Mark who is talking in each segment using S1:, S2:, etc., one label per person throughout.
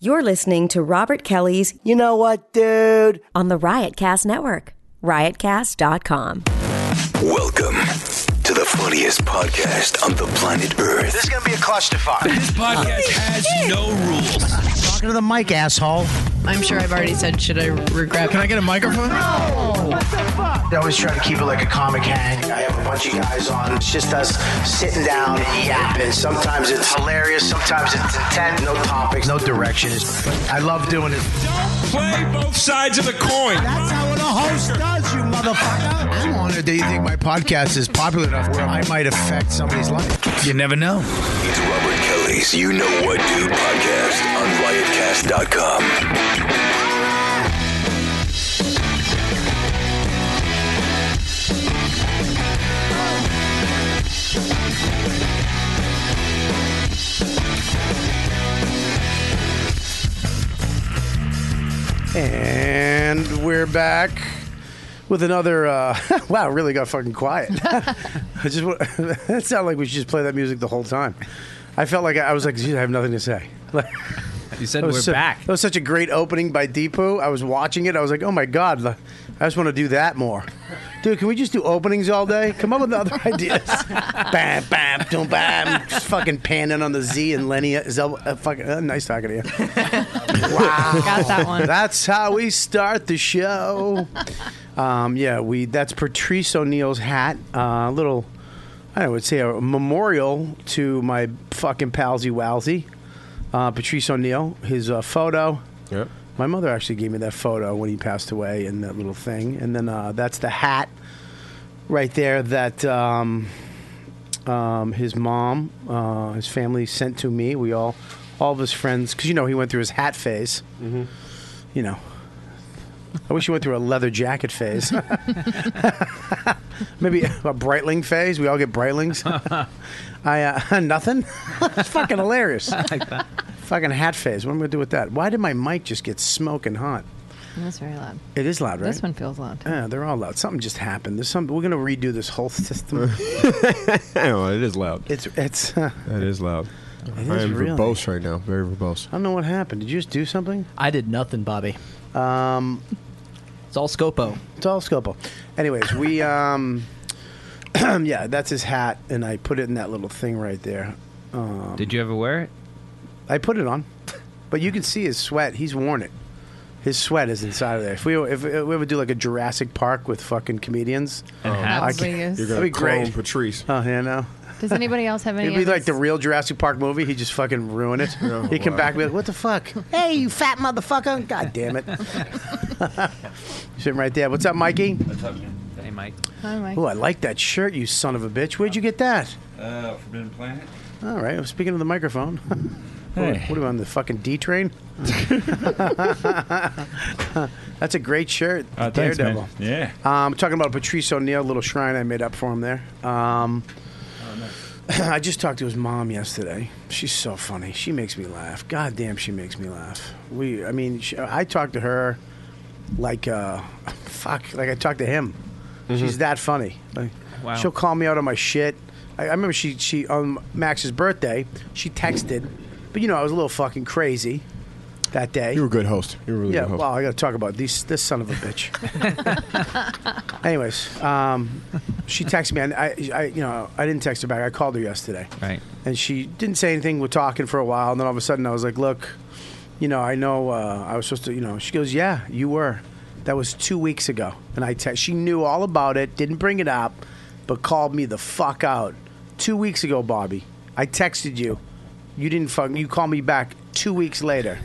S1: You're listening to Robert Kelly's
S2: You know what, dude?
S1: on the Riotcast Network, riotcast.com.
S3: Welcome to the funniest podcast on the planet Earth.
S4: This is gonna be a clusterfuck.
S5: This podcast has no rules.
S6: Talking to the mic, asshole.
S7: I'm sure I've already said, should I regret?
S5: I get a microphone?
S4: I always try to keep it like a comic hang. I have a bunch of guys on. It's just us sitting down and yapping. Sometimes it's hilarious. Sometimes it's intent. No topics. No directions. I love doing it.
S5: Play both sides of the coin.
S6: That's how a host does, you motherfucker.
S4: I'm honored that you think my podcast is popular enough where I might affect somebody's life.
S5: You never know.
S3: It's Robert Kelly's You Know What Do podcast on riotcast.com.
S4: And we're back with another. Uh, wow, really got fucking quiet. I just wa- that sounded like we should just play that music the whole time. I felt like I, I was like, "Geez, I have nothing to say. Like,
S8: You said
S4: That
S8: we're
S4: was su-
S8: back.
S4: That was such a great opening by Deepu. I was watching it. I was like, oh my God, l- I just want to do that more. Dude, can we just do openings all day? Come up with other ideas. bam, bam, doom, bam. Just fucking panning on the Z and Lenny. Is that, uh, fucking, uh, nice talking to you.
S7: Got that one.
S4: That's how we start the show. Um, yeah, we. That's Patrice O'Neal's hat. Uh, A little, I would say, a memorial to my fucking palsy wowsy, uh, Patrice O'Neal. His uh, photo. Yep. My mother actually gave me that photo when he passed away, and that little thing. And then uh, that's the hat right there that um, um, his mom, uh, his family sent to me. We all, all of his friends, because you know he went through his hat phase. You know, I wish he went through a leather jacket phase. Maybe a Breitling phase. We all get Breitlings. I uh, nothing. it's fucking hilarious. Fucking hat phase. What am I gonna do with that? Why did my mic just get smoking hot?
S7: That's very loud.
S4: It is loud, right? Uh,
S7: This one feels loud. too.
S4: Yeah, they're all loud. Something just happened. There's something. We're gonna redo this whole system.
S9: Oh, it is loud.
S4: it's it's. Uh,
S9: That is loud.
S4: it
S9: I
S4: is
S9: am
S4: really-
S9: verbose right now. Very verbose.
S4: I don't know what happened. Did you just do something?
S8: I did nothing, Bobby.
S4: Um,
S8: It's all Scopo.
S4: It's all Scopo. Anyways, we um, yeah, that's his hat, and I put it in that little thing right there. Um,
S8: Did you ever wear it?
S4: I put it on, but you can see his sweat. He's worn it. His sweat is inside of there. If we if, if we ever do like a Jurassic Park with fucking comedians,
S8: And
S7: That
S8: hats?
S7: was what he is.
S4: Oh.
S9: You're
S4: That'd
S9: gonna
S4: be great.
S9: clone Patrice.
S4: oh yeah, no,
S7: Does anybody else have any?
S4: it'd be
S7: of
S4: like the
S7: his-
S4: real Jurassic Park movie. He just fucking ruin it. he come
S9: wow.
S4: back and be like, "What the fuck? hey, you fat motherfucker! God damn it!" Sitting right there. What's up, Mikey?
S8: Hey, Mike.
S7: Hi, Mike.
S4: Oh, I like that shirt, you son of a bitch. Where'd you get that?
S5: Uh, Forbidden Planet.
S4: All right. well, Speaking of the microphone, what, what am I on the fucking D train? That's a great shirt, Daredevil.
S5: Uh, Yeah.
S4: Um, talking about Patrice O'Neill, little shrine I made up for him there. Um,
S5: Oh,
S4: I just talked to his mom yesterday. She's so funny. She makes me laugh. God damn, she makes me laugh. We, I mean, she, I talk to her like, uh, fuck, like I talk to him. She's that funny. Like,
S8: Mm-hmm. Wow.
S4: She'll call me out on my shit. I, I remember she, she on Max's birthday, she texted, but you know I was a little fucking crazy that day.
S9: You were a good host. You were a really
S4: Yeah,
S9: good host.
S4: well, I got to talk about these, this son of a bitch. Anyways, um, she texted me, and I, I, you know, I didn't text her back. I called her yesterday,
S8: Right.
S4: and she didn't say anything. We're talking for a while, and then all of a sudden, I was like, "Look, you know, I know uh, I was supposed to, you know." She goes, "Yeah, you were. That was two weeks ago." And I text. She knew all about it. Didn't bring it up, but called me the fuck out two weeks ago, Bobby. I texted you. You didn't fuck. You called me back two weeks later.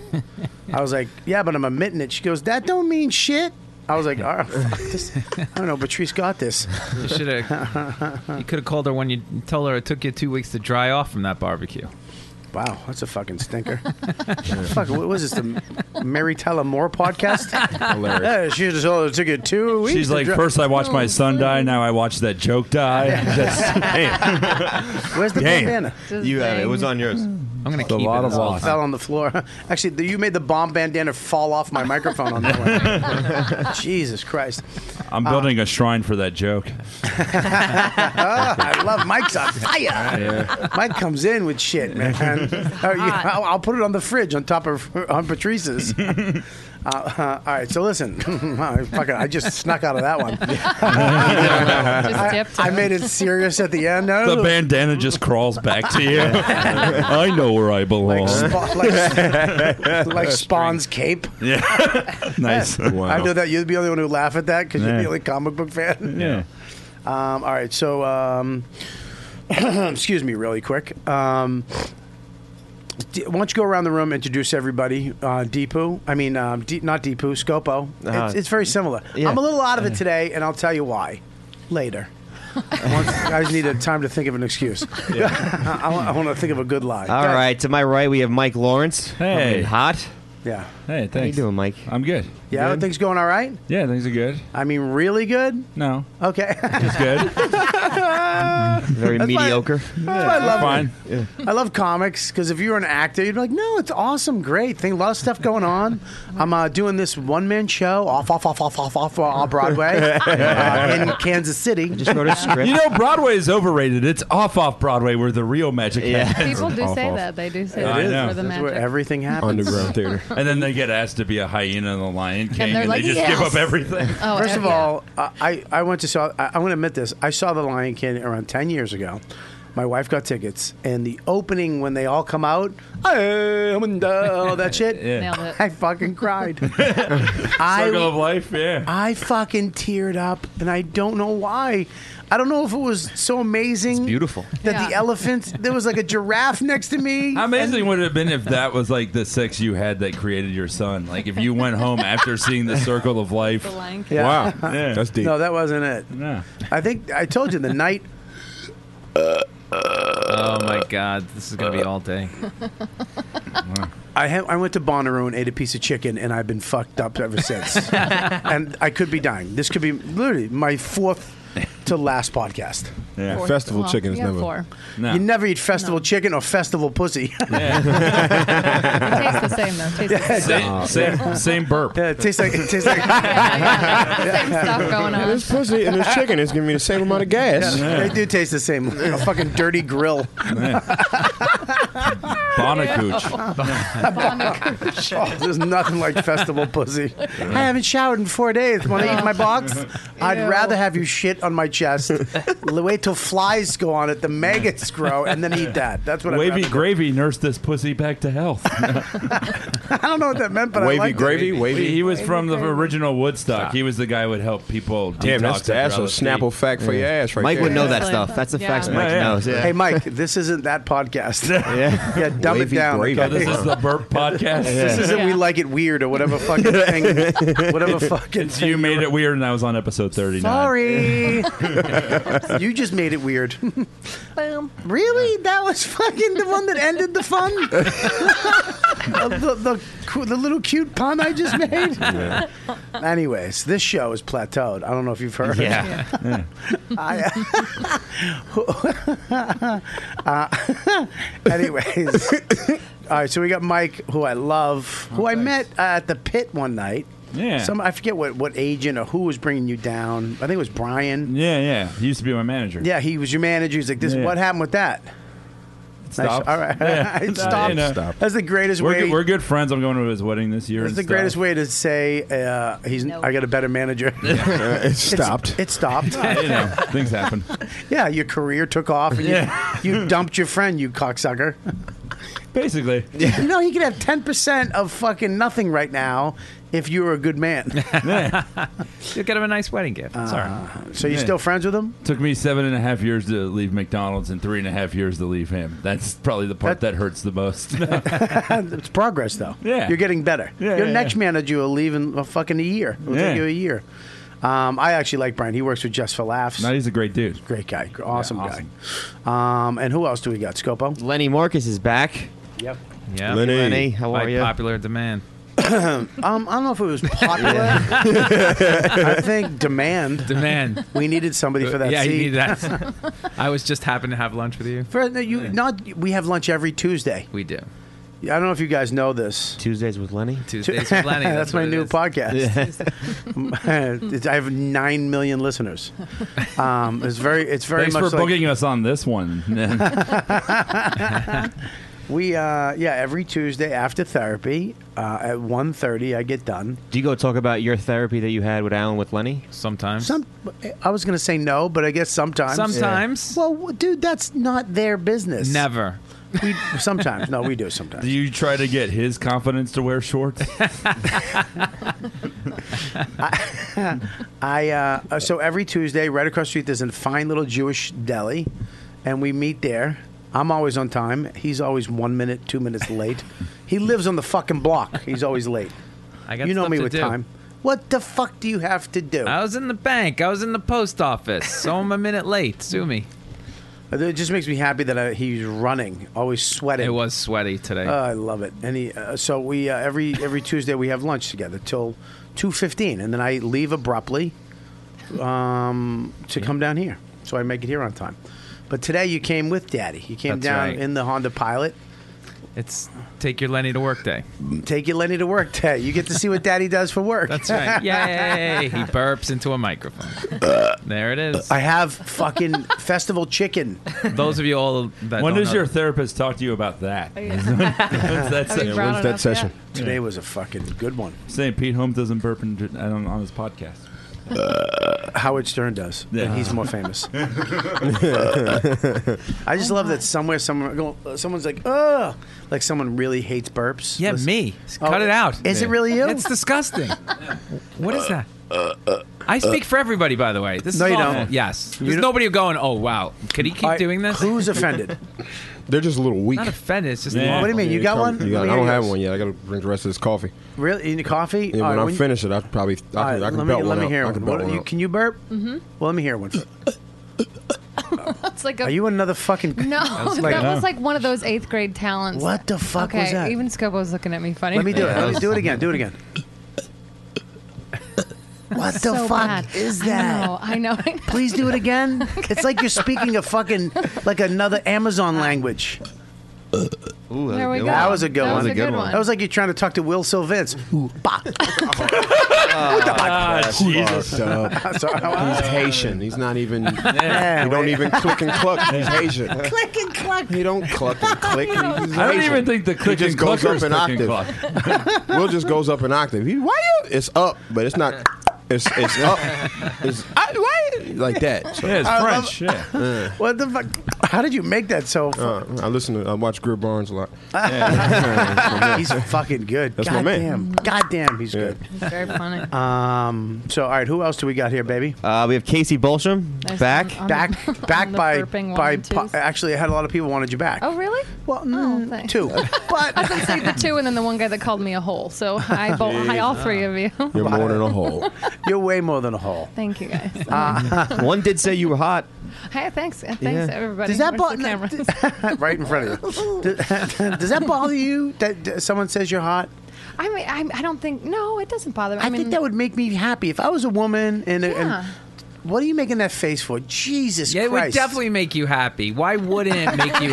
S4: I was like, "Yeah, but I'm admitting it." She goes, "That don't mean shit." I was like, "Oh, fuck this. I don't know." Patrice got this.
S8: You should have. you could have called her when you told her it took you two weeks to dry off from that barbecue.
S4: Wow, that's a fucking stinker. Fuck, what was this? The Mary Tyler Moore podcast?
S9: Hilarious.
S4: Yeah, she just oh, it took you two weeks.
S10: She's
S4: to
S10: like,
S4: dri-
S10: first I watched my son die, now I watch that joke die. Just, hey,
S4: where's the
S9: Damn.
S4: bandana?
S7: This
S9: you had it. It
S7: thing.
S9: was on yours.
S8: I'm gonna
S10: It's a
S8: keep
S10: lot
S8: it.
S10: of
S8: It's all
S10: loss.
S8: fine.
S4: Fell on the floor. Actually, the, you made the bomb bandana fall off my microphone on that one. Jesus Christ.
S10: I'm building a shrine for that joke.
S4: Ah, I love Mike's on fire. Mike comes in with shit, man. Oh, you- I'll, I'll put it on the fridge on top of on Patrice's. Uh, uh, all right, so listen, I fucking, I just snuck out of that one.
S7: Just
S4: I,
S7: dipped.
S4: I made it serious at the end. No,
S10: The bandana just crawls back to you. I know where I belong.
S4: like, spa, like, like Spawn's cape.
S10: nice.
S4: I know that you'd be the only one who would laugh at that because you're
S10: Yeah.
S4: the only comic book fan.
S10: Yeah.
S4: Um, all right, so um, excuse me, really quick. Um, d- why don't you go around the room, introduce everybody? Uh, Deepu, I mean, um, D- not Deepu, Scopo. it's, it's very similar.
S9: yeah.
S4: I'm a little out of it today, and I'll tell you why later. I want- I just need a time to think of an excuse. I, want, I want to think of a good lie.
S2: All right, to my right we have Mike Lawrence.
S10: Hey.
S2: Coming in hot.
S4: Yeah.
S10: Hey, thanks.
S2: How you doing, Mike?
S10: I'm good.
S4: Yeah,
S10: Good?
S4: things going all right?
S10: Yeah, things are good.
S4: I mean, really good?
S10: No,
S4: Okay. That's
S10: it's good.
S2: Very
S4: That's my-
S2: mediocre.
S4: why I love
S10: Fine.
S4: I love comics because if you were an actor, you'd be like, no, it's awesome, great thing, a lot of stuff going on. I'm uh, doing this one man show off, off, off, off, off, off uh, on Broadway uh, in Kansas City.
S2: Just wrote a script.
S10: You know, Broadway is overrated. It's off off Broadway where the real magic
S2: Yeah.
S10: happens.
S7: People do
S10: Off,
S7: say
S10: off.
S7: that. They do say
S10: It
S7: that
S10: is.
S7: for the
S10: That's
S4: That's where
S7: magic.
S4: everything happens.
S9: Underground theater.
S10: And then they get asked to be a hyena and the Lion King, and,
S7: they're like,
S10: they just give
S7: "Yes."
S10: up everything.
S7: oh,
S4: First of
S7: yeah.
S4: all, uh, I, I I went to saw. I, I'm going to admit this. I saw The Lion King around 10 years ago. My wife got tickets, and the opening when they all come out, "Hey, I'm in the-" all that shit.
S10: Yeah.
S7: nailed it.
S4: I fucking cried. I
S10: Circle of life, yeah.
S4: I fucking teared up, and I don't know why. I don't know if it was so amazing.
S8: beautiful.
S4: That the
S7: Yeah.
S4: elephant, there was like a giraffe next to me.
S10: How amazing would it have been if that was like the sex you had that created your son? Like if you went home after seeing the Circle of Life.
S7: The Lion King.
S4: Yeah.
S9: Wow.
S10: Yeah.
S9: That's deep.
S4: No, that wasn't it.
S10: Yeah.
S4: I think I told you the night.
S8: Oh my god, this is gonna be all day.
S4: I, ha- I went to Bonnaroo and ate a piece of chicken, and I've been fucked up ever since. and I could be dying. This could be literally my fourth to last podcast.
S10: Yeah.
S9: Festival
S7: Well,
S9: chicken is
S7: we have
S9: never.
S7: Four.
S10: No.
S4: You never eat festival chicken or festival pussy.
S7: It tastes the same though. It tastes the same.
S10: Same, same, same burp.
S4: yeah, it tastes like it tastes like
S7: Same stuff going on.
S9: This pussy and this chicken is giving me the same amount of gas.
S4: they do taste the same. A fucking dirty grill.
S10: Bonacooch.
S4: Oh, there's nothing like festival pussy. I haven't showered in four days. Want to eat my box? I'd rather have you shit on my chest. l- Wait till flies go on it, the maggots grow, and then eat that. That's what
S10: Wavy
S4: I.
S10: gravy nursed this pussy back to health.
S4: I don't know what that meant, but I
S9: Wavy
S4: liked
S9: gravy,
S10: He,
S9: wavy.
S10: he was from the original Woodstock. He was the guy who would help people.
S9: Damn,
S10: detox
S9: that's that's
S10: after
S9: a
S10: all the
S9: Snapple
S10: heat.
S9: fact for your ass right
S2: Mike
S9: there.
S2: would know that
S7: Excellent.
S2: stuff. That's the
S7: Yeah.
S2: facts Mike
S10: Yeah, yeah.
S2: knows.
S4: It.
S2: Yeah.
S4: Hey, Mike, this isn't that podcast.
S2: yeah.
S4: Yeah, dumb
S9: Wavy
S4: it down.
S9: gravy.
S10: So
S4: okay?
S10: Oh, this is the burp podcast.
S4: This isn't we
S7: Yeah.
S4: like it weird or whatever fucking thing, whatever fucking
S10: It's
S4: thing.
S10: you made it weird, and I was on episode thirty-nine.
S4: Sorry, you just made it weird.
S7: Boom.
S4: Really? That was fucking the one that ended the fun? the, the, the, the little cute pun I just made? Anyways, this show is plateaued. I don't know if you've heard.
S2: Yeah.
S4: I, uh, anyways. All right, so we got Mike, who I love, who I met uh, at the pit one night.
S10: Yeah.
S4: Some I forget what, what agent or who was bringing you down. I think it was Brian.
S10: Yeah, yeah. He used to be my manager.
S4: Yeah, he was your manager. He's like, "This,
S10: Yeah.
S4: what happened with that?"
S10: Stop.
S4: All right.
S10: Yeah.
S4: It
S10: No,
S4: stopped.
S10: you know.
S9: Stop.
S4: That's the greatest
S10: We're
S4: way.
S10: good, we're good friends. I'm going to his wedding this year.
S4: that's
S10: and
S4: the greatest
S10: stuff.
S4: way to say uh, he's.
S7: No.
S4: I got a better manager.
S9: it stopped.
S4: it stopped.
S10: you know, things happen.
S4: yeah, your career took off. And
S10: Yeah.
S4: you, you dumped your friend, you cocksucker.
S10: Basically,
S4: You know he could have ten percent of fucking nothing right now if you were a good man.
S8: You'll get him a nice wedding gift. Sorry.
S4: so you
S10: Yeah.
S4: still friends with him?
S10: took me seven and a half years to leave McDonald's and three and a half years to leave him. That's probably the part
S4: That-
S10: that, hurts the most.
S4: it's progress though.
S10: Yeah.
S4: You're getting better.
S10: Yeah,
S4: Your
S10: yeah,
S4: next
S10: yeah.
S4: manager will leave in a fucking a year. It'll
S10: Yeah.
S4: take you a year. Um, I actually like Brian. He works with Just for Laughs.
S10: now he's a great dude.
S4: Great guy. Awesome, guy. Um, and who else do we got? Scopo?
S2: Lenny Marcus is back.
S4: Yep.
S8: Yeah.
S9: Lenny.
S2: Lenny, how are
S8: By
S2: you?
S8: popular demand.
S4: um, I don't know if it was popular. I think demand.
S8: Demand.
S4: We needed somebody for that
S8: yeah,
S4: seat.
S8: you need that. I was just happened to have lunch with you.
S4: For, no, you, not, we have lunch every Tuesday.
S8: We do.
S4: I don't know if you guys know this.
S2: Tuesdays with Lenny.
S8: Tuesdays with Lenny,
S4: that's
S8: that's
S4: my
S8: what it
S4: new
S8: is.
S4: podcast. I have nine million listeners. Um, it's very, it's very
S10: Thanks
S4: much
S10: for
S4: like
S10: booking us on this one.
S4: we. Uh, yeah, every Tuesday after therapy uh, at 1.30 I get done.
S2: Do you go talk about your therapy that you had with Alan with Lenny?
S8: Sometimes.
S4: Some, I was gonna say no, but I guess sometimes.
S8: Sometimes.
S4: Well, w- dude, that's not their business.
S8: Never.
S4: We, sometimes. No, we do sometimes.
S10: Do you try to get his confidence to wear shorts?
S4: I uh, uh, so every Tuesday, right across the street, there's a fine little Jewish deli, and we meet there. I'm always on time. He's always one minute, two minutes late. he lives on the fucking block. He's always late.
S8: I got
S4: you know
S8: stuff
S4: me
S8: to
S4: with
S8: do.
S4: time. What the fuck do you have to do?
S8: I was in the bank. I was in the post office. So I'm a minute late. Sue me.
S4: It just makes me happy that I, he's running, always sweating.
S8: It was sweaty today.
S4: Oh, I love it. And he, uh, so we uh, every every Tuesday we have lunch together till two fifteen, and then I leave abruptly um, to come down here, so I make it here on time. But today you came with Daddy. You came
S8: That's
S4: down
S8: right.
S4: in the Honda Pilot.
S8: it's take your Lenny to work day.
S4: Take your Lenny to work day. You get to see what Daddy does for work.
S8: That's right. Yay! He burps into a microphone. there it is.
S4: Uh, I have fucking festival chicken.
S8: Those of you all that
S10: when
S8: don't
S10: does
S8: know
S10: your therapist talk to you about that? That's
S7: Have you brought it up yet?
S4: Today was a fucking good one.
S10: Saying Pete Holmes doesn't burp in, I don't, on his podcast.
S4: Howard Stern does. but
S10: Yeah.
S4: He's more famous. I just love that somewhere someone someone's like, ugh, like someone really hates burps.
S8: yeah,
S4: Listen-
S8: me.
S4: Oh,
S8: Cut it out.
S4: Is it really you? Uh,
S8: It's disgusting. what is that? I speak for everybody, by the way. This
S4: No,
S8: is
S4: you
S8: awful.
S4: don't.
S8: Yes,
S4: You
S8: there's
S4: don't-
S8: nobody going. Oh wow, could he keep
S4: All right,
S8: doing this?
S4: Who's offended?
S9: They're just a little weak.
S8: Not offended. It's just
S10: Yeah.
S8: awful.
S4: What do you mean? You got
S9: come-
S4: one?
S9: you
S4: Let me
S9: got- I
S4: hear
S9: don't have
S4: yours.
S9: one yet. I got to drink the rest of this coffee.
S4: Really? In the coffee?
S9: And
S4: All right,
S9: when I'm
S4: you-
S9: finished, I could probably. I,
S4: all right,
S9: could, I could
S4: let me
S9: belt
S4: let
S9: one
S4: me
S9: out.
S4: hear
S9: I
S4: one.
S9: could
S4: What-
S9: belt one
S4: you-
S9: out.
S4: can you burp? Mm-hmm. Well, let me hear one.
S7: It's like a
S4: Are you another fucking?
S7: no.
S4: like-
S7: that was like one of those eighth grade talents.
S4: What the fuck
S7: okay,
S4: was that?
S7: Even Scobo's looking at me funny.
S4: Let me do it.
S8: Yeah,
S4: Let me do it again. Do it again. What the
S7: so
S4: fuck
S7: bad.
S4: is
S7: I
S4: that?
S7: know. I know. I know.
S4: Please do it again. It's like you're speaking a fucking like another Amazon language.
S2: Ooh,
S7: There we go.
S4: That was a good
S7: That
S4: one.
S7: was a good one.
S4: That was like you're trying to talk to Will Sylvans. Ooh, bah.
S9: Jesus.
S4: Sorry, I was-
S9: He's Haitian. He's not even.
S4: Yeah,
S9: he don't
S4: wait.
S9: even click and cluck. He's Haitian. click and cluck. He don't cluck and click. He's
S10: I don't
S9: Haitian.
S10: even think the click
S9: just
S10: and
S9: goes
S10: clucker
S9: up
S10: is
S9: an
S10: click and
S9: octave.
S10: cluck.
S9: Will just goes up an octave. He, why you? It's up, but it's not. It's it's up. It's I, why you-" like that. So,
S10: Yeah, it's
S4: I love-
S10: French. yeah.
S4: What the fuck? How did you make that so? fu-
S9: uh, I listen to I watch Greer Barnes a lot.
S4: he's fucking good.
S9: That's my
S4: God
S9: man.
S4: damn. God damn, he's good.
S7: Very funny.
S4: Um. So, all right, who else do we got here, baby?
S2: Uh, we have Casey Bolsham
S7: There's
S2: back.
S7: one on-
S4: Back, back
S7: the
S4: by
S7: burping
S4: by.
S7: one,
S4: po-
S7: twos.
S4: actually, I had a lot of people wanted you back.
S7: oh really?
S4: Well,
S7: Oh,
S4: mm,
S7: thanks.
S4: two,
S7: I
S4: but
S7: can say the two, and then the one guy that called me a hole. So hi, bo- hi, all three of you.
S9: You're more than a hole.
S4: you're way more than a hole.
S7: Thank you guys.
S2: One did say you were hot.
S7: hey, thanks, thanks
S2: Yeah.
S7: everybody.
S4: Does that
S7: Where's
S4: bother
S7: the cameras?
S4: right in front of you? Does, does that bother you that, that someone says you're hot?
S7: I mean, I, I don't think. No, it doesn't bother me.
S4: I,
S7: I, mean,
S4: think that would make me happy if I was a woman and.
S7: Yeah.
S4: and what are you making that face for? Jesus
S8: Yeah, it would
S4: Christ!
S8: definitely make you happy. Why wouldn't it make you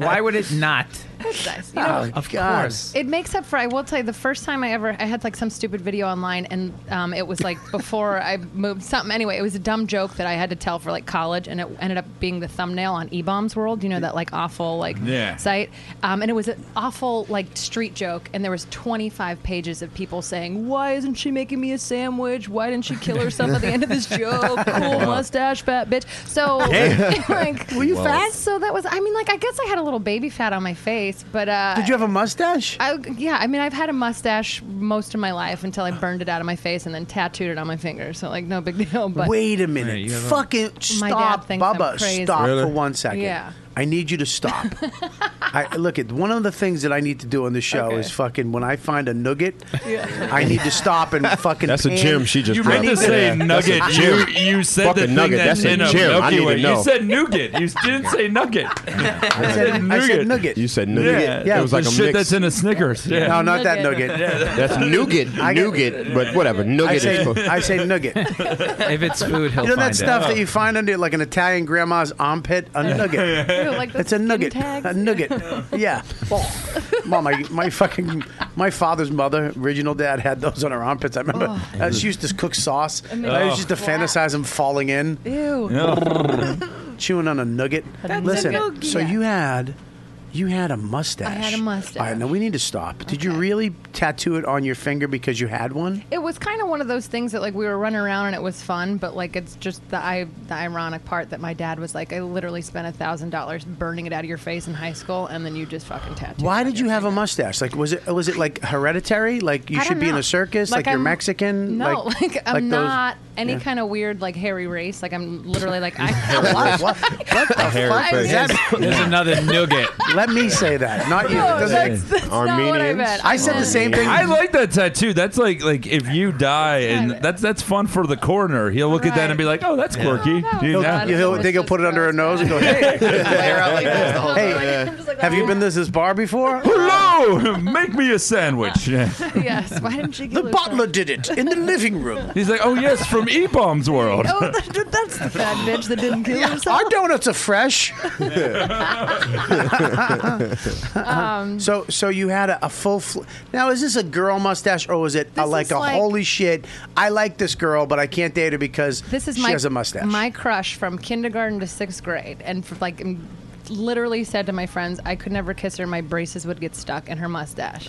S8: Why would it not?
S7: that's nice. You know,
S4: Oh,
S8: Of
S4: God.
S8: course.
S7: It makes up for. I will tell you, the first time I ever, I had like some stupid video online, and um, it was like before I moved something. Anyway, it was a dumb joke that I had to tell for like college, and it ended up being the thumbnail on E-Bombs World. You know that like awful like
S10: Yeah.
S7: site, um, and it was an awful like street joke, and there was 25 pages of people saying, "Why isn't she making me a sandwich? Why didn't she kill herself at the end of this joke? Cool mustache, fat bitch." So like, were you fat? So that was. I mean, like, I guess I had a little baby fat on my face, but uh,
S4: Did you have a mustache?
S7: I, yeah, I mean, I've had a mustache most of my life until I burned it out of my face and then tattooed it on my finger. So, like, no big deal. But
S4: Wait a
S8: Yeah,
S4: minute.
S8: you have a-
S4: Fucking
S7: My dad
S4: stop,
S7: thinks I'm
S4: Bubba.
S7: crazy.
S4: Stop
S9: Really?
S4: for one second.
S7: Yeah.
S4: I need you to stop. I, look at one of the things that I need to do on the show
S11: Okay.
S4: is fucking when I find a nugget, I need to stop and fucking.
S9: That's a
S4: pan-
S9: gym she just
S10: You
S9: dropped.
S10: meant to say
S9: Yeah, that's a
S10: nugget. You,
S9: gym.
S10: you said
S9: Fucking
S10: the thing
S9: nugget.
S10: that
S9: That's a
S10: in a
S9: gym.
S10: Milky
S9: I need to
S10: Way.
S9: know.
S10: You said nougat. You didn't say nugget.
S4: I said, I said nugget.
S9: You said nougat.
S10: Yeah,
S9: it was like
S10: the
S9: a
S10: shit
S9: mix.
S10: that's in a Snickers. Yeah.
S4: No, not that
S10: Nugget.
S4: nugget.
S10: Yeah.
S9: That's nougat,
S4: I got-
S9: nougat, but whatever. Nougat
S4: I say,
S9: is. for-
S4: I say nugget.
S8: if it's food, he'll
S4: you know
S8: find
S4: that stuff
S8: it. Oh.
S4: that you find under like an Italian grandma's armpit? A nugget.
S7: Ew, like the
S4: it's a
S7: skin
S4: nugget.
S7: tags?
S4: A nugget. yeah. Mom, my, my fucking my father's mother, original dad, had those on her armpits. I remember uh, she used to cook sauce.
S7: Oh. And
S4: And
S7: they-
S4: I used to
S7: Oh.
S4: fantasize him falling in,
S7: Ew.
S4: chewing on a nugget.
S7: That's a
S4: Listen,
S7: nugget.
S4: so you had. You had a mustache.
S7: had a mustache.
S4: All right, now we need to stop. Did you really tattoo it on your finger because you had one?
S7: It was kind of one of those things that like we were running around and it was fun, but like it's just the I the ironic part that my dad was like, I literally spent a thousand dollars burning it out of your face in high school, and then you just fucking tattooed.
S4: Why did you have a mustache? Like, was it was it like hereditary? Like you
S7: I
S4: should
S7: don't
S4: be in
S7: know.
S4: a circus? Like, you're
S7: I'm-
S4: Mexican?
S7: No, like, I'm
S4: like those-
S7: not any
S4: yeah.
S7: kind of weird like hairy race. Like I'm literally like I.
S4: What, what, what the fuck is that?
S8: There's another nougat.
S4: Let me say that, not you.
S7: No,
S4: It doesn't-
S7: that's- that's not what I
S9: Armenians?
S7: meant.
S4: I said the same thing.
S10: I like that tattoo. That's like like if you die and that's that's fun for the coroner. He'll look at that and be like, "Oh, that's quirky."
S7: that was
S10: You
S4: He'll,
S10: know?
S7: Yeah.
S4: he'll, they will put it under her nose and go, "Hey, hey, uh,
S7: I'm just like,
S4: have you
S7: oh.
S4: been to this bar before?"
S10: Hello, make me a sandwich. Yeah.
S7: Yes. Why didn't you?
S4: The butler did it in the living room.
S10: He's like, "Oh yes, from E Bomb's world."
S7: Oh, that- that's the fat bitch that didn't kill herself.
S4: Our donuts are fresh.
S7: Um,
S4: so, so you had a, a full. Fl- now, is this a girl mustache or was it a,
S7: This
S4: like
S7: is
S4: a
S7: like-
S4: holy shit? I like this girl, but I can't date her because
S7: This is
S4: she
S7: my
S4: has a mustache.
S7: My crush from kindergarten to sixth grade, and for, like m- literally said to my friends, I could never kiss her. My braces would get stuck in her mustache.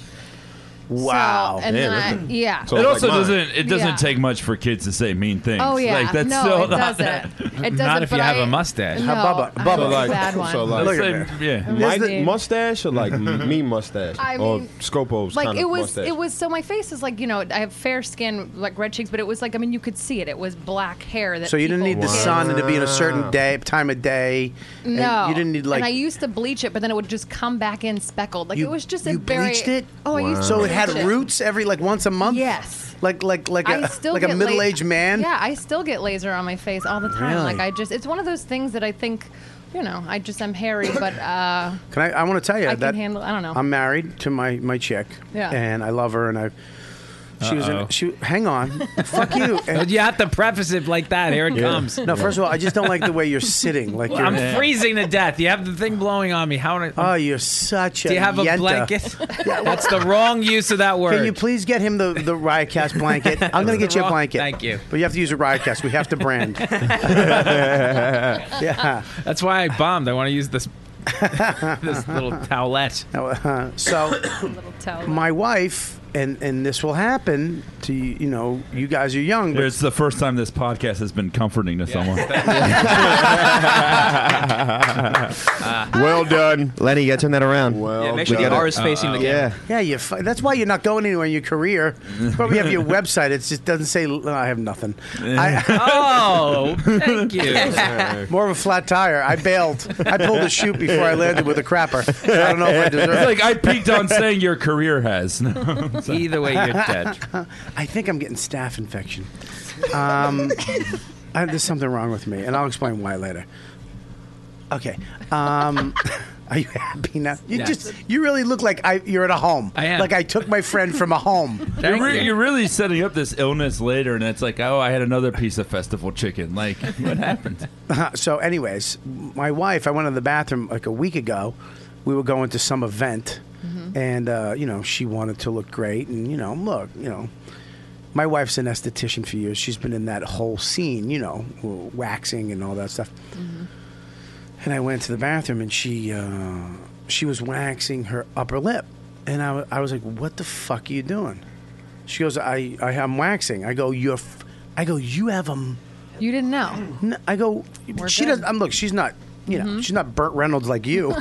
S4: wow.
S7: So, and
S9: Man,
S7: then I,
S9: that's a-
S7: yeah.
S9: So-
S10: It
S9: Like
S10: also
S9: mine.
S10: doesn't. It doesn't
S7: Yeah.
S10: take much for kids to say mean things.
S7: Oh yeah,
S10: Like, that's
S7: no,
S10: still
S7: it
S10: not-
S7: doesn't. It doesn't.
S8: Not if
S7: but
S8: you have
S7: a
S8: a mustache.
S7: No,
S8: How
S4: Bubba- Bubba-
S7: I have a
S9: like-
S7: bad one.
S9: so like-
S10: Let's
S4: Look at
S10: say-
S4: that.
S10: yeah.
S9: My
S7: Disney.
S9: mustache or like me mustache
S7: I
S9: or
S7: mean,
S9: Scopo's
S7: like
S9: kind
S7: it
S9: of
S7: was
S9: mustache.
S7: it was so my face is like you know i have fair skin like red cheeks but it was like i mean you could see it it was black hair that
S4: So you didn't
S7: people-
S4: need the sun and to be in a certain day time of day. and
S7: no
S4: you didn't need like.
S7: and i used to bleach it but then it would just come back in speckled like
S4: you,
S7: it was just a
S4: you
S7: very
S4: bleached it.
S7: oh i used to
S4: So it
S7: bleach
S4: had roots every like once a month.
S7: Yes.
S4: Like like like
S7: I
S4: a
S7: still
S4: like a
S7: get la-
S4: middle aged man.
S7: yeah i still get laser on my face all the time
S4: Really?
S7: like i just it's one of those things that i think you know i just i'm hairy but uh
S4: Can I? I want to tell you
S7: I can
S4: that
S7: handle- I don't know.
S4: I'm married to my my chick.
S7: Yeah.
S4: And I love her, and I. She was
S8: Uh-oh.
S4: in. She hang on. Fuck you.
S8: But
S4: And-
S8: you have to preface it like that. Here it comes.
S4: no, first of all, I just don't like the way you're sitting. Like you're.
S8: I'm freezing to death. You have the thing blowing on me. How? am I-
S4: oh, you're such a.
S8: do you have
S4: yenta.
S8: a blanket? That's the wrong use of that word.
S4: Can you please get him the the Riotcast blanket? I'm gonna get you a
S8: Wrong-
S4: blanket.
S8: Thank you.
S4: But you have to use a Riotcast. We have to brand. yeah.
S8: That's why I bombed. I want to use this this little towelette.
S4: Uh, so
S7: little toe
S4: my wife and and this will happen to you you know you guys are young but
S10: It's the first time this podcast has been comforting to someone.
S9: well done.
S2: Lenny, you gotta turn that around.
S9: Well
S11: Yeah, make
S2: We
S11: sure the
S2: gotta-
S11: R is facing the camera.
S2: yeah.
S4: yeah you fi- that's why you're not going anywhere in your career you probably have your website it just doesn't say i have nothing I,
S8: Oh, thank you.
S4: more of a flat tire i bailed i pulled a chute before i landed with a crapper i don't know if i deserve
S10: It's
S4: it
S10: like I peaked on saying your career has.
S8: Either way, you're dead.
S4: i think i'm getting staph infection um, I, there's something wrong with me and i'll explain why later okay um, are you happy now you
S8: Yes.
S4: just you really look like I, you're at a home
S8: I am.
S4: like i took my friend from a home
S8: Thank
S10: you're, re-
S8: you.
S10: you're really setting up this illness later, and it's like, oh, I had another piece of festival chicken. Like, what happened?
S4: Uh, so anyways my wife i went in the bathroom like a week ago we were going to some event and uh, you know she wanted to look great and you know look you know my wife's an esthetician for years she's been in that whole scene you know waxing and all that stuff and i went to the bathroom and she uh, she was waxing her upper lip and I wa- I was like what the fuck are you doing she goes i, I am waxing i go you're f-. i go you have a m-
S7: you didn't know
S4: no, I go.
S7: We're
S4: she
S7: good.
S4: doesn't. I'm look. She's not. You know, she's not Burt Reynolds like you.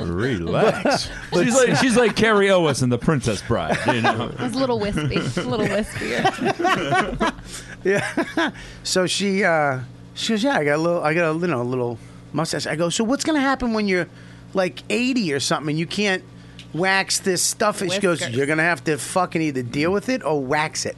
S10: Relax. she's like she's like Carrie Elwes in The Princess Bride. You know,
S7: it was a little wispy a little wispier
S4: yeah. So she uh, She goes, yeah, I got a little, I got a you know a little mustache. I go, so what's gonna happen when you're like 80 or something? and You can't wax this stuff. And she goes,
S11: Whiskers.
S4: you're gonna have to fucking either deal with it or wax it.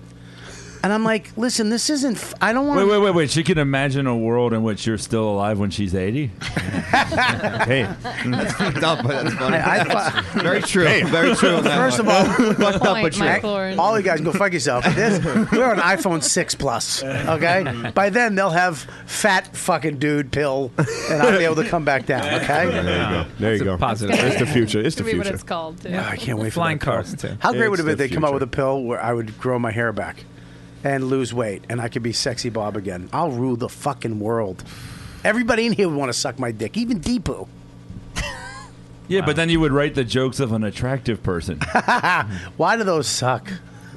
S4: And I'm like, listen, this isn't. F- I don't want.
S10: Wait, wait, wait, wait. She can imagine a world in which you're still alive when she's 80? hey.
S2: That's fucked up, but that's funny.
S4: I- I
S2: That's very true. Very true. on that
S4: First of
S2: one.
S4: all,
S2: fucked up, but true.
S4: all you guys go fuck yourself. This, we're on iPhone six plus. Okay, by then they'll have fat fucking dude pill, and I'll be able to come back down. Okay,
S9: There you go. There you go.
S8: positive.
S9: It's the future. It's
S7: It's
S9: the
S7: gonna be what
S9: future.
S7: it's called. Too.
S4: I can't wait for
S8: Flying
S4: that pill.
S8: cars, too.
S4: How great would it
S9: It's
S4: be if
S9: the
S4: they come out with
S9: future.
S4: a pill where I would grow my hair back and lose weight, and I could be sexy Bob again? I'll rule the fucking world. Everybody in here would want to suck my dick, even Deepu.
S10: Yeah, but then you would write the jokes of an attractive person.
S4: Why do those suck?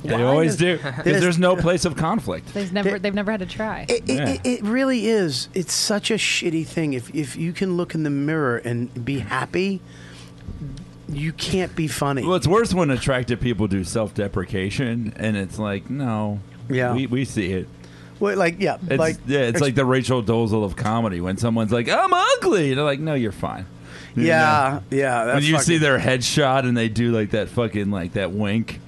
S10: They always do.
S4: There's-
S10: Because there's no place of conflict.
S7: They've never they've never had to try.
S4: It, it, it really is. It's such a shitty thing. If if you can look in the mirror and be happy, you can't be funny.
S10: Well, it's worse when attractive people do self deprecation, and it's like, no.
S4: Yeah.
S10: We, we see it.
S4: Well, like yeah,
S10: It's,
S4: like
S10: yeah, it's like the Rachel Dozel of comedy when someone's like, I'm ugly. And they're like, no, you're fine. You
S4: yeah, yeah.
S10: when
S4: that's
S10: you see
S4: fucking-
S10: their headshot and they do like that fucking like that wink,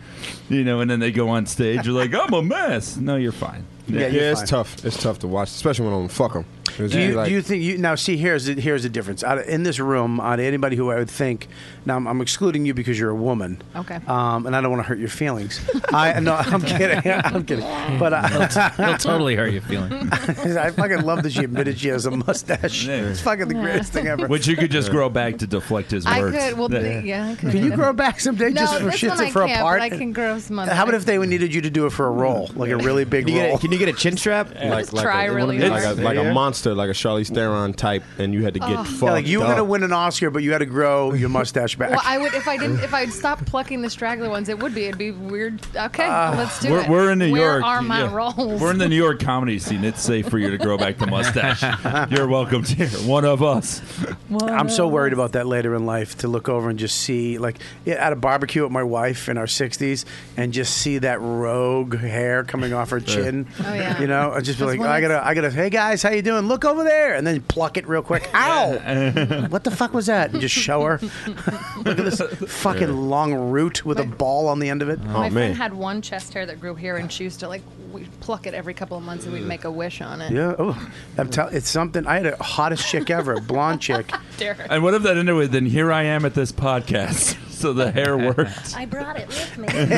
S10: you know, and then they go on stage, you're like, I'm a mess. No, you're fine.
S9: Yeah,
S4: Yeah, you're
S9: it's
S4: fine.
S9: tough. It's tough to watch, especially when I'm fuck them.
S4: Do you, do you think you now? See, here's the, here's the difference. Out of, in this room, out of anybody who I would think, now I'm, I'm excluding you because you're a woman.
S7: Okay.
S4: Um, and I don't want to hurt your feelings. I no, I'm kidding. I'm kidding. But I,
S8: It'll totally hurt your feeling.
S4: I fucking love that she admitted she has a mustache.
S10: Yeah.
S4: It's fucking the greatest thing ever.
S10: Which you could just grow back to deflect his
S7: I
S10: words.
S7: could. Well,
S10: Yeah.
S7: yeah, yeah I could.
S4: Can you grow back someday
S7: no,
S4: just for
S7: this
S4: shits
S7: one I
S4: and for a
S7: can't,
S4: part?
S7: But I can grow some other.
S4: How about if they needed you to do it for a role, like a really big
S2: Can you, get
S4: role?
S2: a, can you get a chin strap?
S9: like, like
S7: try
S9: a,
S7: really
S9: like, a,
S7: hard.
S9: like
S4: Yeah.
S9: a monster, like a Charlize Theron type, and you had to get fucked
S4: Yeah, like you were gonna
S9: up.
S4: win an Oscar, but you had to grow your mustache back.
S7: Well, I would if I didn't if I'd stop plucking the straggler ones. It would be it'd be weird. Okay, let's do
S10: We're,
S7: it.
S10: we're in New
S7: Where
S10: York.
S7: are my
S10: yeah.
S7: rolls?
S10: We're in the New York comedy scene. It's safe for you to grow back the mustache. You're welcome here. One of us.
S4: I'm so worried about that later in life to look over and just see, like, yeah, at a barbecue with my wife in our 60s and just see that rogue hair coming off her chin.
S7: Oh, yeah.
S4: You know, I'd just be
S7: That's
S4: like,
S7: when
S4: I
S7: it's-
S4: gotta, I gotta, hey guys, how you doing? Look over there. And then pluck it real quick. Ow! what the fuck was that? And just show her. look at this fucking long root with a ball on the end of it.
S7: my
S9: man.
S7: friend had one chest hair that grew here, and she used to like we pluck it every couple of months, and we'd make a wish on it.
S4: Yeah, oh, I'm tell- it's something. I had a hottest chick ever, a blonde chick.
S7: Derek.
S10: And what if that ended with, then here I am at this podcast. So the hair worked.
S7: I brought it with me.
S10: I,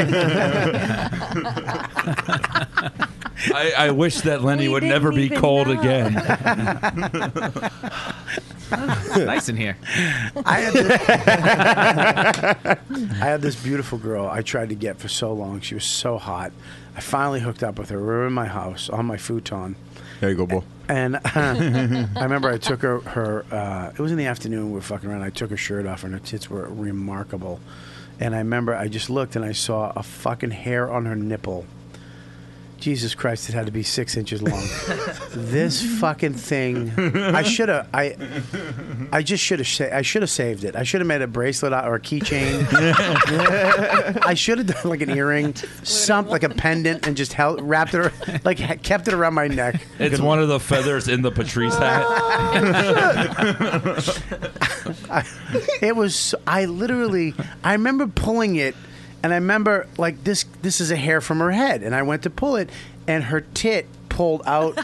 S10: I wish that Lenny
S7: We
S10: would
S7: didn't
S10: never be
S7: even
S10: cold
S7: know.
S10: again.
S8: nice in here.
S4: I had, this, I had this beautiful girl I tried to get for so long. She was so hot. I finally hooked up with her. We were in my house on my futon.
S9: There you go, boy.
S4: And uh, I remember I took her, her uh, it was in the afternoon, we were fucking around. I took her shirt off, and her tits were remarkable. And I remember I just looked and I saw a fucking hair on her nipple. Jesus Christ, it had to be six inches long. this fucking thing, I should have, I, I just should have, sa- I should have saved it. I should have made a bracelet out or a keychain. I should have done like an earring, something like a pendant, and just held, wrapped it, ar- like ha- kept it around my neck.
S10: It's one of the feathers in the Patrice
S7: Oh,
S10: hat.
S4: It was. I literally. I remember pulling it, and I remember like this. This is a hair from her head, and I went to pull it, and her tit pulled out.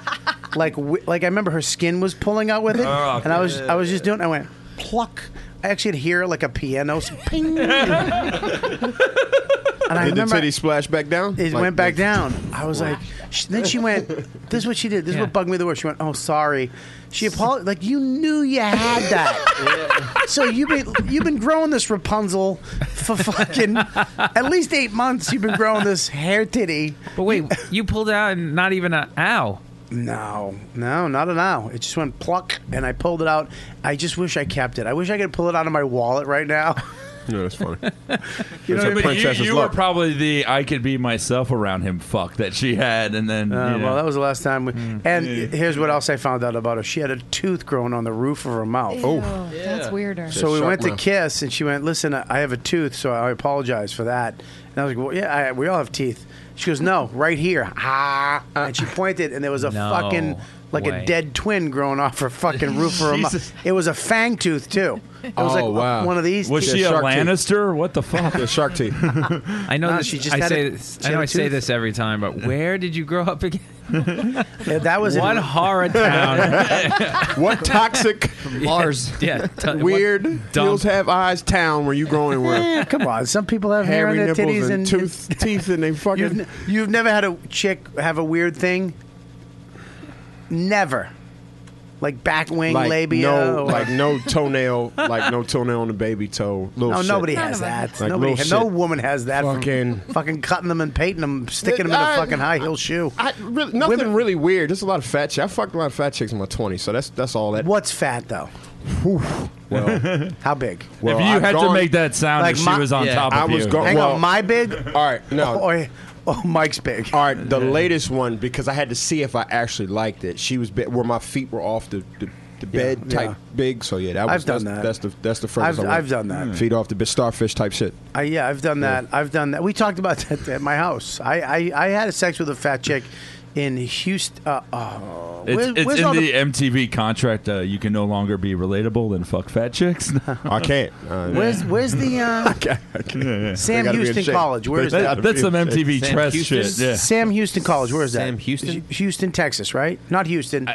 S4: like wi- like I remember her skin was pulling out with it,
S10: Oh,
S4: and I was I was just doing. I went pluck. I actually could hear like a piano s- ping. and I
S9: Did the
S4: remember
S9: titty splash back down?
S4: it
S9: Like,
S4: went back
S9: like-
S4: down. I was like, sh- then she went. This is what she did. This is
S8: Yeah.
S4: what bugged me the worst. She went, "Oh, sorry." She apologized. Like you knew you had that. So you've been you've been growing this Rapunzel for fucking at least eight months. You've been growing this hair titty.
S8: But wait, you pulled out and not even an ow.
S4: No, no, not an owl. It just went pluck, and I pulled it out. I just wish I kept it. I wish I could pull it out of my wallet right now.
S9: No, that's funny.
S4: You know
S9: It's a
S4: what I mean?
S10: But you,
S9: princess's
S10: you were
S9: luck.
S10: probably the I could be myself around him fuck that she had, and then
S4: Uh,
S10: you know.
S4: Well, that was the last time. We, and here's what else I found out about her. She had a tooth growing on the roof of her mouth.
S7: Oh, that's weirder.
S4: So we
S9: Sharp
S4: went to
S9: mouth.
S4: kiss, and she went, "Listen, I have a tooth, so I apologize for that." And I was like, "Well, yeah, I, we all have teeth." She goes, "No, right here." Ah, and she pointed, and there was a
S8: No.
S4: fucking like
S9: way.
S4: a dead twin growing off her fucking roof or a mu-
S9: Jesus.
S4: It was a fang tooth too. It was
S9: Oh,
S4: like one of these.
S10: Was
S4: teeth.
S10: she a Lannister? What the fuck?
S9: The shark teeth.
S8: I know
S4: No,
S8: this,
S4: she just
S8: I
S4: had
S8: say
S4: a-
S8: this.
S4: she
S8: I know
S4: had a
S8: I say
S4: tooth.
S8: this every time, but where did you grow up again?
S4: Yeah, that was in-
S8: what horror town?
S9: what toxic
S8: Mars? Yeah, t- what
S9: weird
S8: dump.
S9: Hills have eyes town where you growing
S4: Eh,
S9: where
S4: come on, some people have hair on
S9: hairy
S4: their
S9: nipples
S4: titties
S9: and,
S4: and
S9: tooth teeth and they fucking.
S4: You've, n- you've never had a chick have a weird thing? Never. Like back wing,
S9: like
S4: labia.
S9: no,
S4: or-
S9: like no toenail, like no toenail on the baby toe. Little
S4: No,
S9: shit.
S4: nobody has that.
S9: Like
S4: nobody,
S9: little
S4: no
S9: shit.
S4: woman has that. from
S9: Fucking-
S4: fucking cutting them and painting them, sticking them in
S9: I-
S4: a fucking high heel shoe.
S9: I, really, nothing really weird. Just a lot of fat chicks. I fucked a lot of fat chicks in my 20s, so that's that's all that.
S4: What's fat though?
S9: Well,
S4: How big?
S9: well,
S10: if you
S9: I've
S10: had to
S9: gone-
S10: make that sound,
S4: Like
S10: if she
S4: my-
S10: was on
S4: Yeah.
S10: top of
S9: I was
S10: you.
S9: going.
S4: Hang
S9: well, Uh,
S4: on, my big
S9: All right, no.
S4: or, or Mike's big?
S9: All right, the latest one because I had to see if I actually liked it. She was bit, where my feet were off the, the, the bed
S4: yeah.
S9: type big. So yeah, that was
S4: I've done
S9: that's,
S4: that.
S9: That's the that's the 1st
S4: I've- I've done that.
S9: Feet off the bed, starfish type shit.
S4: I, Uh, yeah, I've done that. I've done that. We talked about that at my house. I, I, I had a sex with a fat chick in Houston. Uh, oh,
S10: It's,
S4: where-
S10: it's
S4: where's
S10: in
S4: all
S10: the, MTV contract. Uh, you can no longer be relatable and fuck fat chicks.
S9: I can't. Uh,
S4: Where's Where's the uh,
S9: They
S4: Sam
S9: gotta be in
S4: Houston
S9: shape.
S4: College? Where is
S9: They
S4: that?
S9: gotta
S10: That's
S9: be
S10: some
S9: in shape.
S10: MTV
S8: Sam
S10: Tress
S8: Houston?
S10: shit. Yeah.
S4: Sam Houston College. Where is that?
S2: Sam Houston?
S4: H- Houston, Texas, right? Not Houston.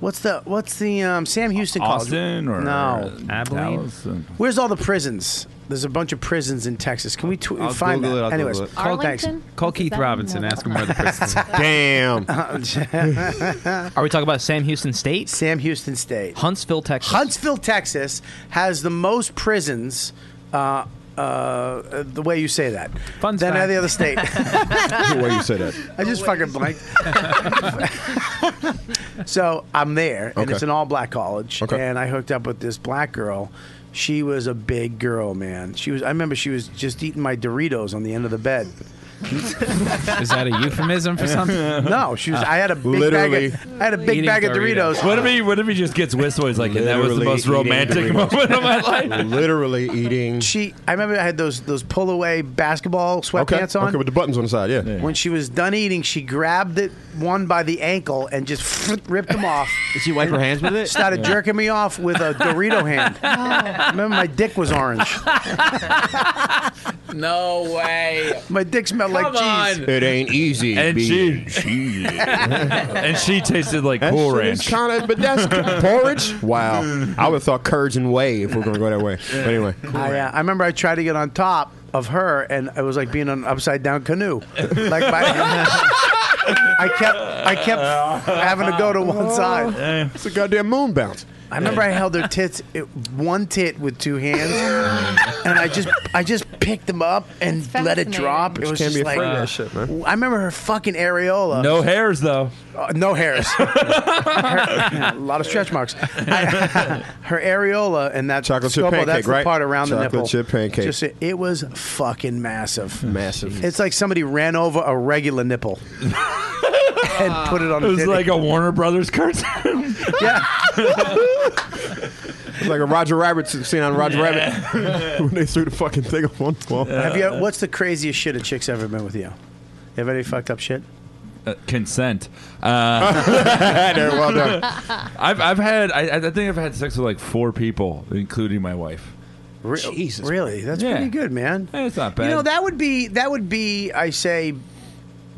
S4: What's the What's the um, Sam Houston College?
S10: Austin or
S4: no.
S8: Abilene?
S10: Dallas? Uh,
S4: Where's all the prisons? There's a bunch of prisons in Texas. Can we tw-
S2: I'll
S4: find
S2: Google it,
S4: that?
S2: I'll
S4: Anyways,
S2: Google it.
S4: call- thanks.
S7: Arlington?
S8: Call
S7: Is
S8: Keith
S7: that-
S8: Robinson.
S7: No,
S8: Ask him where the prison's at.
S9: Damn.
S11: Are we talking about Sam Houston State?
S4: Sam Houston State.
S11: Huntsville, Texas.
S4: Huntsville, Texas has the most prisons. Uh, uh, the way you say that.
S8: Fun
S4: than
S8: fact.
S4: any other state.
S9: Where you said that?
S4: I just fucking blanked. so I'm there, and
S9: Okay.
S4: it's an all black college,
S9: Okay.
S4: and I hooked up with this black girl. She was a big girl, man. She was. I remember she was just eating my Doritos on the end of the bed.
S8: Is that a euphemism for something?
S4: No, she was. I had a big
S9: Uh-huh. Literally.
S4: bag. Of, I had a big
S8: Eating
S4: bag of
S8: Doritos.
S4: Doritos.
S10: What if he What if he just gets whistle? He's like, and that was the
S9: Literally
S10: most
S9: eating
S10: romantic
S9: Doritos.
S10: moment of my life.
S9: Literally eating.
S4: She. I remember I had those those pull away basketball
S9: okay.
S4: sweatpants on.
S9: Okay, with the buttons on the side. Yeah.
S4: when she was done eating, she grabbed it one by the ankle and just ripped them off.
S2: Did she wipe her hands with it?
S4: started jerking me off with a Dorito hand. Remember, my dick was orange.
S8: no way.
S4: My dick smelled
S8: Come
S4: like
S8: on.
S4: cheese.
S9: It ain't easy.
S10: And she,
S9: being-
S10: she and she tasted like
S9: That
S10: Cool
S9: shit
S10: Ranch.
S9: is kind of, but that's porridge. Wow, I would have thought curds and whey if we're gonna go that way. But anyway,
S4: I, uh, I remember I tried to get on top of her, and it was like being on an upside down canoe. Like my. I kept, I kept having to go to one side.
S9: it's a goddamn moon bounce.
S4: I remember I held her tits, it, one tit with two hands, and I just, I just picked them up and let it
S7: fascinating.
S4: drop.
S9: But
S4: it
S9: you
S4: was
S9: can't
S4: just
S9: be afraid
S4: like,
S9: of that shit, man.
S4: I remember her fucking areola.
S10: no hairs though.
S4: Uh, no hairs. Her- a lot of stretch marks. I- her areola and that
S9: Chocolate chip
S4: scopo,
S9: pancake,
S4: that's the
S9: right?
S4: part around
S9: Chocolate
S4: the nipple.
S9: chip pancake. Hmm.
S4: Just, it, it was fucking massive.
S9: Massive.
S4: It's like somebody ran over a regular nipple and put it on
S10: It
S4: a
S10: was
S4: titty.
S10: like a Warner Brothers cartoon.
S4: yeah.
S9: It's like a Roger Rabbit scene on Roger Rabbit when they threw the fucking thing up on the wall.
S4: Have
S10: Uh,
S4: you? What's the craziest shit a chick's ever been with you? You have any fucked up shit?
S10: Uh, consent. Uh,
S9: there, well done.
S10: I've I've had I, I think I've had sex with like four people, including my wife.
S4: Re-
S9: Jesus.
S4: Really? That's
S10: Yeah.
S4: pretty good, man.
S10: Eh, it's not bad.
S4: You know, that would be that would be I say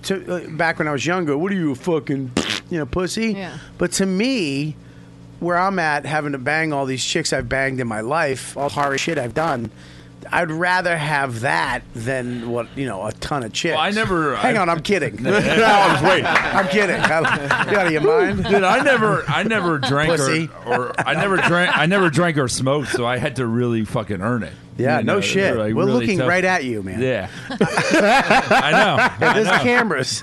S4: to uh, back when I was younger, what are you a fucking you know, pussy?
S7: Yeah.
S4: But to me, where I'm at having to bang all these chicks I've banged in my life, all the horror shit I've done, I'd rather have that than what, you know, a ton of chicks.
S10: Well, I never- uh,
S4: Hang
S10: I-
S4: on, I'm kidding.
S9: No, I was waiting.
S4: I'm kidding. I, you out of your mind?
S10: Dude, I never, I never drank
S4: Pussy.
S10: or, or I never drank, I never drank or smoked, so I had to really fucking earn it.
S4: Yeah,
S10: You
S4: no
S10: know,
S4: shit.
S10: like,
S4: We're
S10: really
S4: looking
S10: tough.
S4: right at you, man.
S10: Yeah, I know.
S4: There's cameras.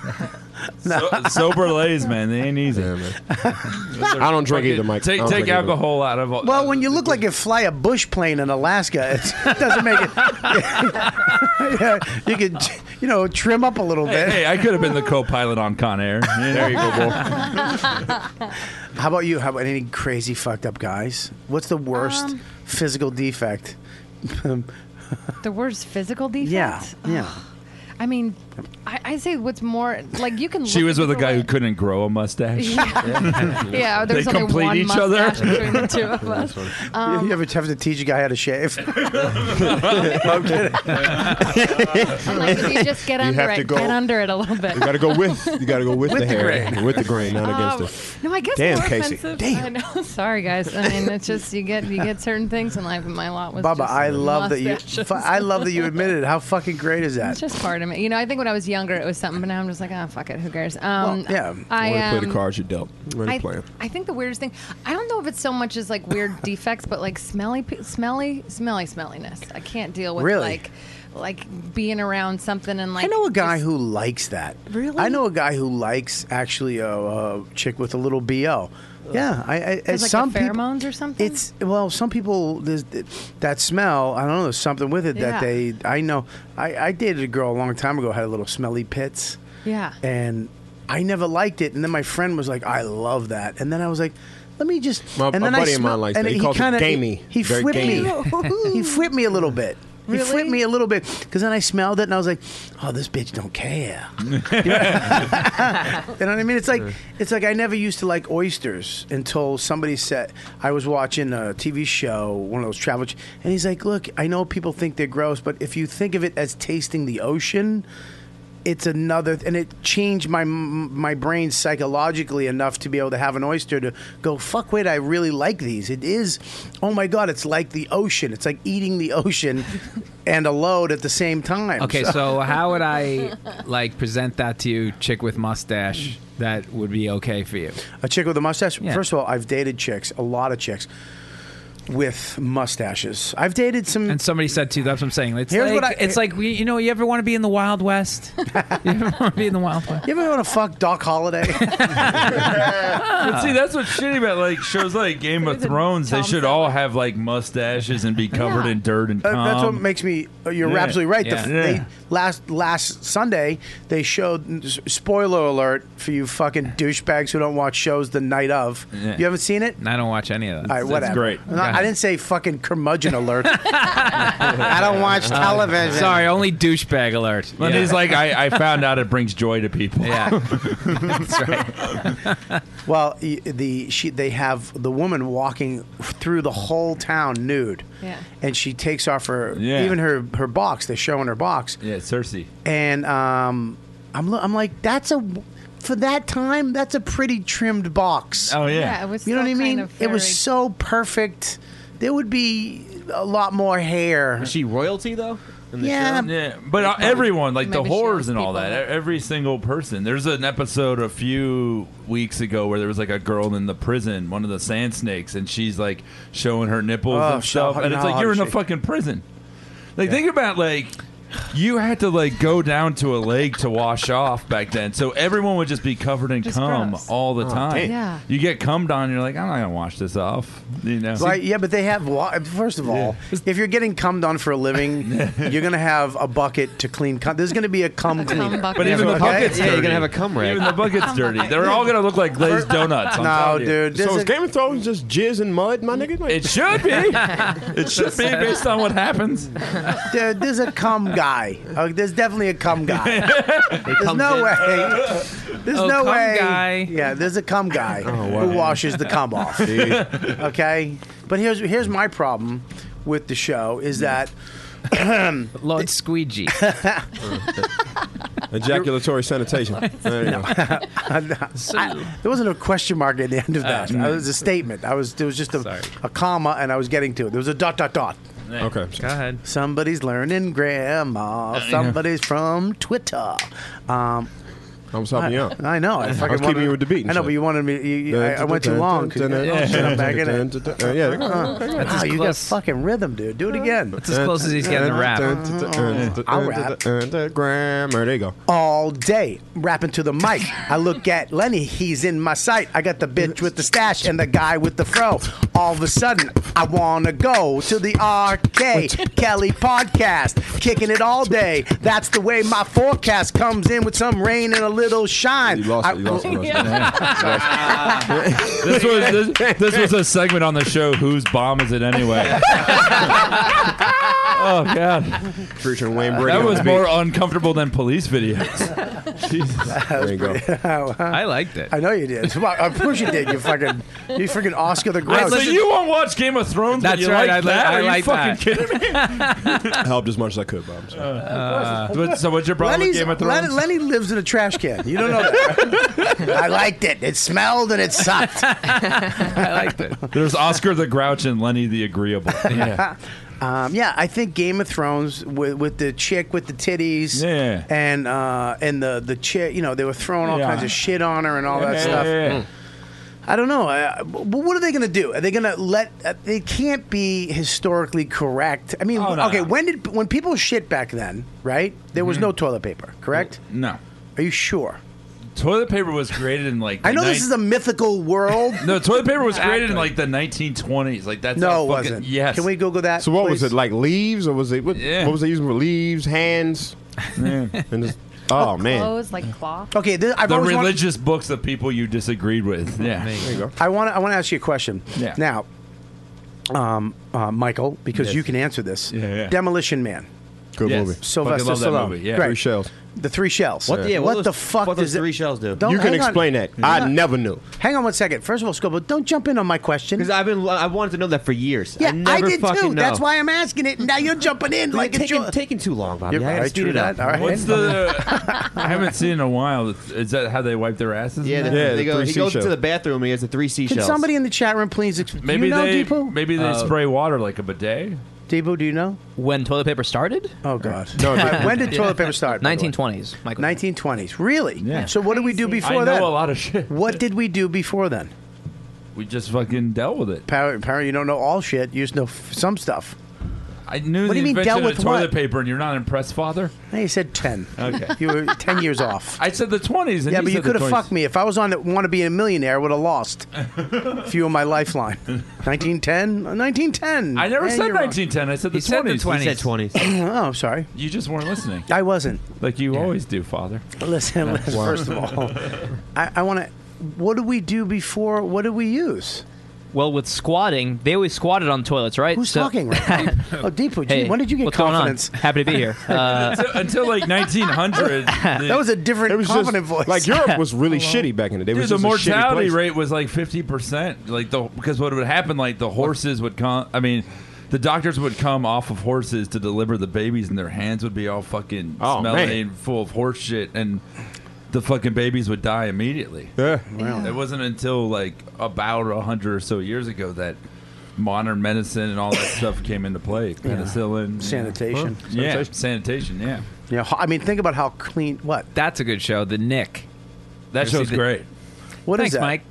S10: So, sober lays, man, they ain't easy.
S9: I don't drink either, Mike. I
S10: Take
S9: don't drink
S10: take
S9: either.
S10: alcohol out of all.
S4: Well, when you look like you fly a bush plane in Alaska, it doesn't make it. Yeah, you could, you know, trim up a little bit.
S10: hey, I could have been the co-pilot on Con Air. There you go, boy.
S4: How about you? How about any crazy fucked up guys? What's the worst
S7: Um,
S4: physical defect?
S7: The word's physical defect.
S4: yeah, yeah.
S7: I mean, I, I say what's more like you can.
S10: She
S7: look
S10: was with a guy who couldn't grow a mustache.
S7: Yeah. Yeah, there's
S10: they
S7: only
S10: complete
S7: one
S10: each other.
S7: mustache between the two of us. Um,
S4: you ever have to teach a guy how to shave? I'm kidding.
S7: I'm like, if you just get
S9: You
S7: under
S9: have
S7: it,
S9: to go-
S7: get under it a little bit.
S9: You gotta go with. You gotta go with,
S7: With
S9: the,
S7: the
S9: hair,
S7: grain.
S9: with the grain, not
S7: Um,
S9: against it.
S7: No, I guess
S9: Damn,
S7: more
S9: Casey.
S7: offensive. Damn. I know. Sorry, guys. I mean, it's just you get you get certain things in life, and my lot was.
S4: Baba,
S7: just
S4: I love that you.
S7: mustaches.
S4: fu- I love that you admitted it. How fucking great is that?
S7: It's just part of me. You know, I think when I was younger, it was something, but now I'm just like, oh, fuck it, who cares? Um,
S9: yeah,
S7: I
S9: want to play
S7: um,
S9: the cards you dealt. Ready
S7: I,
S9: to play 'em.
S7: I think the weirdest thing, I don't know if it's so much as like weird defects, but like smelly, pe- smelly, smelly, smelliness. I can't deal with
S4: Really?
S7: like, like being around something and like.
S4: I know a guy who likes that.
S7: Really?
S4: I know a guy who likes actually a, a chick with a little bo. Yeah, I, I
S7: Has,
S4: as
S7: like, the
S4: some people-
S7: pheromones or something.
S4: It's well, some people there's that smell. I don't know. There's something with it
S7: Yeah.
S4: that they. I know. I, I dated a girl a long time ago. Had a little smelly pits.
S7: Yeah.
S4: and I never liked it. And then my friend was like, "I love that," and then I was like. Let me just.
S9: My-
S4: and
S9: a
S4: then I
S9: buddy of
S4: smell-
S9: mine likes
S4: and
S9: that. He calls it
S4: kinda-
S9: gamey.
S4: He,
S9: Very
S4: flipped
S9: gamey.
S4: me. he flipped me a little bit. He flipped me a little bit because then I smelled it and I was like, "Oh, this bitch don't care." You know what I mean? It's like it's like I never used to like oysters until somebody said I was watching a TV show, one of those travel, ch- and he's like, "Look, I know people think they're gross, but if you think of it as tasting the ocean." It's another, and it changed my my brain psychologically enough to be able to have an oyster to go. Fuck, wait, I really like these. It is, oh my god, it's like the ocean. It's like eating the ocean and a load at the same time.
S8: Okay, so how would I like present that to you, chick with mustache? That would be okay for you.
S4: A chick with a mustache. First of all, I've dated chicks, a lot of chicks, with mustaches. I've dated some.
S8: And somebody said too. That's what I'm saying. It's
S4: Here's
S8: like
S4: what I-
S8: it's like we- you know. You ever want to be in the Wild West? you ever want to be in the Wild West?
S4: You ever want to fuck Doc Holliday?
S10: But see, that's what's shitty about like shows like Game of Thrones. They should all have like mustaches and be covered in dirt and cum.
S4: Uh, that's what makes me. uh, You're
S10: Um, Yeah.
S4: absolutely right. The-
S10: Yeah.
S4: they-
S10: Yeah.
S4: last last Sunday, they showed. s- Spoiler alert for you fucking douchebags who don't watch shows the night of.
S8: Yeah.
S4: You haven't seen it?
S8: And I don't watch any of that.
S4: All right, whatever. No,
S8: Go
S4: I
S8: ahead.
S4: didn't say fucking curmudgeon alert. I don't watch
S8: Uh,
S4: television.
S8: Sorry, only douchebag alert.
S10: And he's like, I, I found out it brings joy to people.
S8: Yeah.
S10: that's right.
S4: Well, y- the she they have the woman walking through the whole town nude.
S7: Yeah.
S4: And she takes off her
S10: Yeah.
S4: even her her box. They're showing her box.
S10: Yeah, Cersei.
S4: And um, I'm lo- I'm like that's a for that time that's a pretty trimmed box.
S10: Oh, yeah. Yeah,
S7: it was
S4: you know what I
S7: still kind
S4: mean?
S7: of
S4: it was
S7: very-
S4: so perfect. There would be a lot more hair.
S11: Is she royalty though? In the
S4: Yeah.
S11: show?
S10: Yeah, but uh, everyone, like the
S11: Maybe she
S10: whores
S11: owes
S10: and all
S11: people
S10: that, e- every single person. There's an episode a few weeks ago where there was like a girl in the prison, one of the sand snakes, and she's like showing her nipples
S5: Oh,
S10: and
S5: show-
S10: stuff, and it's
S5: no,
S10: like you're in a
S5: she-
S10: fucking prison. Like think about like. You had to like go down to a lake to wash off back then, so everyone would just be covered in cum all the
S4: Oh,
S10: time.
S4: damn. Yeah.
S10: You get cummed on, you're like, I'm not gonna wash this off, you know?
S4: Right? Yeah, but they have. Wa- first of all, if you're getting cummed on for a living, you're gonna have a bucket to clean. Cum- There's gonna be a cum cleaner.
S10: But even the bucket's dirty. Even the bucket's dirty. They're all gonna look like glazed donuts. I'm
S4: Oh No,
S10: telling you.
S4: dude.
S9: So
S4: there's
S9: is
S4: a-
S9: Game of Thrones just jizz and mud, my nigga? Like-
S10: It should be. It should be based on what happens.
S4: There, there's a cum guy. Uh, there's definitely a cum guy. There's
S10: comes
S4: no
S10: in.
S4: way. There's
S10: Oh,
S4: no
S10: cum
S4: way.
S10: guy.
S4: Yeah, there's a cum guy
S10: Oh, wow.
S4: who washes the cum off.
S10: See?
S4: okay, but here's here's my problem with the show is that.
S8: Lord Squeegee.
S9: Ejaculatory sanitation. There you go.
S4: I- there wasn't a question mark at the end of that.
S9: Oh.
S4: it was a statement. I was there was just a, a comma, and I was getting to it. There was a dot dot dot.
S9: Okay.
S4: Go ahead. Somebody's learning
S9: Uh,
S4: grammar. Somebody's from Twitter. Um,
S9: I was helping
S4: I,
S9: you out.
S4: I know. I,
S9: I was
S4: fucking
S9: keeping
S4: wanted-
S9: you with the beat and
S4: I know,
S9: shit.
S4: but you wanted me. You, you, I, I went too long. Could you-
S9: Yeah.
S4: oh, shit, I'm back in it.
S9: Yeah. Yeah.
S4: Wow,
S9: as
S4: you got
S9: close.
S4: fucking rhythm, dude. Do it again.
S9: That's
S4: Oh,
S9: I'll
S4: rap.
S9: Grammar. There you go.
S4: all day, rapping to the mic. I look at Lenny, he's in my sight. I got the bitch with the stash and the guy with the fro. All of a sudden, I wanna go to the RK Kelly podcast, kicking it all day. That's the way my forecast comes in with some rain and a little shine. You lost it. You
S9: lost it, you lost it.
S10: This was this, this was a segment on the show. Whose bomb is it anyway? oh God,
S9: preaching Wayne Brady.
S10: That
S9: on
S10: was
S9: the
S10: more
S9: beach.
S10: uncomfortable than police videos.
S4: There you go. I
S8: liked it.
S4: I know you did. Come on, Of course you did. You fucking, you freaking Oscar the Grouch.
S10: so you won't watch Game of Thrones? but
S4: That's
S10: you
S4: right,
S10: Like
S4: I li-
S10: that?
S4: I
S10: Are you
S4: like
S10: fucking
S4: that.
S10: kidding me?
S9: helped as much as I could, Bob. So,
S10: But- so what's your problem
S4: Lenny's-
S10: with Game of
S4: Lenny,
S10: Thrones?
S4: Lenny lives in a trash can. You don't know that. I liked it. It smelled and it sucked.
S10: I liked it. There's Oscar the Grouch and Lenny the Agreeable. Yeah.
S4: Um, yeah, I think Game of Thrones with, with the chick with the titties, yeah, and uh, and the the chick, you know, they were throwing all
S10: Yeah.
S4: kinds of shit on her and all
S10: Yeah,
S4: that
S10: yeah,
S4: stuff. Mm.
S10: yeah, yeah.
S4: I don't know. I, I- but what are they going to do? Are they going to let? Uh, they can't be historically correct. I mean,
S10: Oh, no, Mm-hmm.
S4: okay,
S10: no.
S4: when did when people shit back then? Right, there was no toilet paper. Correct?
S10: No.
S4: Are you sure?
S10: Toilet paper was created in like.
S4: I know
S10: the
S4: this is a mythical world.
S10: nine- No, toilet paper was created in like the 1920s. Like that's
S4: No,
S10: how
S4: it
S10: fucking-
S4: wasn't.
S10: Yes.
S4: Can we Google that?
S9: So what was it like? Leaves or was it? What,
S10: Yeah.
S9: what was they using for leaves? Hands? And just, oh, man.
S7: Clothes like cloth.
S4: Okay, this, I've
S10: the
S4: always wanted-
S10: religious books of people you disagreed with. Yeah. There you go.
S4: I want to. I want to ask you a question.
S10: Yeah.
S4: Now, um, uh, Michael, because
S10: Yes.
S4: you can answer this.
S10: Yeah, yeah.
S4: Demolition Man.
S9: Good
S10: Yes.
S9: movie.
S4: Sylvester
S10: Fucking love
S4: Stallone.
S10: that movie, yeah.
S4: Great.
S10: Three
S9: shells.
S4: The three shells.
S9: What- yeah, what
S4: what
S9: those-
S4: the fuck
S9: what
S4: does
S9: those three
S4: it-
S9: shells do?
S4: Don't-
S9: You can
S4: hang on.
S9: explain that. I never knew.
S4: Hang on one second. First of all, Scobo, don't jump in on my question.
S12: Because I've been, I wanted to know that for years.
S4: Yeah,
S12: I, never
S4: did
S12: fucking
S4: too.
S12: Know.
S4: That's why I'm asking it. Now you're jumping in
S12: You're
S4: like it's
S12: taking,
S4: your-
S12: taking too long, Bobby.
S4: You're
S12: I gotta
S4: right,
S12: speed
S4: true
S12: it up.
S4: that. All right.
S10: What's the? I haven't seen in a while. Is that how they wipe their asses?
S12: Yeah,
S10: now?
S12: the, they go, he goes to the bathroom. He has the three
S4: Can
S12: seashells.
S4: somebody in the chat room please? Exp-
S10: Maybe
S4: do you know
S10: they
S4: Depot?
S10: maybe they spray water like a bidet.
S4: Debo, do you know
S11: when toilet paper started?
S4: Oh God!
S10: No, no.
S4: when did toilet
S11: Yeah.
S4: paper start?
S11: 1920s, Michael.
S4: 1920s. Really?
S10: Yeah.
S4: So what did we do
S10: Crazy.
S4: before
S10: I know
S4: that?
S10: a lot of shit.
S4: What did we do before then?
S10: We just fucking dealt with it.
S4: Power, apparently you don't know all shit. You just know f- some stuff.
S10: I knew
S4: What do
S10: the
S4: you mean,
S10: invention
S4: dealt
S10: of
S4: with
S10: toilet
S4: what?
S10: paper, and you're not impressed, father.
S4: Hey, you said ten.
S10: Okay.
S4: you were ten years off.
S10: I said the 20s. And
S4: yeah,
S10: he
S4: but you
S10: said the
S4: could
S10: 20s.
S4: have fucked me. If I was on Want to Be a Millionaire, I would have lost. if you were my lifeline. 1910? 1910.
S10: I never
S4: Yeah,
S10: said
S4: you're wrong.
S10: 1910. I said the 20s.
S4: oh, I'm sorry.
S10: You just weren't listening.
S4: I wasn't.
S10: Like you always do, father.
S4: Listen, listen
S10: Wow.
S4: first of all, I, I want to. What did we do before? What did we use?
S11: Well, with squatting, they always squatted on toilets, right?
S4: Who's talking right now? Oh, Deepu, gee,
S11: Hey,
S4: when did you get
S11: what's going on?
S4: confidence?
S11: Happy to be here. Uh,
S10: until, until like 1900. the-
S4: That was a different
S9: It was just-
S4: confident voice.
S9: Like Europe was really shitty back in the day. It
S10: Dude,
S9: was
S10: the
S9: just a shitty
S10: mortality
S9: place.
S10: rate was like 50%. Like the because what would happen like the horses would come I mean the doctors would come off of horses to deliver the babies and their hands would be all fucking
S9: Oh,
S10: smelly
S9: man.
S10: and full of horse shit and the fucking babies would die immediately.
S9: Yeah.
S10: It wasn't until like about a hundred or so years ago that modern medicine and all that stuff came into play. Penicillin,
S4: Sanitation.
S10: yeah, sanitation, yeah.
S4: Yeah, ho- I mean, think about how clean. What?
S8: That's a good show. The Nick.
S10: That
S8: You
S10: show's
S8: see the-
S10: great.
S4: What is
S8: Thanks,
S4: that?
S8: Mike.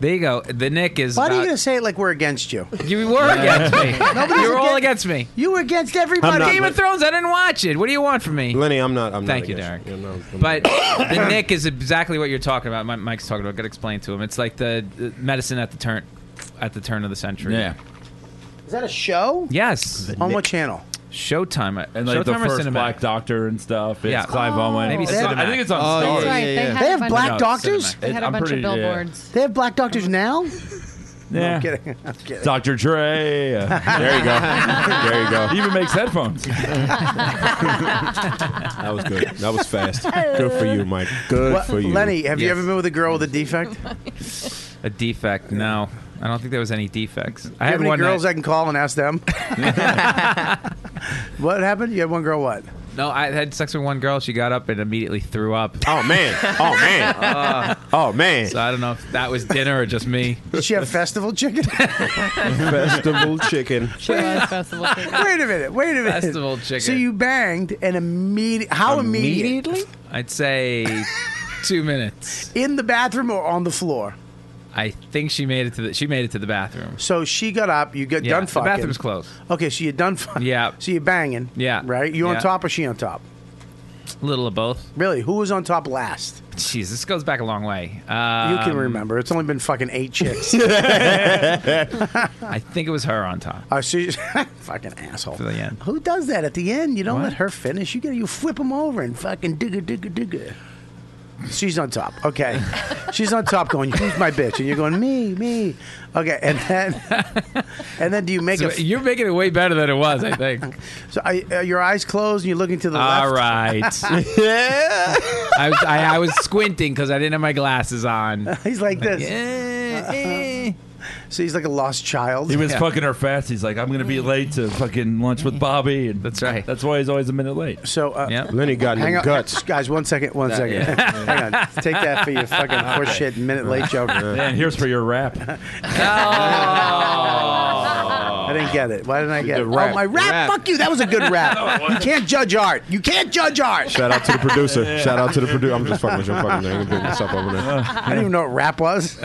S8: There you go. The Nick is.
S4: Why are you
S8: about-
S4: going to say it like we're against you?
S8: You were against me. you were all against me.
S4: You were against everybody.
S8: Game of Thrones. I didn't watch it. What do you want from me?
S9: Lenny, I'm
S10: Mm,
S9: not. I'm
S8: Thank you, Derek. But the Nick is exactly what you're talking about. Mi- Mike's talking about. Got to explain to him. It's like the the medicine at the turn, at the turn of the century.
S10: Yeah.
S4: Is that a show?
S8: Yes.
S4: On what channel?
S8: Showtime.
S10: And like
S8: Showtime
S10: the
S8: or
S10: first
S8: Cinemax?
S10: Black Doctor and stuff. It's
S8: Yeah.
S10: Clive
S8: Oh.
S10: Owen.
S8: Maybe
S10: It's
S8: Cinemax.
S10: on- I think it's on
S8: Oh,
S10: Star.
S8: yeah, yeah, yeah.
S4: They have black doctors?
S7: They had
S10: It-
S7: a
S10: I'm
S7: bunch
S10: pretty-
S7: of
S10: yeah.
S7: billboards.
S4: They have black doctors now?
S10: Yeah.
S4: No, I'm kidding. I'm kidding.
S10: Dr. Dre. uh, there you go. There you go. He even makes headphones.
S9: That was good. That was fast. Good for you, Mike. Good
S4: What-
S9: for you.
S4: Lenny, have you
S8: Yes.
S4: ever been with a girl with a defect?
S8: A defect? No, I don't think there was any defects. I
S4: you
S8: had
S4: have any
S8: one
S4: girls
S8: night-
S4: I can call and ask them? what happened? You had one girl what?
S8: no, I had sex with one girl. She got up and immediately threw up.
S9: Oh man! Oh man! oh man!
S8: So I don't know if that was dinner or just me.
S4: Did she have festival chicken?
S9: Festival chicken.
S4: wait a minute. Wait a minute.
S8: Festival chicken.
S4: So you banged and immediate? How immediately?
S8: I'd say two minutes.
S4: In the bathroom or on the floor?
S8: I think she made it to the she made it to the bathroom.
S4: So she got up. You got
S8: Yeah,
S4: done
S8: the
S4: fucking.
S8: bathroom's closed.
S4: Okay, so you're done fucking.
S8: Yeah,
S4: So you're banging.
S8: Yeah.
S4: Right? You on
S8: Yeah.
S4: top or she on top?
S8: little of both.
S4: Really? Who was on top last?
S8: Jeez, this goes back a long way. Um,
S4: You can remember. It's only been fucking eight chicks.
S8: I think it was her on top.
S4: Oh, she, fucking asshole.
S8: To the end.
S4: Who does that at the end? You don't let her finish. You gotta you flip them over and fucking digga digga digga. She's on top. Okay. She's on top going, who's my bitch? And you're going, me, me. Okay. And then, and then do you make
S8: So
S4: a.
S8: you're making it way better than it was, I think.
S4: so are, are your eyes closed and you're looking to the
S8: All
S4: left?
S8: right.
S4: yeah.
S8: I was, I, I was squinting because I didn't have my glasses on.
S4: He's like this.
S8: Yeah. eh.
S4: So he's like a lost child.
S10: He was fucking her fast. He's like, I'm gonna be late to fucking lunch with Bobby, and that's right. That's why he's always a minute late.
S4: So uh,
S9: Lenny got
S4: Hang
S9: no
S4: on,
S9: guts.
S4: guys. One second, one
S10: That-
S4: second.
S10: yeah.
S4: Hang on, take that for your fucking horseshit minute late joke.
S10: And here's for your rap.
S4: I didn't get it. Why didn't I get it?
S9: The rap.
S4: Oh, my rap,
S9: Rap.
S4: Fuck you. That was a good rap. you can't judge art. You can't judge art.
S9: Shout out to the producer. Shout out to the producer. I'm just fucking with your fucking name. I'm beating this up over there.
S4: I didn't even know what rap was.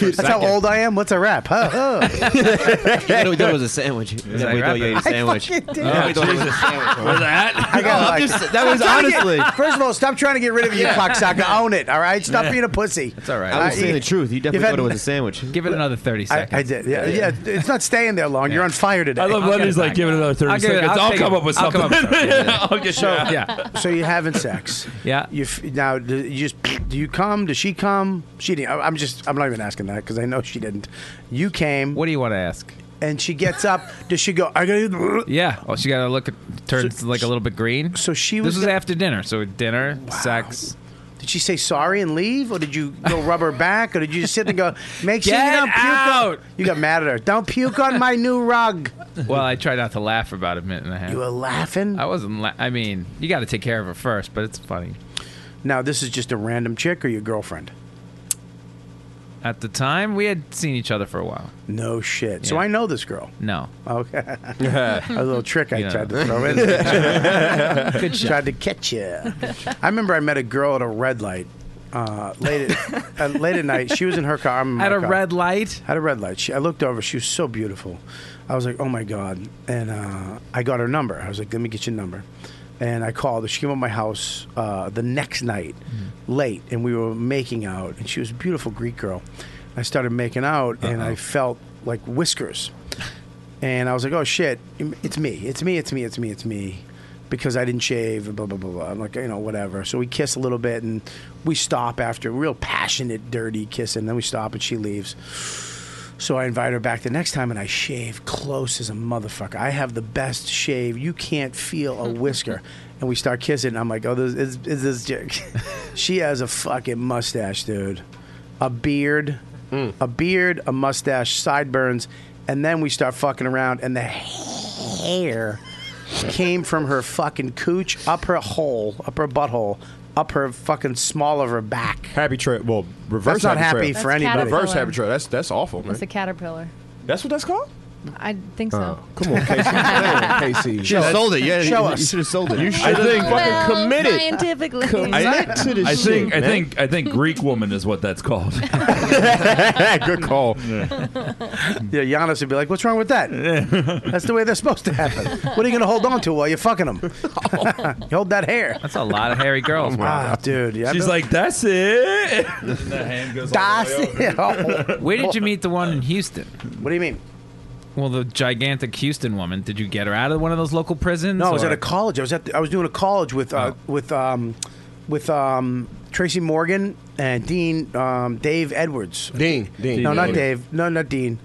S4: That's how
S9: second.
S4: old I am. What's a rap? Huh? Huh.
S12: Yeah, we thought it was a sandwich. Yeah, we thought you ate a
S4: I
S12: sandwich. Uh,
S4: fucking did.
S12: Yeah, we thought it was a
S4: Jesus.
S12: sandwich.
S4: Was
S10: that?
S4: I got like,
S12: that was
S4: Stop trying to get-
S12: honestly.
S4: first of all, stop trying to get rid of you,
S12: Yeah.
S4: cocksucker. Own it, all right? Stop
S12: Yeah.
S4: being a pussy. That's all
S12: I was saying the truth. You definitely thought it was a sandwich.
S8: Give it another 30
S4: I, I did. Yeah, yeah. It's not staying there long. You're on fire today.
S10: I love Lenny's like, give it another 30
S4: I'll give it-
S10: seconds.
S4: I'll
S10: I'll,
S4: take
S10: come
S4: it.
S10: up with
S4: I'll
S10: something.
S4: come up with something.
S10: I'll get
S4: so,
S10: you out. yeah.
S4: So you're having sex. Yeah. You f- now do you just do you come? Does she come? She didn't. I- I'm just I'm not even asking that because I know she didn't. You came. What
S8: do you want to ask?
S4: And she gets up. Does she go? I gotta.
S8: Yeah. Oh, she got to look at turns like a little bit green. So
S4: she
S8: This was after dinner. So dinner, sex.
S4: Did she say sorry and leave, or did you go rub her back, or did you just sit and go? Make sure you
S8: Get
S4: don't puke.
S8: out!"
S4: On, you got mad at her. Don't puke on my new rug.
S8: Well, I tried not to laugh for about a minute and a half. You
S4: were laughing?
S8: I wasn't la- I mean, you got to take care of her first, but it's funny.
S4: Now this is just a random chick or your girlfriend.
S8: At the time, we had seen each other for a while.
S4: No shit. So I know this girl.
S8: No.
S4: Okay. a little trick I
S8: You know.
S4: tried to throw in.
S8: Good shot.
S4: Tried to catch you. I remember I met a girl at a red light. Uh, late, at, uh, late at night, she was in her car. I'm in my
S8: At a
S4: car.
S8: red light.
S4: At a red light, she, I looked over. She was so beautiful. I was like, "Oh my god!" And uh, I got her number. I was like, "Let me get your number." And I called her. She came up to my house uh, the next night, late, and we were making out. And she was a beautiful Greek girl. I started making out, and I felt like whiskers. And I was like, oh shit, it's me, it's me, it's me, it's me, it's me, because I didn't shave and blah blah blah blah. I'm like, you know, whatever. So we kiss a little bit and we stop after a real passionate, dirty kissing. Then we stop and she leaves. So I invite her back the next time and I shave close as a motherfucker. I have the best shave. You can't feel a whisker. and we start kissing. And I'm like, oh, this is, is this chick. she has a fucking mustache, dude, a beard, a beard, a mustache, sideburns, and then we start fucking around. And the hair came from her fucking cooch up her hole, up her butthole, up her fucking small of her back.
S9: Happy trip. Well, reverse
S4: That's not
S9: happy,
S4: happy
S9: trail.
S4: for That's anybody. caterpillar.
S9: Reverse happy trail. That's that's awful, man.
S7: It's a caterpillar.
S9: That's what that's called.
S7: I think so.
S9: Oh, come on, Casey. Damn, Casey.
S12: You should've sold it. Yeah, you- you should've sold it.
S9: You
S12: I
S9: should
S12: think-
S9: have
S12: Well,
S9: fucking committed.
S7: Scientifically.
S9: Commit to this
S10: I think
S9: shit,
S10: I
S9: man.
S10: think I think Greek woman is what that's called.
S9: Good call.
S4: Yeah, Giannis would be like, "What's wrong with that? That's the way they're supposed to happen. What are you going to hold on to while you're fucking them?
S10: Oh.
S4: you hold that hair."
S8: That's a lot of hairy girls.
S4: Ah, dude. Yeah,
S10: She's
S4: no-
S10: like, that's it. the hand goes all the way over.
S8: Where did you meet the one in Houston?
S4: What do you mean?
S8: Well, the gigantic Houston woman. Did you get her out of one of those local prisons?
S4: No, I was
S8: or-
S4: at a college. I was at the, I was doing a college with
S10: Oh.
S4: uh, with um, with um, Tracy Morgan and Dean um, Dave Edwards.
S9: Dean, Dean.
S4: No, not
S9: Dean.
S4: Dave. No, not Dean.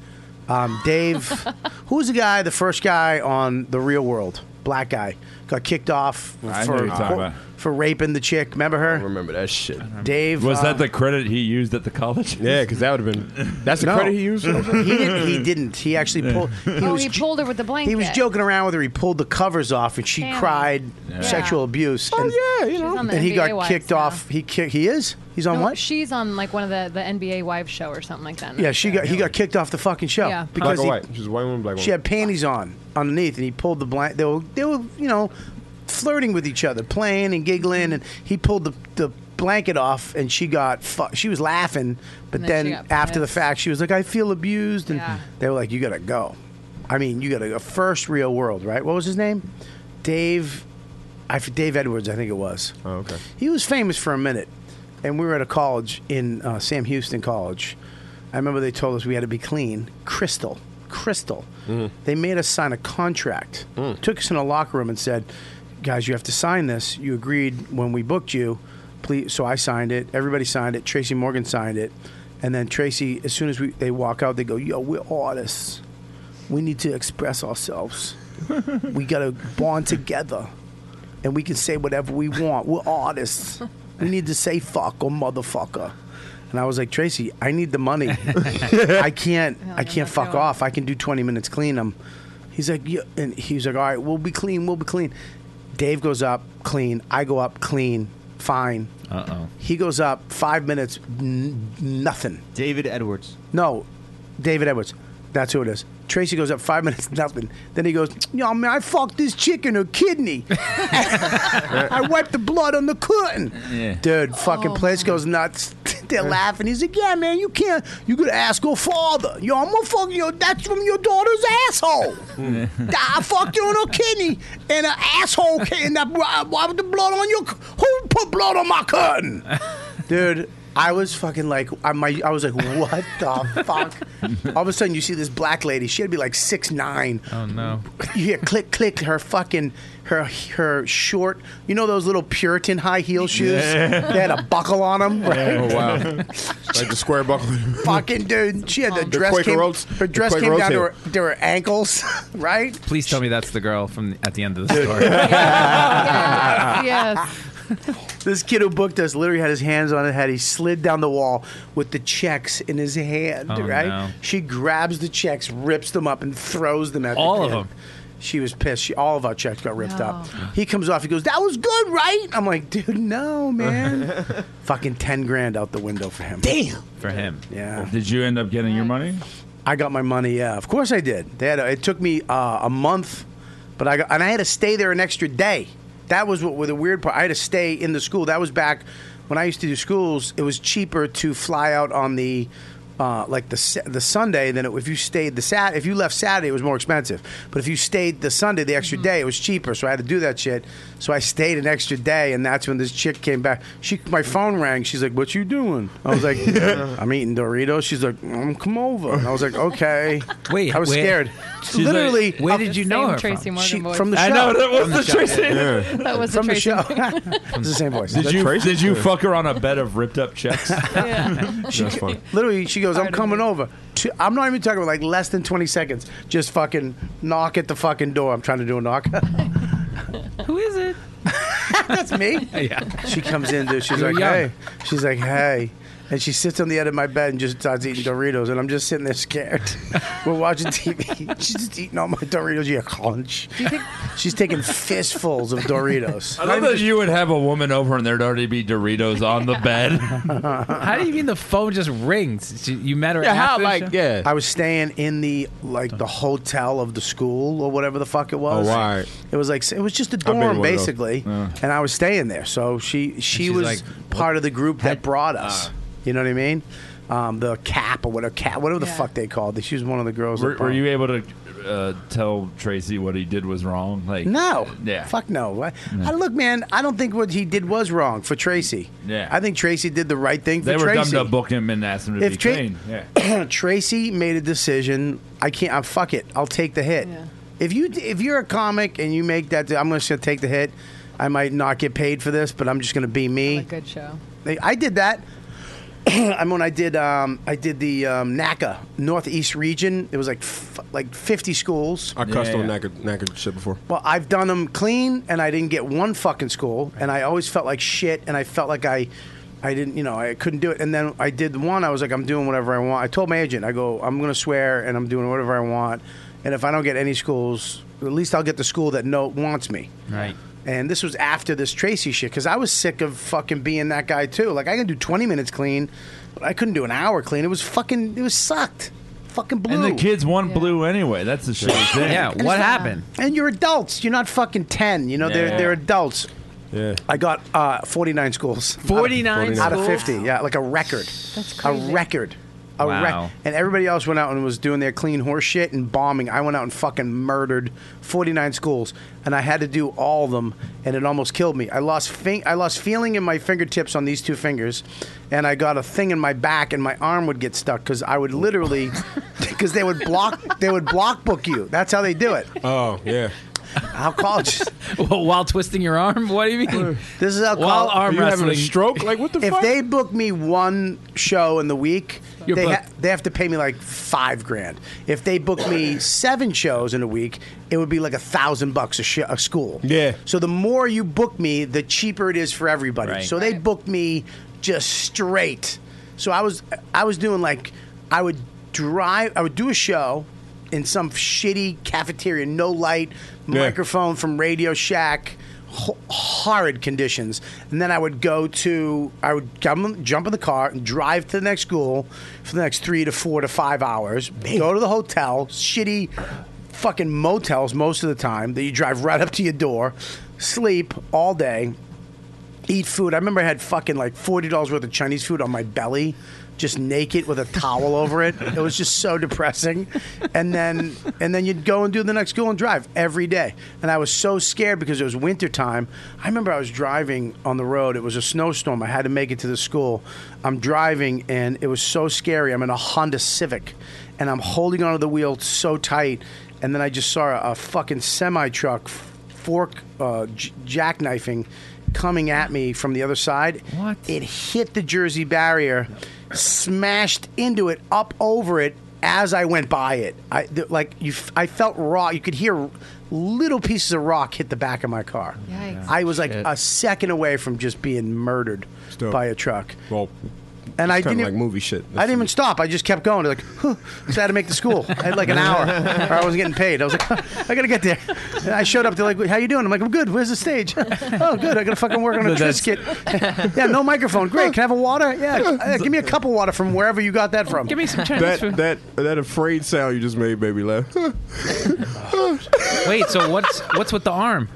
S4: Um, Dave, who's the guy? The first guy on the Real World, black guy, got kicked off
S10: I know who
S4: for
S10: you're talking about.
S4: for raping the chick. Remember her?
S9: remember that shit.
S4: Dave
S10: Was
S4: uh,
S10: that the credit he used at the college?
S9: Yeah, because that would have been. That's the
S4: No.
S9: credit he used.
S4: he didn't. He didn't. He actually pulled. He
S7: oh,
S4: was
S7: he pulled her with the blanket.
S4: He was joking around with her. He pulled the covers off, and she
S7: Damn.
S4: cried
S7: Yeah.
S4: sexual abuse. Oh and,
S9: yeah, you
S7: She's know. on the
S4: and he
S7: NBA
S4: got
S7: Wives
S4: kicked
S7: now.
S4: off. He ki- he is. He's on
S7: No,
S4: what?
S7: She's on like one of the, the NBA Wives show or something like that.
S4: yeah, she got he got kicked off the fucking show
S7: Yeah. Black
S4: because
S9: black or
S4: he-
S9: white. She's a white woman, black woman.
S4: she had panties on underneath, and he pulled the blanket. They were they were you know flirting with each other, playing and giggling, and he pulled the the blanket off, and she got fu- she was laughing, but
S7: And
S4: then,
S7: then she got
S4: after the
S7: pissed.
S4: fact, she was like, "I feel abused," and
S7: Yeah.
S4: they were like, "You gotta go." I mean, you gotta go. First real world, right? What was his name? Dave, I f- Dave Edwards, I think it was. Oh,
S9: okay.
S4: He was famous for a minute, and we were at a college in uh, Sam Houston College. I remember they told us we had to be clean, crystal, crystal. They made us sign a contract. Took us in a locker room and said, "Guys, you have to sign this. You agreed when we booked you Please, so I signed it. Everybody signed it. Tracy Morgan signed it, and then Tracy, as soon as we they walk out, they go, "Yo, we're artists. We need to express ourselves. we gotta bond together, and we can say whatever we want. We're artists. We need to say fuck or motherfucker." And I was like, Tracy, I need the money. I can't. I can't fuck off. I can do 20 minutes clean. I'm. He's like, yeah. and he's like, all right, we'll be clean. We'll be clean. Dave goes up clean. I go up clean. Fine.
S8: Uh oh.
S4: He goes up five minutes. N- nothing.
S12: David Edwards.
S4: No, David Edwards. That's who it is. Tracy goes up five minutes, nothing. Then he goes, "Yo, man, I fucked this chicken her kidney. I wiped the blood on the curtain."
S6: Yeah.
S4: Dude, fucking place goes nuts. They're laughing. He's like, "Yeah, man, you can't. You could ask her father. Yo, I'm gonna fuck you. That's from your daughter's asshole. I fucked you on her kidney and her asshole. ca- And I I wiped the blood on your. c- Who put blood on my curtain?" dude. I was fucking like, I, my, I was like, what the fuck? All of a sudden, you see this black lady. She had to be like six nine.
S8: Oh no.
S4: You hear click, click. Her fucking, her her short. You know those little Puritan high heel shoes?
S9: Yeah.
S4: They had a buckle on them. Right?
S9: Oh wow! like the square buckle.
S4: Fucking dude, she had the
S9: The
S4: dress
S9: Quaker
S4: came,
S9: Oats-
S4: her
S9: the
S4: dress
S9: Quaker
S4: came
S9: Oats
S4: down to
S9: heel.
S4: her, to her ankles, right?
S8: Please tell me that's the girl from the, at the end of the story.
S7: yes.
S4: This kid who booked us literally had his hands on his head. He slid down the wall with the checks in his hand,
S8: Oh,
S4: right?
S8: no.
S4: She grabs the checks, rips them up, and throws them at
S8: All
S4: the
S8: of
S4: kid.
S8: them.
S4: She was pissed. She, all of our checks got ripped up.
S6: No.
S4: He comes off. He goes, "That was good, right?" I'm like, "Dude, no, man." Fucking ten grand out the window for him. Damn.
S8: For him.
S4: Yeah.
S10: Did you end up getting your money?
S4: I got my money. Yeah, of course I did. They had a, it took me uh, a month, but I got, and I had to stay there an extra day. That was what were the weird part. I had to stay in the school. That was back when I used to do schools. It was cheaper to fly out on the. Uh, like the Sa- the Sunday, then it, if you stayed the Sat, if you left Saturday, it was more expensive. But if you stayed the Sunday, the extra day, it was cheaper. So I had to do that shit. So I stayed an extra day, and that's when this chick came back. She, my phone rang. She's like, "What you doing?" I was like, "I'm eating Doritos." She's like, mm, "Come over." And I was like, "Okay."
S8: Wait,
S4: I was
S8: where-
S4: scared.
S8: She's like,
S4: Literally,
S8: where did you know Same her Tracy
S7: from? Morgan
S4: She-
S7: voice.
S4: from the show.
S7: I know, that was
S4: From
S7: the
S4: show.
S7: Tracy- That was the
S4: from the
S7: Tracy
S4: show.
S7: Morgan.
S4: it's the same voice.
S10: Did
S4: That's
S10: you
S4: Tracy.
S10: did you fuck her on a bed of ripped up checks?
S4: She,
S10: That's funny.
S4: literally, she goes, "I'm coming over." Two- I'm not even talking about like less than 20 seconds. Just fucking knock at the fucking door. I'm trying to do a knock.
S7: Who is it?
S4: That's me.
S8: Yeah.
S4: She comes in, dude. She's
S8: You were
S4: like,
S8: young.
S4: "Hey," she's like, "Hey," and she sits on the end of my bed and just starts eating Doritos, and I'm just sitting there scared. We're watching TV. She's just eating all my Doritos. Yeah, crunch. She's taking fistfuls of Doritos.
S10: I love that you would have a woman over and there'd already be Doritos on the bed.
S8: How do you mean the phone just rings? She- You met her after the show?
S4: I was staying in the like the hotel of the school or whatever the fuck it was.
S8: Oh, right.
S4: It was like it was just a
S8: been one of
S4: dorm
S8: those.
S4: basically, and I was staying there. So she she
S8: she's
S4: was
S8: like,
S4: part of the group that brought us. you know what I mean? Um, the cap or whatever cap, whatever the fuck they called. it. She was one of the girls.
S10: Were,
S4: that
S10: were
S4: brought-
S10: you able to uh, tell Tracy what he did was wrong? Like
S4: No.
S10: yeah,
S4: Fuck no. I, I- look, man. I don't think what he did was wrong for Tracy.
S10: Yeah.
S4: I think Tracy did the right thing for
S10: they were
S4: Tracy.
S10: dumb to book him and ask him to be
S4: Tra-
S10: clean. Yeah.
S4: Tracy made a decision. I can't. I'm fuck it. I'll take the hit. If you if you're a comic and you make that, I'm just gonna take the hit. I might not get paid for this, but I'm just gonna be me.
S7: Good show.
S4: They- I did that. I mean, when I did, um, I did the um, NACA Northeast Region. It was like f- like 50 schools.
S9: I cussed on knackered, knackered shit before.
S4: Well, I've done them clean, and I didn't get one fucking school, and I always felt like shit, and I felt like I, I didn't, you know, I couldn't do it. And then I did one. I was like, I'm doing whatever I want. I told my agent, I go, I'm gonna swear, and I'm doing whatever I want, and if I don't get any schools, at least I'll get the school that no wants me.
S8: Right.
S4: And this was after this Tracy shit because I was sick of fucking being that guy too. Like I can do 20 minutes clean, but I couldn't do an hour clean. It was fucking, it was sucked. Fucking blue.
S10: And the kids want blue anyway. That's the shit.
S4: Yeah, what happened? And you're adults. You're not fucking ten. You know,
S10: Yeah.
S4: they're they're adults.
S9: Yeah.
S4: I got uh, 49 schools.
S8: 49
S4: out of,
S8: schools?
S4: 50. Yeah, like a record. That's
S8: crazy.
S4: A record. A
S8: Wow.
S4: rec- and everybody else went out and was doing their clean horse shit and bombing. I went out and fucking murdered 49 schools, and I had to do all of them, and it almost killed me. I lost fin- I lost feeling in my fingertips on these two fingers, and I got a thing in my back, and my arm would get stuck because I would literally, because they would block they would block book you. That's how they do it.
S9: Oh yeah.
S4: How college?
S8: While twisting your arm? What do you mean?
S4: This is how
S8: While
S4: college.
S8: arm Are you having a wrestling- stroke?
S4: Like
S8: what the
S4: If
S8: fuck?
S4: they book me one show in the week,
S8: You're
S4: they ha-
S8: booked.
S4: they have to pay me like five grand. If they book me seven shows in a week, it would be like a thousand bucks a, sh- a school. Yeah. So the more you book me, the cheaper it is for everybody.
S13: Right.
S4: So they booked me just straight. So I was I was doing like I would drive. I would do a show. In some shitty cafeteria, no light,
S13: Yeah.
S4: microphone from Radio Shack, ho- horrid conditions. And then I would go to, I would come, jump in the car and drive to the next school for the next three to four to five hours. Go to the hotel, shitty fucking motels most of the time that you drive right up to your door, sleep all day, eat food. I remember I had fucking like forty dollars worth of Chinese food on my belly, just naked with a towel over it. It was just so depressing. And then and then you'd go and do the next school and drive every day. And I was so scared because it was winter time. I remember I was driving on the road. It was a snowstorm. I had to make it to the school. I'm driving and it was so scary. I'm in a Honda Civic and I'm holding onto the wheel so tight. And then I just saw a, a fucking semi truck fork uh, j- jackknifing coming at me from the other side. What? It hit the Jersey barrier, smashed into it, up over it as I went by it. I th- like you. F- I felt raw. You could hear little pieces of rock hit the back of my car.
S13: Yikes.
S4: I was like
S13: Shit.
S4: a second away from just being murdered
S9: Still.
S4: by a truck.
S9: Well,
S4: And I
S9: it's kinda
S4: didn't
S9: like movie shit.
S4: I didn't even stop. I just kept going. Like, huh. so I had to make the school. I had like an hour, or I wasn't getting paid. I was like, huh, I gotta get there. And I showed up. They're like, How you doing? I'm like, I'm good. Where's the stage? oh, good. I gotta fucking work on a
S13: That's-
S4: Trisket. yeah, no microphone. Great. Can I have a water? Yeah. uh, give me a cup of water from wherever you got that from. Give
S8: me some
S9: that that that afraid sound you just made made me laugh.
S8: Wait, so what's what's with the arm?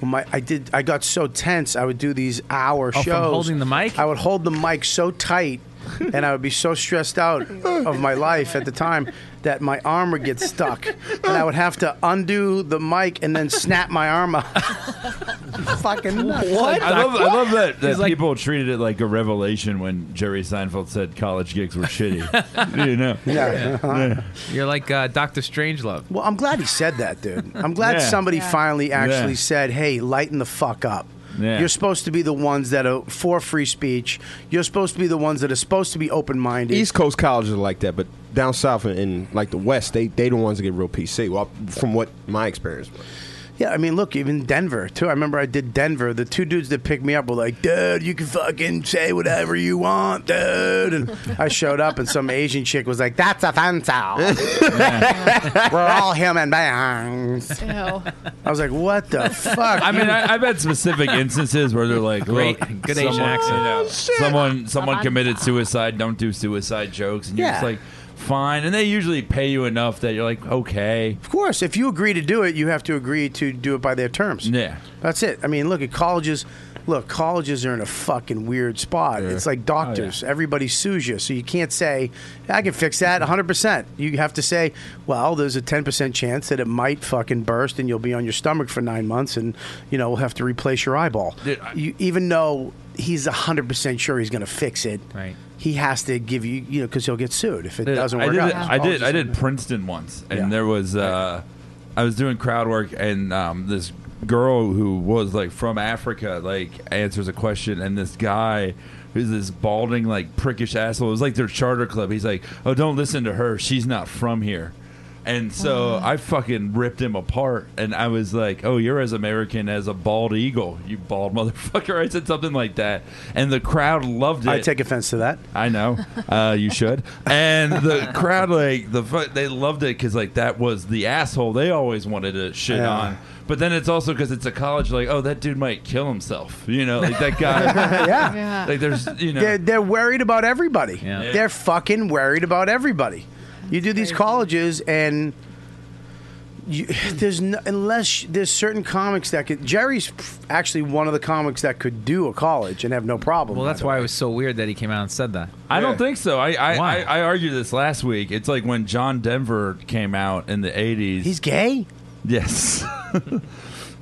S4: Well, my, I did. I got so tense. I would do these hour
S8: Oh, from
S4: shows.
S8: holding the mic.
S4: I would hold the mic so tight, and I would be so stressed out of my life at the time that my arm would get stuck, and I would have to undo the mic and then snap my arm out. Fucking nuts.
S10: I love, I love that, that people treated it like a revelation when Jerry Seinfeld said college gigs were shitty. you know?
S4: Yeah.
S10: Yeah.
S8: You're like uh, Doctor Strangelove.
S4: Well, I'm glad he said that, dude. I'm glad
S8: Yeah.
S4: somebody
S8: Yeah.
S4: finally actually
S8: Yeah.
S4: said, "Hey, lighten the fuck up."
S8: Yeah.
S4: You're supposed to be the ones that are for free speech. You're supposed to be the ones that are supposed to be open minded.
S9: East Coast colleges are like that, but down south and, and like the West, they they the ones that get real PC. Well, from what my experience was.
S4: Yeah, I mean, look, even Denver too. I remember I did Denver. The two dudes that picked me up were like, "Dude, you can fucking say whatever you want, dude." And I showed up, and some Asian chick was like, "That's offensive. we're all human beings." I was like, "What the fuck?"
S10: I mean, I, I've had specific instances where they're like,
S8: Great-
S10: look,
S8: good Asian
S10: someone,
S8: accent.
S10: you know,
S8: Oh, shit.
S10: someone, someone
S8: Avanta.
S10: committed suicide. Don't do suicide jokes, and you're just
S4: Yeah.
S10: like, fine. And they usually pay you enough that you're like, okay.
S4: Of course, if you agree to do it, you have to agree to do it by their terms.
S10: Yeah.
S4: That's it. I mean, look at colleges. Look, colleges are in a fucking weird spot. It's
S10: Oh,
S4: like doctors. Everybody sues you. So you can't say, I can fix that 100%. You have to say, well, there's a 10% chance that it might fucking burst and you'll be on your stomach for nine months and, you know, we'll have to replace your eyeball.
S10: Dude, I-
S4: you, even though he's 100% sure he's going to fix it,
S8: right.
S4: he has to give you, you know, because he'll get sued if it
S10: Dude,
S4: doesn't
S10: I
S4: work
S10: did,
S4: out.
S10: I did. I did Princeton once, and there was. Uh, I was doing crowd work, and um, this girl who was like from Africa like answers a question, and this guy. Who's this balding, like prickish asshole? It was like their charter club. He's like, "Oh, don't listen to her. She's not from here." And so I fucking ripped him apart, and I was like, "Oh, you're as American as a bald eagle, you bald motherfucker!" I said something like that, and the crowd loved it.
S4: I take offense to that.
S10: I know. Uh, you should. And the crowd, like the fu- they loved it because like that was the asshole they always wanted to shit
S4: Yeah.
S10: on. But then it's also because it's a college. Like, oh, that dude might kill himself. You know, like that guy.
S4: Yeah.
S10: Like there's, you know.
S4: They're, they're worried about everybody.
S10: Yeah.
S4: They're fucking worried about everybody. You do these colleges and you, there's no, unless there's certain comics that could Jerry's actually one of the comics that could do a college and have no problem.
S8: Well, that's why it was so weird that he came out and said that.
S10: I don't think so. I I,
S8: Why?
S10: I I argued this last week. It's like when John Denver came out in the '80s. He's
S4: gay.
S10: Yes.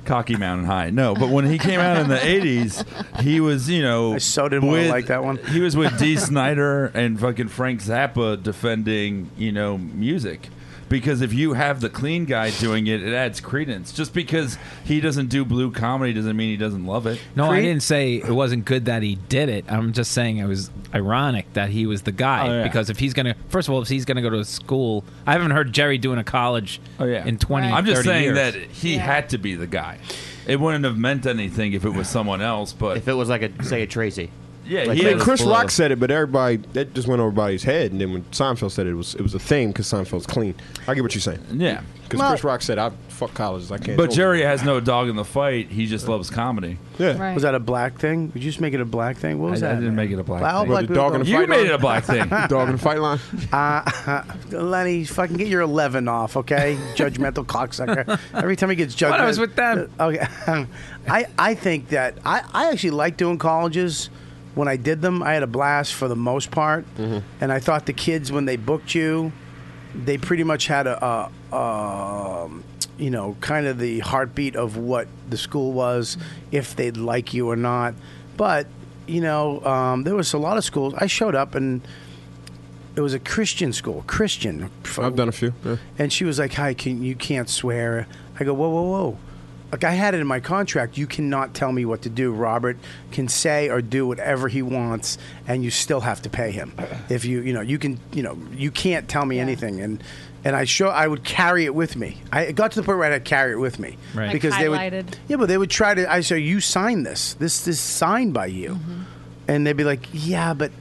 S10: Cocky Mountain High. No, but when he came out in the '80s, he was you know. I so
S4: didn't wanna like that one.
S10: He was with Dee Snyder and fucking Frank Zappa defending you know music. Because if you have the clean guy doing it, it adds credence. Just because he doesn't do blue comedy doesn't mean he doesn't love it.
S8: No, I didn't say it wasn't good that he did it. I'm just saying it was ironic that he was the guy
S10: Oh, yeah.
S8: because if he's gonna, first of all, if he's gonna go to a school, I haven't heard Jerry doing a college in 20.
S10: I'm just
S8: 30
S10: saying
S8: years.
S10: that he had to be the guy. It wouldn't have meant anything if it was someone else, but if it was like a say a Tracy. Yeah,
S9: I
S10: he
S9: mean,
S10: was
S9: Chris
S10: below.
S9: Rock said it, but everybody that just went over everybody's head. And then when Seinfeld said it, it was it was a thing because Seinfeld's clean. I get what you're saying.
S10: Yeah.
S9: because Chris Rock said, "I fuck colleges. I can't."
S10: But
S9: do it."
S10: Jerry has no dog in the fight. He just loves comedy.
S9: Yeah.
S4: Was that a black thing? Did you just make it a black thing? What was
S10: I- I
S4: that?
S10: didn't make it a black
S4: Wow,
S10: thing.
S4: black
S10: You
S4: people
S10: made
S4: don't-
S10: it a You made black thing.
S9: dog in the fight line.
S4: Uh, Lenny, fucking get your eleven off, okay? Judgmental cocksucker. Every time he gets judgmental. Uh,
S8: But I was with them.
S4: Okay. I I think that I I actually like doing colleges. When I did them, I had a blast for the most part,
S8: Mm-hmm.
S4: and I thought the kids when they booked you, they pretty much had a, a um you know kind of the heartbeat of what the school was, if they'd like you or not. But you know, um, there was a lot of schools. I showed up and it was a Christian school, Christian.
S9: I've done a few.
S4: And she was like, "Hi, can you can't swear?" I go, "Whoa, whoa, whoa!" Like I had it in my contract. You cannot tell me what to do. Robert can say or do whatever he wants, and you still have to pay him. If you, you know, you can, you know, you can't tell me anything. And and I show I would carry it with me. I it got to the point where I'd carry it with me
S13: Right. Like
S4: they
S13: highlighted?
S4: would. Yeah, but they would try to. I say, "You sign this. This this is signed by you."
S13: Mm-hmm.
S4: and they'd be like, "Yeah, but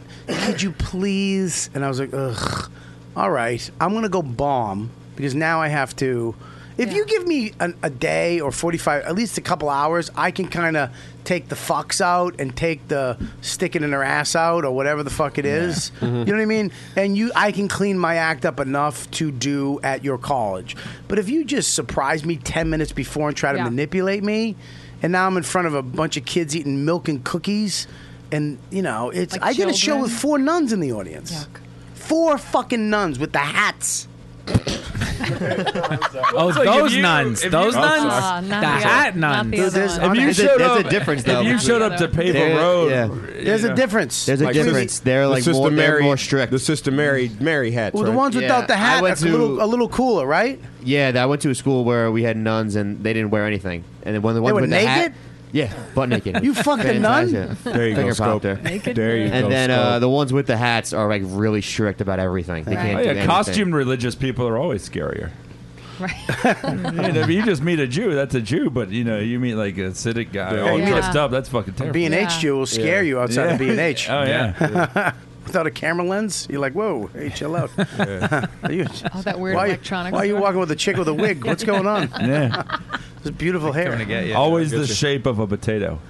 S4: could you please?" And I was like, "Ugh, all right, I'm gonna go bomb because now I have to." If you give me an, a day or 45, at least a couple hours, I can kind of take the fucks out and take the sticking in her ass out or whatever the fuck it is. You know what I mean? And you, I can clean my act up enough to do at your college. But if you just surprise me 10 minutes before and try to
S13: Yeah.
S4: manipulate me, and now I'm in front of a bunch of kids eating milk and cookies, and you know, it's
S13: Like
S4: I did a show
S13: children?
S4: with four nuns in the audience, four fucking nuns with the hats.
S8: Oh,
S4: It's like
S8: those
S4: if you-
S8: nuns.
S4: if
S8: Those
S4: you-
S8: nuns.
S4: Oh, sorry.
S8: the
S4: Not the other-
S8: hat
S4: not
S8: nuns.
S4: the other There's- one.
S10: If you
S4: There's a-
S10: showed
S4: there's a
S10: up,
S4: difference, though,
S10: If you
S4: between
S10: showed
S4: the
S10: up to
S4: other.
S10: Paper
S4: There-
S10: Road,
S4: yeah.
S10: you
S4: There's a
S10: know.
S4: difference.
S9: There's a difference. They're like more, they're more strict. The Sister Mary Mary hat.
S4: Well, the ones without the hat,
S12: I went
S4: are a little,
S12: to-
S4: a little cooler, right?
S12: Yeah, that- I went to a school where we had nuns and they didn't wear anything. And then one of the
S4: They
S12: ones
S4: were
S12: with the hat-
S4: naked?
S12: yeah, butt naked.
S4: You fucked a nun?
S12: Fantastic.
S4: There you go,
S12: Finger
S4: Scope.
S12: popped her.
S4: Naked There you
S12: and
S4: go,
S12: then uh,
S4: Scope.
S12: the ones with the hats are like really strict about everything. They can't
S10: Oh,
S12: do
S10: yeah,
S12: anything.
S10: costumed religious people are always scarier. Right. if you just meet a Jew, that's a Jew. But you know, you meet like a Siddic guy,
S4: Yeah,
S10: all
S4: you meet a-
S10: dressed up. That's fucking
S4: A
S10: terrible.
S4: B and H Jew will scare you outside of B and H.
S10: Oh yeah.
S4: Without a camera lens, you're like, whoa, hey, chill out. Are you-
S7: Oh, that weird
S4: why,
S7: electronic
S4: Why are you
S7: stuff.
S4: walking with a chick with a wig? What's going on?
S10: Yeah.
S4: This beautiful hair.
S10: Always the shape of a potato.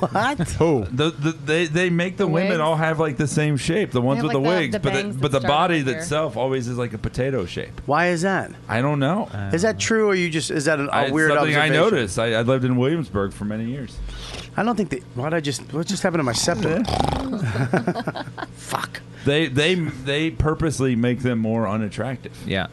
S4: What?
S10: Who? The, the, they they make the women
S4: Wigs?
S10: all have like the same shape. The ones
S4: have,
S10: with
S4: like,
S10: the,
S4: the-
S10: wigs,
S4: the
S10: but the,
S4: bangs that
S10: but the
S4: start up
S10: body
S4: here.
S10: itself always is like a potato shape.
S4: Why is that?
S10: I don't know.
S4: Is that true, or you just is that an, a
S10: I- it's
S4: weird
S10: something I
S4: observation?
S10: noticed. I, I lived in Williamsburg for many years.
S4: I don't think that. Why did I just? What just happened to my septum?
S10: They they they purposely make them more unattractive.
S8: Yeah.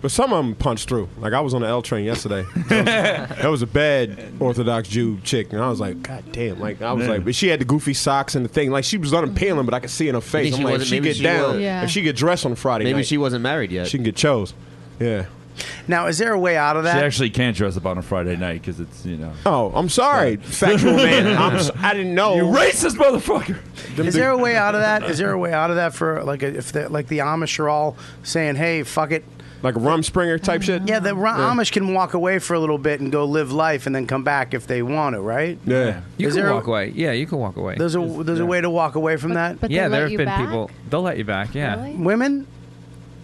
S9: But some of them punch through. Like I was on the L train yesterday. That was, that was a bad Orthodox Jew chick, and I was like, God damn! Like I was
S10: Yeah.
S9: like, but she had the goofy socks and the thing. Like she was unappealing, but I could see in her face.
S12: Maybe
S9: I'm like,
S12: she
S9: if
S12: wasn't-
S9: she
S12: maybe
S9: get
S12: she
S9: down,
S12: was- Yeah.
S9: if she get dressed on Friday
S12: Maybe
S9: night,
S12: she wasn't married yet.
S9: she can get chose. Yeah.
S4: Now, is there a way out
S10: She
S4: of that?
S10: actually can't dress up on a Friday night because it's you know.
S9: Oh, I'm sorry, factual man. I'm, s- I didn't know.
S10: You racist motherfucker.
S4: Is there a way out of that? Is there a way out of that for like a, if the, like the Amish are all saying, "Hey, fuck it,"
S9: like a Rumspringer type shit?
S4: Yeah, the Ra-
S9: Yeah.
S4: Amish can walk away for a little bit and go live life and then come back if they want to, right?
S9: Yeah.
S8: You
S4: Is
S8: can
S4: there a-
S8: walk away. Yeah, you can walk away.
S4: There's a there's a way to walk away from that.
S8: yeah, there have been people. They'll let you back. Yeah.
S4: Women?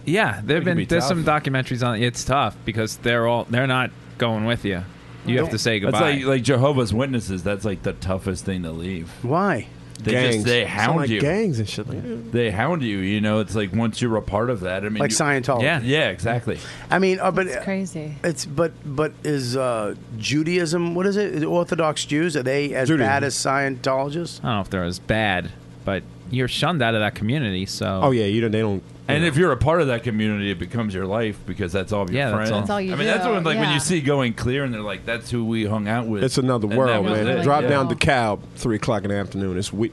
S8: Yeah, there
S4: It can
S8: have been
S4: be
S8: there's
S4: tough.
S8: some documentaries on it. It's tough because they're all they're not going with you. You have to say goodbye.
S10: That's like, like Jehovah's Witnesses. That's like the toughest thing to leave.
S4: Why?
S10: They just they
S9: Sound
S10: hound
S9: like
S10: you.
S9: Gangs and shit like that.
S10: They hound you. You know, it's like once you're a part of that. I mean,
S4: Like
S10: you-
S4: Scientology.
S10: Yeah, yeah, exactly.
S4: I mean, uh, but
S7: It's crazy.
S4: It's but but is uh, Judaism? What is it? Is Orthodox Jews are they as
S8: Judaism.
S4: bad as Scientologists?
S8: I don't know if they're as bad, but you're shunned out of that community. So
S9: Oh yeah, you don't. They don't.
S10: And if you're a part of that community, it becomes your life because that's all of your
S8: Yeah,
S10: friends.
S8: that's all. That's all you
S10: I mean,
S8: do,
S10: that's what like when
S8: yeah.
S10: you see going clear, and they're like, "That's who we hung out with."
S9: It's another
S10: And that
S9: world,
S10: was
S9: man.
S10: it.
S9: Drive
S10: Yeah.
S9: down to Cal three o'clock in the afternoon. It's we,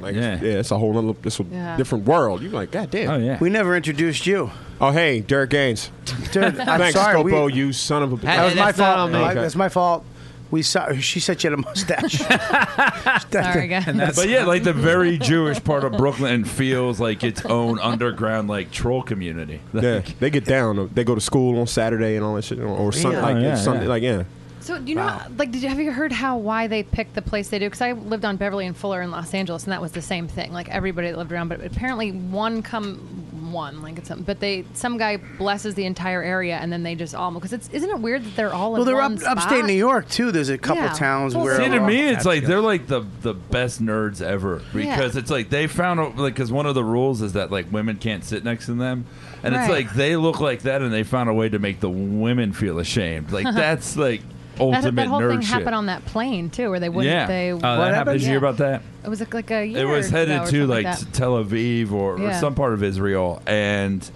S9: like, yeah. it's a whole other, it's a
S4: Yeah.
S10: Oh,
S9: different world. You're like, God damn.
S4: We never introduced you.
S9: Oh, hey, Derek Gaines.
S4: Dude, I'm
S9: Thanks,
S4: sorry, we-
S9: Scopo, you son of a.
S4: That was my fault. My-
S9: Okay.
S4: That's my fault. We saw. She said she had a mustache.
S7: Sorry, guys.
S10: but yeah, like the very Jewish part of Brooklyn feels like its own underground like troll community.
S9: Yeah, they get down. They go to school on Saturday and all that shit, or, or Sun,
S10: Yeah.
S9: like
S10: Oh, yeah,
S9: Sunday,
S10: yeah.
S9: like yeah.
S7: So do you know, like, did you have you heard how why they picked the place they do? Because I lived on Beverly and Fuller in Los Angeles, and that was the same thing. Like everybody that lived around, but apparently one come one, like it's some, but they some guy blesses the entire area, and then they just all because it's isn't it weird that they're all
S4: well,
S7: in
S4: they're
S7: one
S4: up,
S7: spot?
S4: upstate New York too. There's a couple
S7: Yeah.
S4: towns
S7: Well,
S4: where
S10: See to
S4: we're
S10: me,
S4: all-
S10: it's like they're like the the best nerds ever
S4: Yeah.
S10: because it's like they found out like because one of the rules is that like women can't sit next to them, and it's
S7: Right.
S10: like they look like that and they found a way to make the women feel ashamed. Like that's like
S7: That,
S10: ultimate
S7: that whole
S10: nerd
S7: thing
S10: shit.
S7: happened on that plane too, where they wouldn't.
S10: yeah,
S7: They,
S10: oh, that happened. Did you hear about that?
S7: It was like, like a year.
S10: it was
S7: ago or
S10: headed to
S7: something
S10: like,
S7: that.
S10: t- Tel Aviv or, or
S7: Yeah.
S10: some part of Israel, and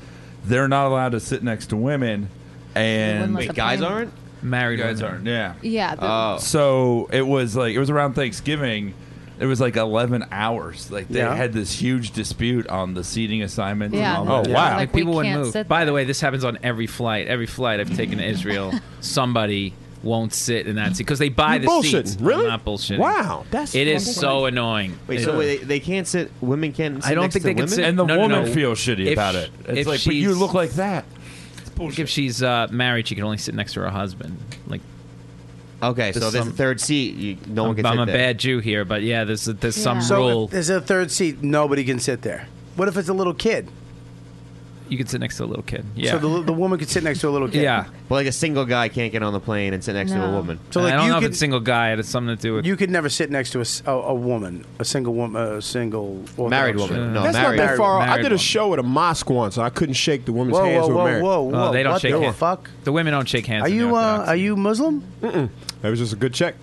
S10: they're not allowed to sit next to women. And
S7: wouldn't let Wait, the guys plane- aren't?
S10: married. Guys aren't. Yeah.
S7: Yeah, the- Oh.
S10: So it was like it was around Thanksgiving. It was like eleven hours. Like they
S8: Yeah.
S10: had this huge dispute on the seating assignments.
S7: Yeah.
S10: And all that.
S8: Like people wouldn't move. By the way, this happens on every flight. Every flight I've taken to Israel, somebody won't sit in that seat because they buy
S12: You're
S8: the
S12: bullshit.
S8: seats.
S12: Really?
S8: I'm not bullshitting.
S12: Wow, that's
S8: it is
S12: fucking-
S8: so annoying.
S12: Wait,
S8: It-
S12: so they, they can't sit. Women can't. Sit
S8: I don't
S12: next
S8: think
S12: to
S8: they can
S12: women?
S8: sit. no, no, no. If sh- if she's-
S10: like that.
S8: If she's uh, married, she can only sit next to her husband. Like,
S12: okay, so there's a third seat. no one
S8: I'm,
S12: can
S8: I'm
S12: sit
S8: a
S12: there.
S8: bad Jew here, but yeah, there's there's some
S4: so
S8: rule.
S4: If there's a third seat. Nobody can sit there. What if it's a little kid?
S8: You can sit next to a little kid.
S4: So
S8: Yeah.
S4: the, the woman could sit next to a little kid.
S8: Yeah.
S12: But like a single guy can't get on the plane and sit next to a
S4: No.
S12: woman.
S4: So, like,
S8: I don't
S4: you
S8: know if
S4: could-
S8: it's single guy. It has something to do with.
S4: You could never sit next to a, s- a- a woman, a single woman, a single
S12: Married
S4: Orthodox
S12: woman.
S9: That's not that far. off. I did a
S4: woman.
S9: show at a mosque once, and I couldn't shake the woman's
S4: Whoa,
S9: hands.
S4: whoa,
S9: who were
S4: whoa,
S9: married.
S4: whoa, whoa.
S8: Oh, they don't
S4: What
S8: shake
S4: the
S8: hands.
S4: fuck?
S8: The women don't shake hands.
S4: Are
S8: in the
S4: you uh,
S8: Orthodox.
S4: are you Muslim?
S9: Mm-mm. That was just a good check.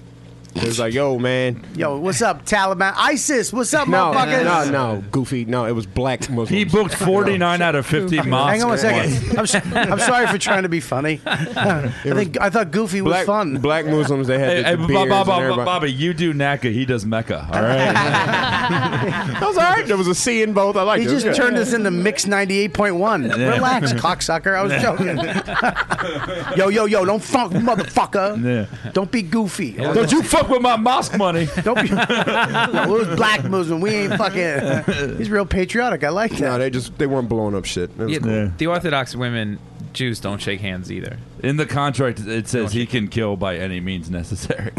S9: It was like, yo, man.
S4: Yo, what's up, Taliban? ISIS, what's up,
S9: No,
S4: motherfuckers?
S9: no, no, goofy. No, it was black Muslims. He
S10: booked 49 out of 50
S4: Hang on one second. I'm, s- I'm sorry for trying to be funny. I think I thought Goofy was
S10: Black-
S4: fun.
S9: Black Muslims, they
S10: Hey,
S9: had
S10: hey,
S9: the, the
S10: Bob,
S9: beards
S10: Bob,
S9: and
S10: Bob,
S9: everybody.
S10: Bobby, you do NACA, he does Mecca. All right.
S9: That was all right. There was a C in both. I like
S4: He
S9: it. It was
S4: just
S9: good.
S4: turned us into Mix 98.1.
S9: Yeah.
S4: Relax, cocksucker. I was
S9: Yeah.
S4: joking. yo, yo, yo, don't funk, motherfucker. Don't be goofy.
S10: Don't you fuck with my mosque money.
S4: Don't be. no, it was black Muslim. We ain't fucking. He's real patriotic. I like that.
S9: No, they just they weren't blowing up shit. It was
S8: Yeah,
S9: cool.
S8: The Orthodox women, Jews, don't shake hands either.
S10: In the contract, it says he can kill by any means necessary.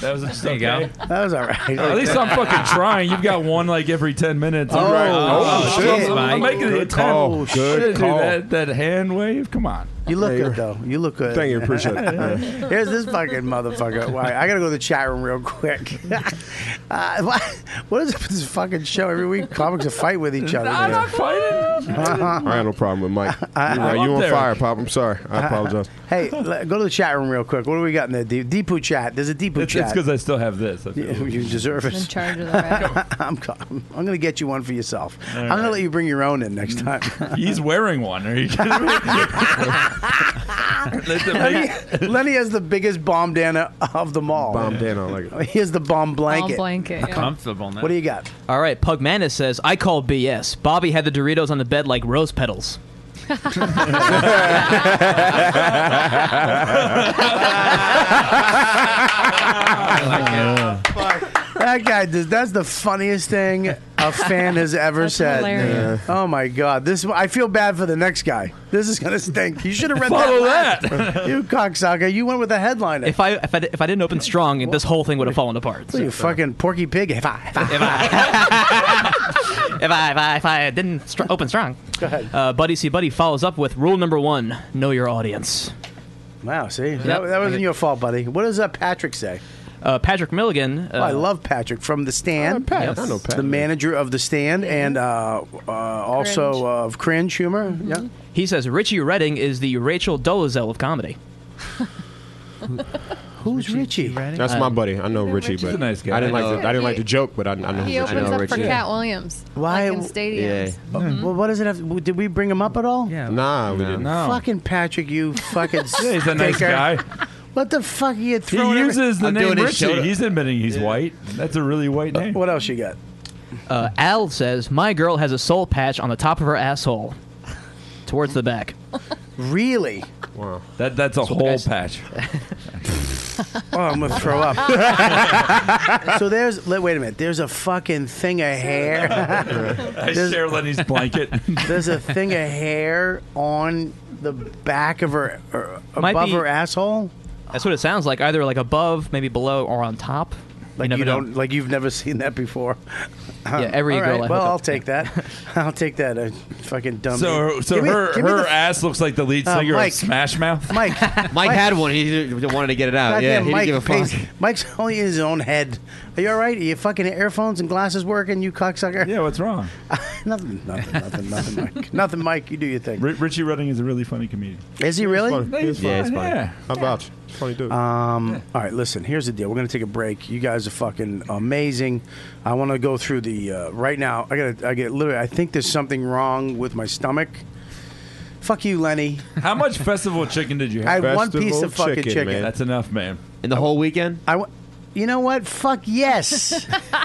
S10: that was just
S8: There you go.
S10: okay.
S4: That was all right.
S10: At least I'm fucking trying. You've got one like every ten minutes.
S4: Oh,
S10: All right.
S4: oh, shit.
S10: I'm, I'm making the
S4: Good
S10: attempt.
S4: call.
S10: Oh,
S4: Good
S10: shit, dude,
S4: call.
S10: That, that hand wave. Come on.
S4: You look good though. You look good.
S10: Thank you, appreciate it. Yeah.
S4: Here's this fucking motherfucker. Why? I gotta go to the chat room real quick. uh, what, what is up with this fucking show? Every week comics are fight with each other.
S10: I'm not
S9: I
S10: fighting.
S9: had no problem with Mike. you
S4: I- I-
S9: you
S4: I'm
S9: on
S4: there.
S9: fire, Pop. I'm sorry. I apologize.
S4: hey, le- go to the chat room real quick. What do we got in there? Deep- Deepu chat. There's a Deepu
S10: It's
S4: chat.
S10: because I still have this. I feel
S4: Yeah, you deserve it.
S7: In charge of that.
S4: I'm, co- I'm going to get you one for yourself.
S10: All
S4: I'm going to
S10: right.
S4: let you bring your own in next time.
S10: He's wearing one. Are you kidding me? That's a
S4: Lenny,
S10: big-
S4: Lenny has the biggest bomb dana of them all.
S9: Bomb dana, I like
S4: it. He has the bomb blanket.
S7: blanket, yeah.
S8: Comfortable now.
S4: What do you got?
S13: All right, Pug Madness says, I call BS. Bobby had the Doritos on the bed like rose petals.
S4: That guy does. That's the funniest thing a fan has ever said.
S9: hilarious.
S4: Oh my god! This I feel bad for the next guy. This is gonna stink. You should have read
S13: Follow
S4: that. last.
S13: that.
S4: you cocksucker! You went with a headliner.
S13: If I if I, if I didn't open strong, this whole thing would have fallen apart.
S4: you fucking Porky Pig. If I, if I,
S13: if I, if I, if I, if I didn't str- open strong. Go ahead. Uh, Buddy See Buddy follows up with rule number one know your audience.
S4: Wow, see? That, that wasn't your fault, buddy. What does uh, Patrick say?
S13: Uh, Patrick Milligan.
S4: Oh,
S13: uh,
S4: I love Patrick from The Stand.
S13: Pat. Yep. I know Pat.
S4: The manager of The Stand and uh, uh, also
S13: Cringe.
S4: uh, of Cringe Mm-hmm. Humor. Yeah.
S13: He says Richie Redding is the Rachel Dolezal of comedy.
S4: Who's Richie?
S9: That's my buddy. I know Richie, but I didn't like the, I didn't like the joke, but I, I know
S7: He
S9: Richie.
S7: opens up for Cat Williams.
S4: Why?
S7: Like in stadiums.
S4: Uh, Well, what does it have? w- Did we bring him up at all? Yeah.
S12: Oh,
S9: Nah, we didn't.
S13: Oh.
S4: Fucking Patrick, you fucking.
S10: Yeah, he's a nice
S4: stinker.
S10: guy.
S4: What the fuck are you
S10: He
S4: throwing? every-
S10: Uh, uses the name Richie. He's admitting he's white. That's a really white name.
S4: What else you got?
S13: Uh, Al says, "My girl has a soul patch on the top of her asshole, towards the back."
S4: Really?
S10: Wow. That that's a
S13: That's what
S10: whole
S13: guys-
S10: patch.
S4: Oh, I'm gonna throw up. so there's le- wait a minute. There's a fucking thing of hair.
S10: I
S4: There's-
S10: share Lenny's blanket.
S4: There's a thing of hair on the back of her, or
S13: Might
S4: above
S13: be-
S4: her asshole.
S13: That's what it sounds like. Either like above, maybe below, or on top.
S4: Like
S13: never
S4: you
S13: know.
S4: don't, like you've never seen that before.
S13: Yeah, every
S4: All
S13: girl I
S4: right,
S13: hook
S4: well,
S13: up
S4: I'll take that. I'll take that. uh fucking dumb.
S10: So so her her ass looks like the lead
S4: Uh,
S10: singer
S4: Mike.
S10: of Smash Mouth.
S4: Mike.
S12: Mike had one. He didn't- wanted to get it out. Yeah,
S4: Goddamn
S12: he
S4: Mike
S12: didn't give a
S4: pays-
S12: fuck.
S4: Mike's only in his own head. Are you all right? Are your fucking earphones and glasses working, you cocksucker?
S10: Yeah, what's wrong?
S4: nothing, nothing, nothing, nothing, Mike. Nothing, Mike. You do your thing.
S10: Richie Redding is a really funny comedian.
S4: Is he really?
S9: fun. He was Yeah, fun. he's funny. Yeah. How about you? Funny dude.
S4: Um, All right, listen. Here's the deal. We're gonna take a break. You guys are fucking amazing. I want to go through the uh, right now. I gotta. I get literally. I think there's something wrong with my stomach. Fuck you, Lenny.
S10: How much festival chicken did you
S4: I
S10: have?
S4: had one piece of fucking chicken.
S10: That's enough, man.
S12: In the whole weekend?
S4: I w- you know what? Fuck yes. the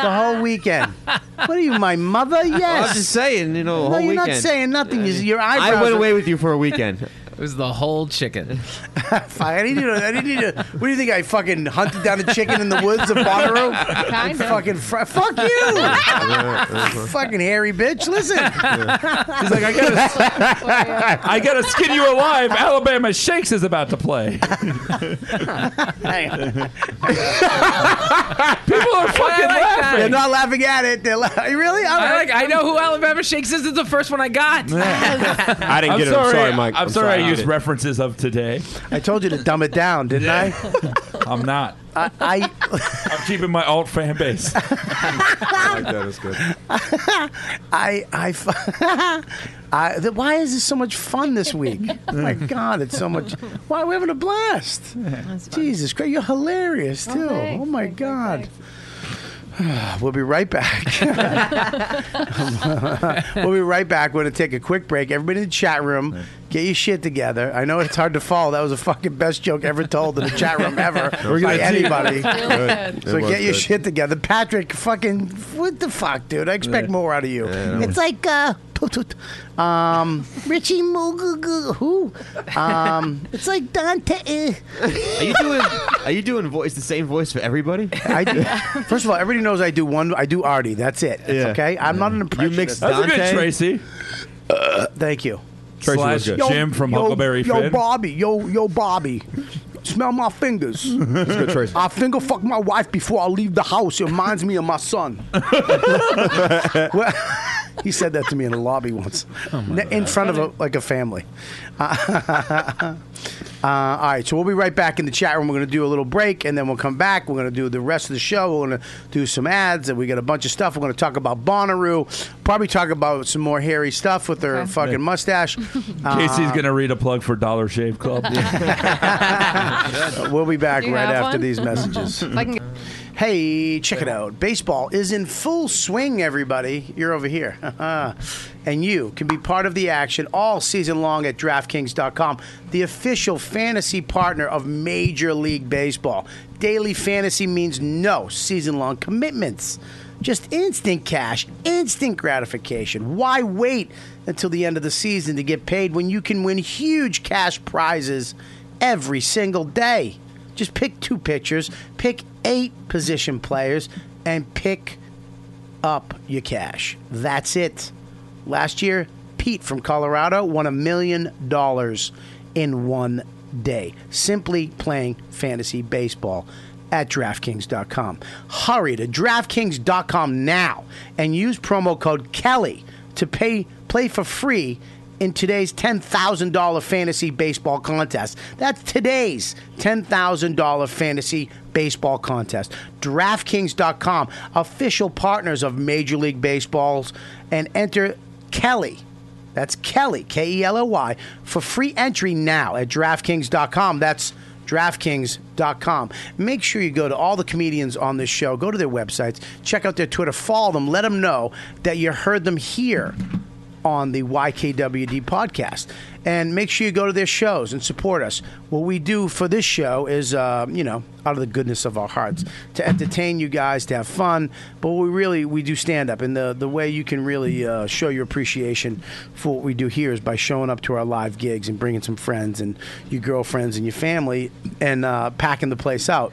S4: whole weekend. What are you, my mother? Yes.
S12: Well, I was just saying, you know, the
S4: no,
S12: whole
S4: you're not
S12: weekend.
S4: saying nothing. You- your eyebrows.
S12: I went
S4: are-
S12: away with you for a weekend.
S13: It was the whole chicken.
S4: Fine. I didn't need to. I didn't need to. What do you think? I fucking hunted down a chicken in the woods of Bonnaroo.
S7: Kinda.
S4: Fucking fr- fuck
S12: uh-huh.
S4: you. fucking hairy bitch. Listen.
S10: He's like, I gotta, I gotta skin you alive. Alabama Shakes is about to play. People are fucking laughing.
S4: They're not laughing at it. They're la- really. All
S8: I,
S4: right.
S8: like, I know who Alabama Shakes is. This is the first one I got.
S9: I didn't
S10: I'm
S9: get it.
S10: sorry.
S9: I'm sorry, Mike.
S10: I'm, sorry, I used
S9: didn't.
S10: references of today.
S4: I told you to dumb it down, didn't
S10: I'm not.
S4: I? I,
S10: I'm keeping my alt fan base.
S9: I like that. It's good.
S4: I, I, fu- I th- why is this so much fun this week? Oh my God, it's so much. Why we're having a blast? Jesus Christ, you're hilarious too. Oh,
S7: thanks,
S4: my God. We'll be right back. we'll be right back. We're going to take a quick break. Everybody in the chat room, get your shit together. I know it's hard to follow. That was the fucking best joke ever told in the chat room ever
S9: We're
S4: by
S9: gonna see.
S4: anybody.
S9: Good.
S4: So
S9: It was
S4: get your
S9: good.
S4: shit together, Patrick. Fucking what the fuck, dude? I expect more out of you. it's like uh, toot, toot. um, Richie Moogoo, who? Um, it's like Dante. eh.
S12: Are you doing? Are you doing voice the same voice for everybody?
S4: I do, first of all, everybody knows I do one. I do Artie. That's it. That's
S12: Yeah.
S4: okay. I'm not an impressionist.
S12: mix
S10: That's a good
S12: Dante?
S10: Tracy.
S4: Thank you.
S9: Tracy
S10: Slash
S9: was good.
S10: Jim from
S4: yo,
S10: Huckleberry
S4: yo,
S10: Finn.
S4: Bobby. Yo, yo, Bobby. Smell my fingers.
S9: It's good, Tracy.
S4: I finger fuck my wife before I leave the house. It reminds me of my son. Well, he said that to me in the lobby once, Ne- in front of a, like a family. Uh, uh, all right, so we'll be right back in the chat room. We're going to do a little break, and then we'll come back. We're going to do the rest of the show. We're going to do some ads, and we got a bunch of stuff. We're going to talk about Bonnaroo, probably talk about some more hairy stuff with her fucking mustache. Ah.
S10: Casey's gonna read a plug for Dollar Shave Club.
S4: Uh, We'll be back
S7: Do you
S4: right
S7: have
S4: after
S7: one?
S4: these messages.
S7: If I can get-
S4: Hey, check it out. Baseball is in full swing, everybody. You're over here. and you can be part of the action all season long at DraftKings.com, the official fantasy partner of Major League Baseball. Daily fantasy means no season long commitments, just instant cash, instant gratification. Why wait until the end of the season to get paid when you can win huge cash prizes every single day? Just pick two pitchers, pick eight position players, and pick up your cash. That's it. Last year, Pete from Colorado won a million dollars in one day simply playing fantasy baseball at DraftKings.com. Hurry to DraftKings.com now and use promo code Kelly to pay play for free in today's $10,000 fantasy baseball contest. That's today's $10,000 fantasy baseball contest. DraftKings.com, official partners of Major League Baseball's, and enter Kelly. That's Kelly, K E L L Y, for free entry now at DraftKings.com. That's DraftKings.com. Make sure you go to all the comedians on this show, go to their websites, check out their Twitter, follow them, let them know that you heard them here on the YKWD podcast. And make sure you go to their shows and support us. What we do for this show is, uh, you know, out of the goodness of our hearts, to entertain you guys, to have fun. But we really we do stand up, and the the way you can really uh, show your appreciation for what we do here is by showing up to our live gigs and bringing some friends and your girlfriends and your family and uh, packing the place out.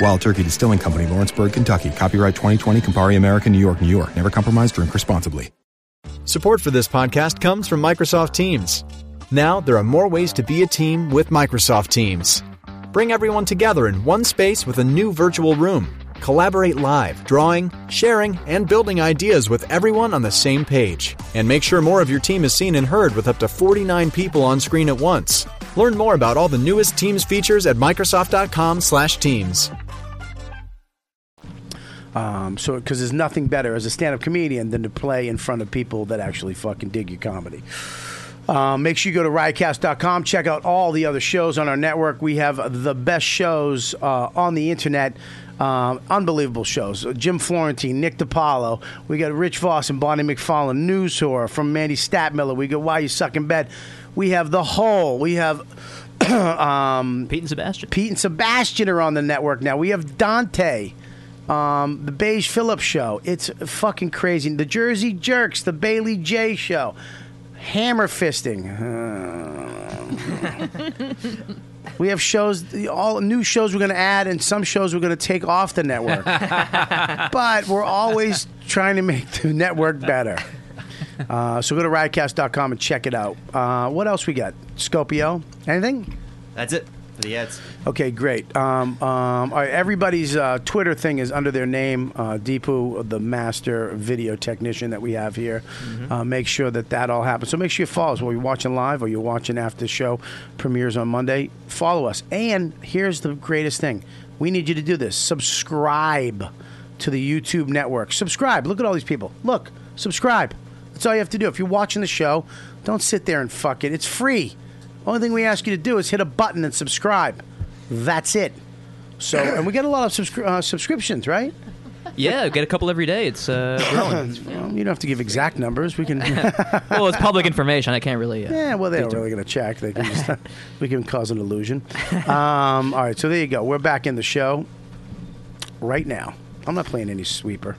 S14: Wild Turkey Distilling Company, Lawrenceburg, Kentucky. Copyright 2020, Campari America, New York, New York. Never compromise, drink responsibly.
S15: Support for this podcast comes from Microsoft Teams. Now, there are more ways to be a team with Microsoft Teams. Bring everyone together in one space with a new virtual room. Collaborate live, drawing, sharing, and building ideas with everyone on the same page. And make sure more of your team is seen and heard with up to 49 people on screen at once. Learn more about all the newest Teams features at Microsoft.com/Teams.
S4: Um, so, because there's nothing better as a stand-up comedian than to play in front of people that actually fucking dig your comedy. Um, make sure you go to riotcast.com. Check out all the other shows on our network. We have the best shows uh, on the internet. Um, unbelievable shows. Jim Florentine, Nick DiPaolo. We got Rich Voss and Bonnie McFarlane. News Horror from Mandy Statmiller. We got Why You Suck in Bed. We have The Hole. We have um, Pete and Sebastian. Pete and Sebastian are on the network now. We have Dante, um, the Beige Phillips show. It's fucking crazy. The Jersey Jerks, the Bailey J show, hammer fisting. Uh, we have shows, the- all new shows we're going to add, and some shows we're going to take off the network. but we're always trying to make the network better. Uh, so go to riotcast.com and check it out. Uh, what else we got? Scopio? Anything?
S16: That's it for the ads.
S4: Okay, great. Um, um, all right, everybody's uh, Twitter thing is under their name. Uh, Deepu, the master video technician that we have here, uh, make sure that that all happens. So make sure you follow us while you're watching live or you're watching after the show premieres on Monday. Follow us. And here's the greatest thing we need you to do this subscribe to the YouTube network. Subscribe. Look at all these people. Look, subscribe. That's all you have to do. If you're watching the show, don't sit there and fuck it. It's free. Only thing we ask you to do is hit a button and subscribe. That's it. So, and we get a lot of subscri- uh, subscriptions, right?
S13: Yeah, get a couple every day. It's uh, growing.
S4: Well, you don't have to give exact numbers. We can.
S13: well, it's public information. I can't really. Uh,
S4: yeah, well, they're
S13: dig too
S4: really going to check. They can just, we can cause an illusion. Um, all right, so there you go. We're back in the show right now. I'm not playing any sweeper.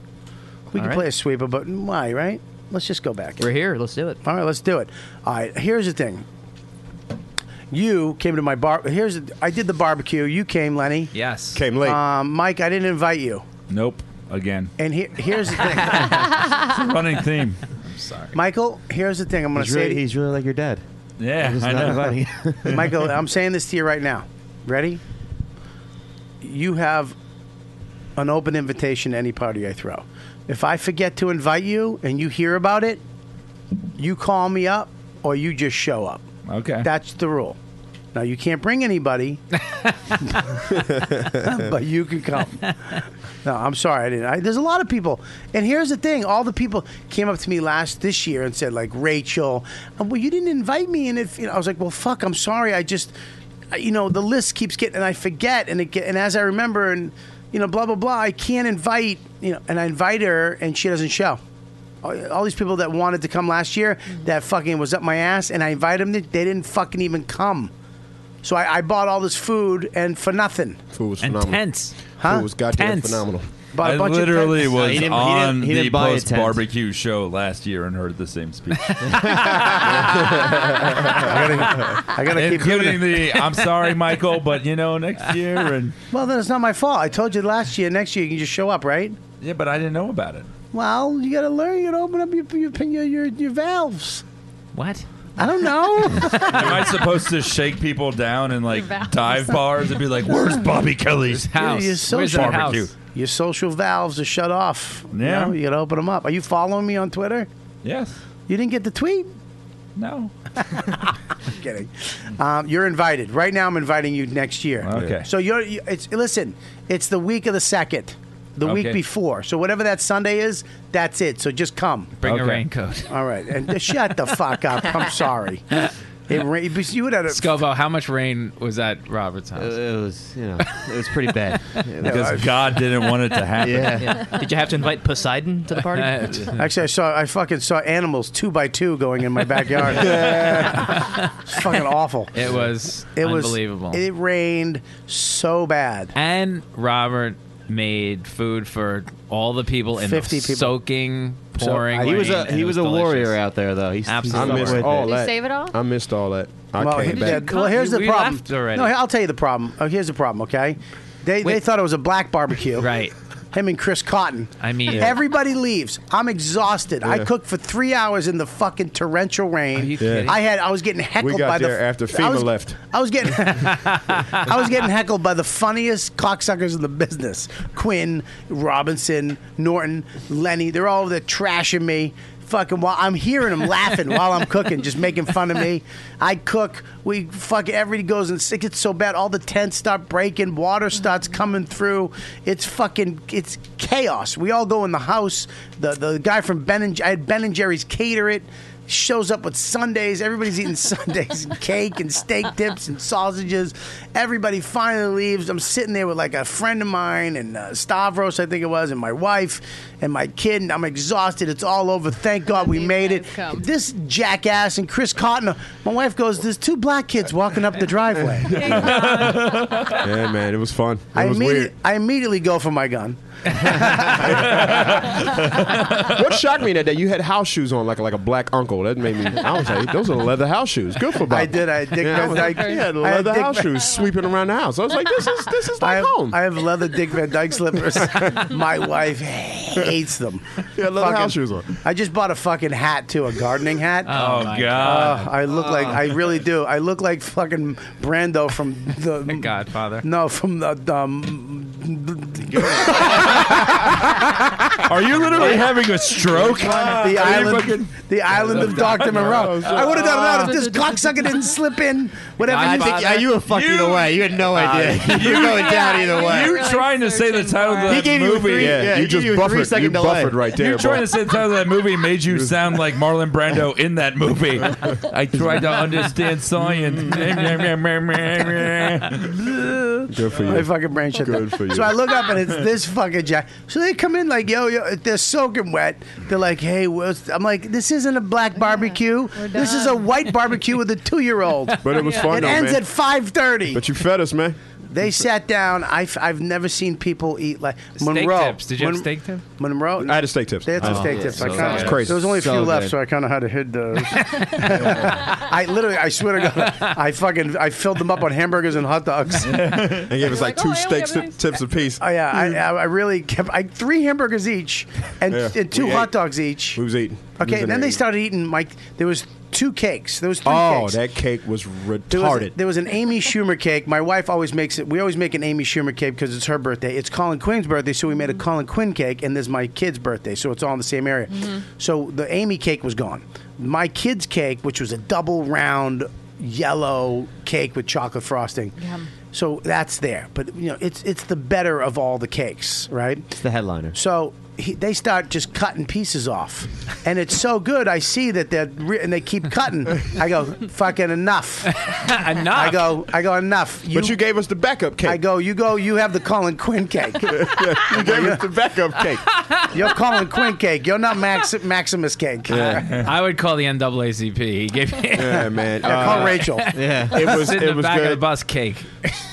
S4: We
S13: All
S4: can
S13: right.
S4: play a sweeper, but why, right? Let's just go back.
S13: We're here. Let's do it.
S4: All right, let's do it. All right, here's the thing. You came to my bar. Here's I did the barbecue. You came, Lenny.
S8: Yes.
S4: Came late.
S12: Uh,
S4: Um, Mike, I didn't invite you.
S10: Nope. Again.
S4: And he- here's the thing.
S10: running theme. I'm sorry.
S4: Michael, here's the thing. I'm going to
S10: He's
S4: say
S10: really-
S4: to you.
S10: he's
S16: really like your dad.
S10: Yeah,
S16: He's just I not know. inviting.
S4: Michael, I'm saying this to you right now. Ready? You have an open invitation to any party I throw. If I forget to invite you and you hear about it, you call me up or you just show up.
S10: Okay.
S4: That's the rule. Now you can't bring anybody, but you can come. No, I'm sorry, I didn't. I, there's a lot of people, and here's the thing: all the people came up to me last this year and said, like Rachel, uh, well, you didn't invite me, and if you know, I was like, well, fuck, I'm sorry, I just, I- you know, the list keeps getting, and I forget, and it get, and as I remember, and you know, blah blah blah, I can't invite, you know, and I invite her, and she doesn't show. All all these people that wanted to come last year, that fucking was up my ass, and I invited them, they didn't fucking even come. So I, I bought all this food and for nothing.
S9: Food was
S4: And
S9: phenomenal.
S4: tents. Huh?
S9: Food was goddamn
S4: Tents.
S9: phenomenal.
S4: Bought a
S10: I
S4: bunch of
S10: literally
S4: tents.
S10: was
S4: No, he didn't- he didn't-
S10: on
S4: he didn't
S10: the
S4: buy a
S10: post
S4: tent.
S10: barbecue show last year and heard the same speech.
S4: I gotta keep doing
S10: including
S4: it.
S10: the I'm sorry, Michael, but you know next year and
S4: Well, then it's not my fault. I told you last year. Next year, you can just show up, right?
S10: yeah, but I didn't know about it.
S4: Well, you got to learn. You got to open up your your, your your your valves.
S13: What?
S4: I don't know.
S10: Am I supposed to shake people down in like dive bars and be like, "Where's Bobby Kelly's house?
S4: Your, your
S10: Where's
S4: social
S10: barbecue?"
S4: Your social valves are shut off. You
S10: Yeah.
S4: know, you got to open them up. Are you following me on Twitter?
S10: Yes.
S4: You didn't get the tweet.
S10: No.
S4: I'm kidding. Um, you're invited. Right now, I'm inviting you next year.
S10: Okay.
S4: So you're. You, it's listen. It's the week of the second, the week
S10: Okay.
S4: before. So whatever that Sunday is, that's it. So just come.
S8: Bring a raincoat.
S4: All right. And shut the fuck up. I'm sorry. It ra- because you would have.
S8: Scovo, how much rain was at Robert's house? It was, you know, it was pretty bad.
S10: Because God didn't want it to happen.
S13: Did you have to invite Poseidon to the party?
S4: Actually, I saw I fucking saw animals two by two going in my backyard. it's fucking awful.
S8: It was
S4: It was
S8: unbelievable.
S4: It rained so bad.
S8: and Robert made food for all the people in
S4: 50
S8: the
S4: people.
S8: soaking,
S9: So,
S8: pouring.
S9: he was a-
S8: rain, and
S9: he
S8: it
S9: was a warrior
S8: delicious.
S9: out there, though. He's-
S8: absolutely
S9: I missed all
S8: Did
S9: that.
S8: he
S7: save it all?
S9: I missed all that. I
S4: well,
S9: came
S4: he-
S9: back.
S4: yeah, well, here's the
S8: We
S4: problem.
S8: left already.
S4: No, I'll tell you the problem. Oh, here's the problem. Okay, they they thought it was a black barbecue. Right.
S13: Oh,
S4: Him and Chris Cotton.
S8: I mean-
S4: everybody leaves. I'm exhausted. I
S9: Yeah.
S4: cooked for three hours in the fucking torrential rain.
S9: kidding?
S4: I had I was getting heckled
S9: We got
S4: by
S9: there
S4: the
S9: after
S4: I was,
S9: FEMA left.
S4: I was getting I was getting heckled by the funniest cocksuckers in the business. Quinn, Robinson, Norton, Lenny. They're all over there trashing me. Fucking while I'm hearing them laughing while I'm cooking, just making fun of me. I cook. We fuck. Everybody goes and sick. It's so bad. All the tents start breaking. Water starts coming through. It's fucking. It's chaos. We all go in the house. The the guy from Ben and I had Ben and Jerry's cater it shows up with Sundays. Everybody's eating Sundays and cake and steak dips and sausages. Everybody finally leaves. I'm sitting there with like a friend of mine and uh, Stavros, I think it was, and my wife and my kid. And I'm exhausted. It's all over. Thank God we made it. This jackass and Chris Cotton. uh, My wife goes, "There's two black kids walking up the driveway."
S9: yeah, man, it was fun. It
S4: I,
S9: was
S4: immedi-
S9: weird.
S4: I immediately go for my gun.
S9: what shocked me that day, you had house shoes on, like like a black uncle. That made me. I was like, those are leather house shoes. Good for. Bobby.
S4: I did. I had Dick
S9: Yeah, I
S4: Van
S9: was like,
S4: Dyke.
S9: you had
S4: I had
S9: leather
S4: Dick
S9: house
S4: Van-
S9: shoes sweeping around the house. I was like, this is this is
S4: I
S9: like
S4: have,
S9: home.
S4: I have leather Dick Van Dyke slippers. My wife hates them.
S9: Yeah, leather
S4: Fucking-
S9: house shoes on.
S4: I just bought a fucking hat too, a gardening hat.
S9: Oh, Oh, my God.
S4: Uh, I look like I really do. I look like fucking Brando from the
S8: Godfather.
S4: No, from the um,
S10: Are you literally having a stroke?
S4: the island, the island of Doctor Monroe. I would have done that if this cocksucker didn't slip in. Whatever.
S12: I think yeah, you were fucked either way. You had no idea. you were going down either way.
S10: You're trying to say the title of that
S12: He gave you a
S10: movie.
S12: three- Yeah, yeah, he
S10: you
S12: gave
S10: just
S12: you a
S10: buffered.
S12: three-second
S10: You
S12: delay.
S10: buffered right there.
S12: You're
S10: You're
S12: trying
S10: trying to say the title of that movie made you sound like Marlon Brando in that movie. I tried to understand science.
S9: Good for
S4: My fucking brain shut
S9: Good
S4: down.
S9: for you.
S4: So I look up and it's this fucking jack. So they come in like, yo, yo, they're soaking wet. They're like, hey, what's I'm like, this isn't a black barbecue. this is a white barbecue with a two year old.
S9: But it was fun
S4: It
S9: though,
S4: ends
S9: man.
S4: at five thirty.
S9: But you fed us, man.
S4: They sat down. I have never seen people eat like Monroe.
S9: tips. Did you have steak Oh,
S8: tip?
S4: Monroe.
S9: I had a steak tips.
S4: They had some steak tips. I kind of
S9: crazy.
S4: There was only a few
S9: So
S4: left,
S9: good.
S4: so I kind of had to hit those. I literally, I swear to God, I fucking, I filled them up on hamburgers and hot dogs.
S9: They gave us like two steak ti- tips apiece.
S4: Oh yeah, I, I, I really kept I three hamburgers each and,
S9: Yeah,
S4: and two
S9: we
S4: hot
S9: ate.
S4: dogs each.
S9: We was eating. We was
S4: Okay,
S9: in
S4: and then they
S9: there eating.
S4: started eating like there was two cakes. There was three
S9: Oh,
S4: cakes.
S9: that cake was
S4: There was,
S9: retarded.
S4: there was an Amy Schumer cake. My wife always makes it. We always make an Amy Schumer cake because it's her birthday. It's Colin Quinn's birthday, so we made a Colin Quinn cake, and there's my kid's birthday, so it's all in the same area. So the Amy cake was gone. My kid's cake, which was a double round yellow cake with chocolate frosting. So that's there, but you know it's it's the better of all the cakes, right? It's
S16: the headliner.
S4: So he, they start just cutting pieces off, and it's so good. I see that they're re- and they keep cutting. I go fucking enough, enough. I go I go enough. but you
S9: gave us the backup cake.
S4: I go you go you have the Colin Quinn cake. you
S9: gave us the backup cake.
S4: You're Colin Quinn cake. You're not Max, Maximus cake.
S8: I would call the NAACP. He gave me
S9: yeah, man.
S4: Yeah, call Rachel.
S9: Yeah. It was-
S8: Sit in
S9: it
S8: the
S9: was
S8: back of
S9: good.
S8: the bus cake.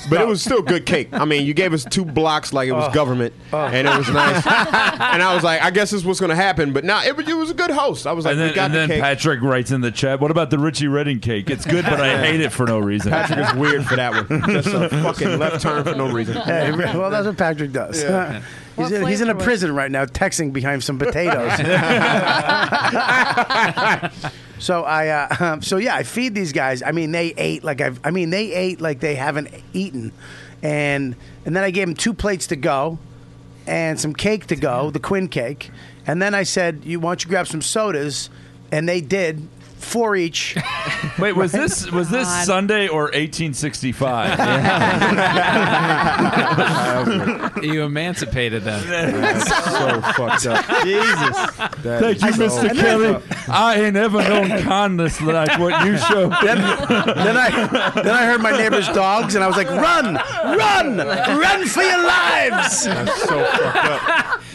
S9: But it was still good cake. I mean, you gave us two blocks like it was
S8: Oh.
S9: government, and it was nice. and I was like, I guess this is what's going to happen. But now it, was- it was a good host. I was like,
S10: And
S9: we
S10: then,
S9: got
S10: and
S9: the
S10: then
S9: cake.
S10: Patrick writes in the chat, "What about the Richie Redding cake? It's good, but I hate it for no reason."
S9: Patrick is weird for that one. Just a fucking left turn for no reason.
S4: Hey, well, that's what Patrick does.
S9: Yeah.
S4: He's, in, he's in a prison right now, texting behind some potatoes. so I, uh, um, so yeah, I feed these guys. I mean, they ate like I've. I mean, they ate like they haven't eaten, and and then I gave them two plates to go, and some cake to go, the Quinn cake, and then I said, "You why don't you grab some sodas?" And they did. four each.
S10: Wait, was this was this Sunday or 1865?
S8: you emancipated them.
S10: so fucked up.
S8: Jesus.
S10: Thank you, Mr. Kelly. I ain't ever known kindness like what you showed.
S4: then I then I heard my neighbor's dogs, and I was like, "Run, run, run for your lives!"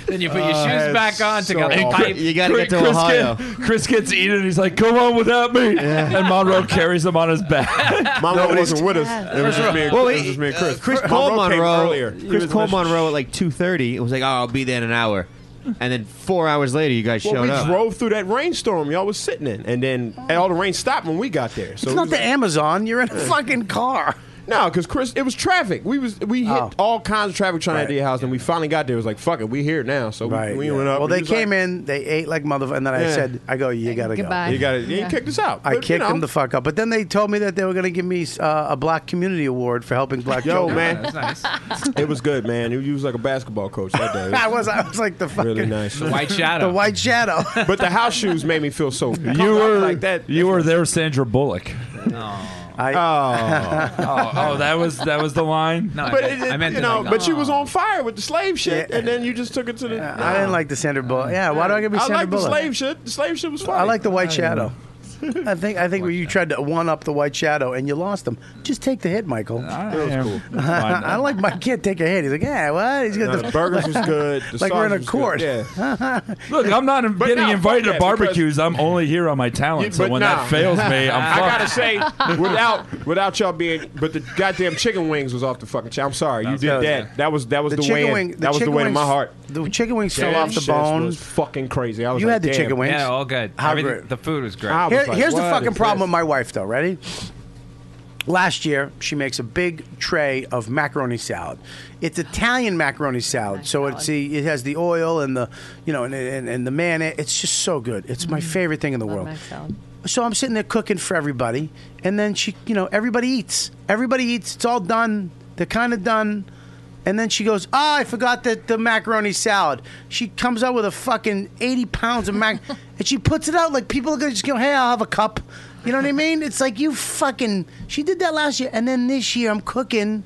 S8: Then you put your
S10: Oh,
S8: shoes
S10: that's
S8: back on to go
S10: awful.
S8: pipe.
S10: Chris- Chris Get, Chris gets eaten. He's like, "Come on without me," and Monroe carries him on his back.
S9: Monroe wasn't with us. It was just me and,
S10: Well,
S9: it was
S10: he-
S9: just me and Chris.
S16: Chris
S10: Monroe
S16: Cole
S10: came
S16: Monroe.
S10: earlier. He
S16: Chris
S10: was
S16: Cole
S10: with us.
S16: Monroe at like two thirty. It was like, oh, I'll be there in an hour, and then four hours later, you guys
S9: Well,
S16: showed
S9: we
S16: up.
S9: drove through that rainstorm y'all was sitting in, and then and all the rain stopped when we got there. So
S4: It's not the Amazon. You're in a fucking car.
S9: No, because Chris, it was traffic. We was we hit all kinds of traffic trying to get to your house, and we finally got there. It was like, fuck it, we here now. So we-
S4: Right,
S9: we,
S4: yeah.
S9: went up.
S4: Well,
S9: We
S4: they
S9: was
S4: came
S9: like,
S4: in, they ate like mother, and then I
S9: Yeah.
S4: said, "I go, you gotta
S9: goodbye.
S4: go.
S9: You gotta- you Yeah. kicked us out,
S4: I
S9: but, you
S4: kicked them
S9: know.
S4: the fuck out. But then they told me that they were gonna give me uh, a Black Community Award for helping Black
S9: Yo,
S4: children.
S9: man,
S8: Oh,
S9: it was good, man. You you was like a basketball coach that day.
S4: I was, I was like the fucking
S9: really nice.
S4: the white shadow.
S9: but the house shoes made me feel so.
S10: You were like that. You were there, Sandra Bullock.
S4: I-
S10: oh. oh, oh, that was that was the line.
S9: but
S8: Oh,
S9: it, it- you know, but you was on fire with the slave shit, and then you just took it to the.
S4: I didn't like the Sandra Bullock. Yeah, why do I give me
S9: I
S4: Sandra
S9: like the
S4: Bullock?
S9: slave shit. The slave shit was funny.
S4: I like the White Shadow. I think I think you tried to one up the White Shadow and you lost him. Just take the hit, Michael.
S9: That was cool. Fine.
S4: I like my kid take a hit. He's like, yeah, what? He's
S9: No,
S4: got
S9: the burgers was good. The
S4: like we're in a
S9: sausage was good.
S4: court.
S9: Yeah.
S10: Look, I'm not getting
S9: no,
S10: invited
S9: fuck
S10: to
S9: that,
S10: barbecues. I'm only here on my talent. so
S9: but
S10: when
S9: nah.
S10: that fails me, I'm
S9: I
S10: fucked.
S9: gotta say, without without y'all being, but the goddamn chicken wings was off the fucking. Ch- I'm sorry, you did
S4: good.
S9: that. That was that was the,
S4: chicken
S9: way. in-
S4: wing-
S9: that was the
S4: chicken
S9: way in my
S4: wings-
S9: heart.
S4: The chicken wings fell
S9: Damn
S4: off the
S9: shit
S4: bone.
S9: Was fucking crazy. I was
S4: You
S9: like,
S4: had the
S9: damn.
S4: chicken wings.
S8: Yeah, all good.
S4: How
S8: Everything-
S4: great.
S8: The food was great.
S9: I was
S4: Here-
S9: like,
S4: here's the
S9: what
S4: fucking
S9: is
S4: problem
S9: this?
S4: with my wife, though. Ready? Last year, she makes a big tray of macaroni salad. It's Italian macaroni salad, so it's the, it has the oil and the you know and and, and the mayonnaise. It's just so good. It's my favorite thing in the world. So I'm sitting there cooking for everybody, and then she, you know, everybody eats. Everybody eats. It's all done. They're kind of done. And then she goes, "Ah, I forgot the, the macaroni salad." She comes out with a fucking eighty pounds of mac, and she puts it out like people are gonna just go, "Hey, I'll have a cup." You know what I mean? It's like you fucking. She did that last year, and then this year I'm cooking,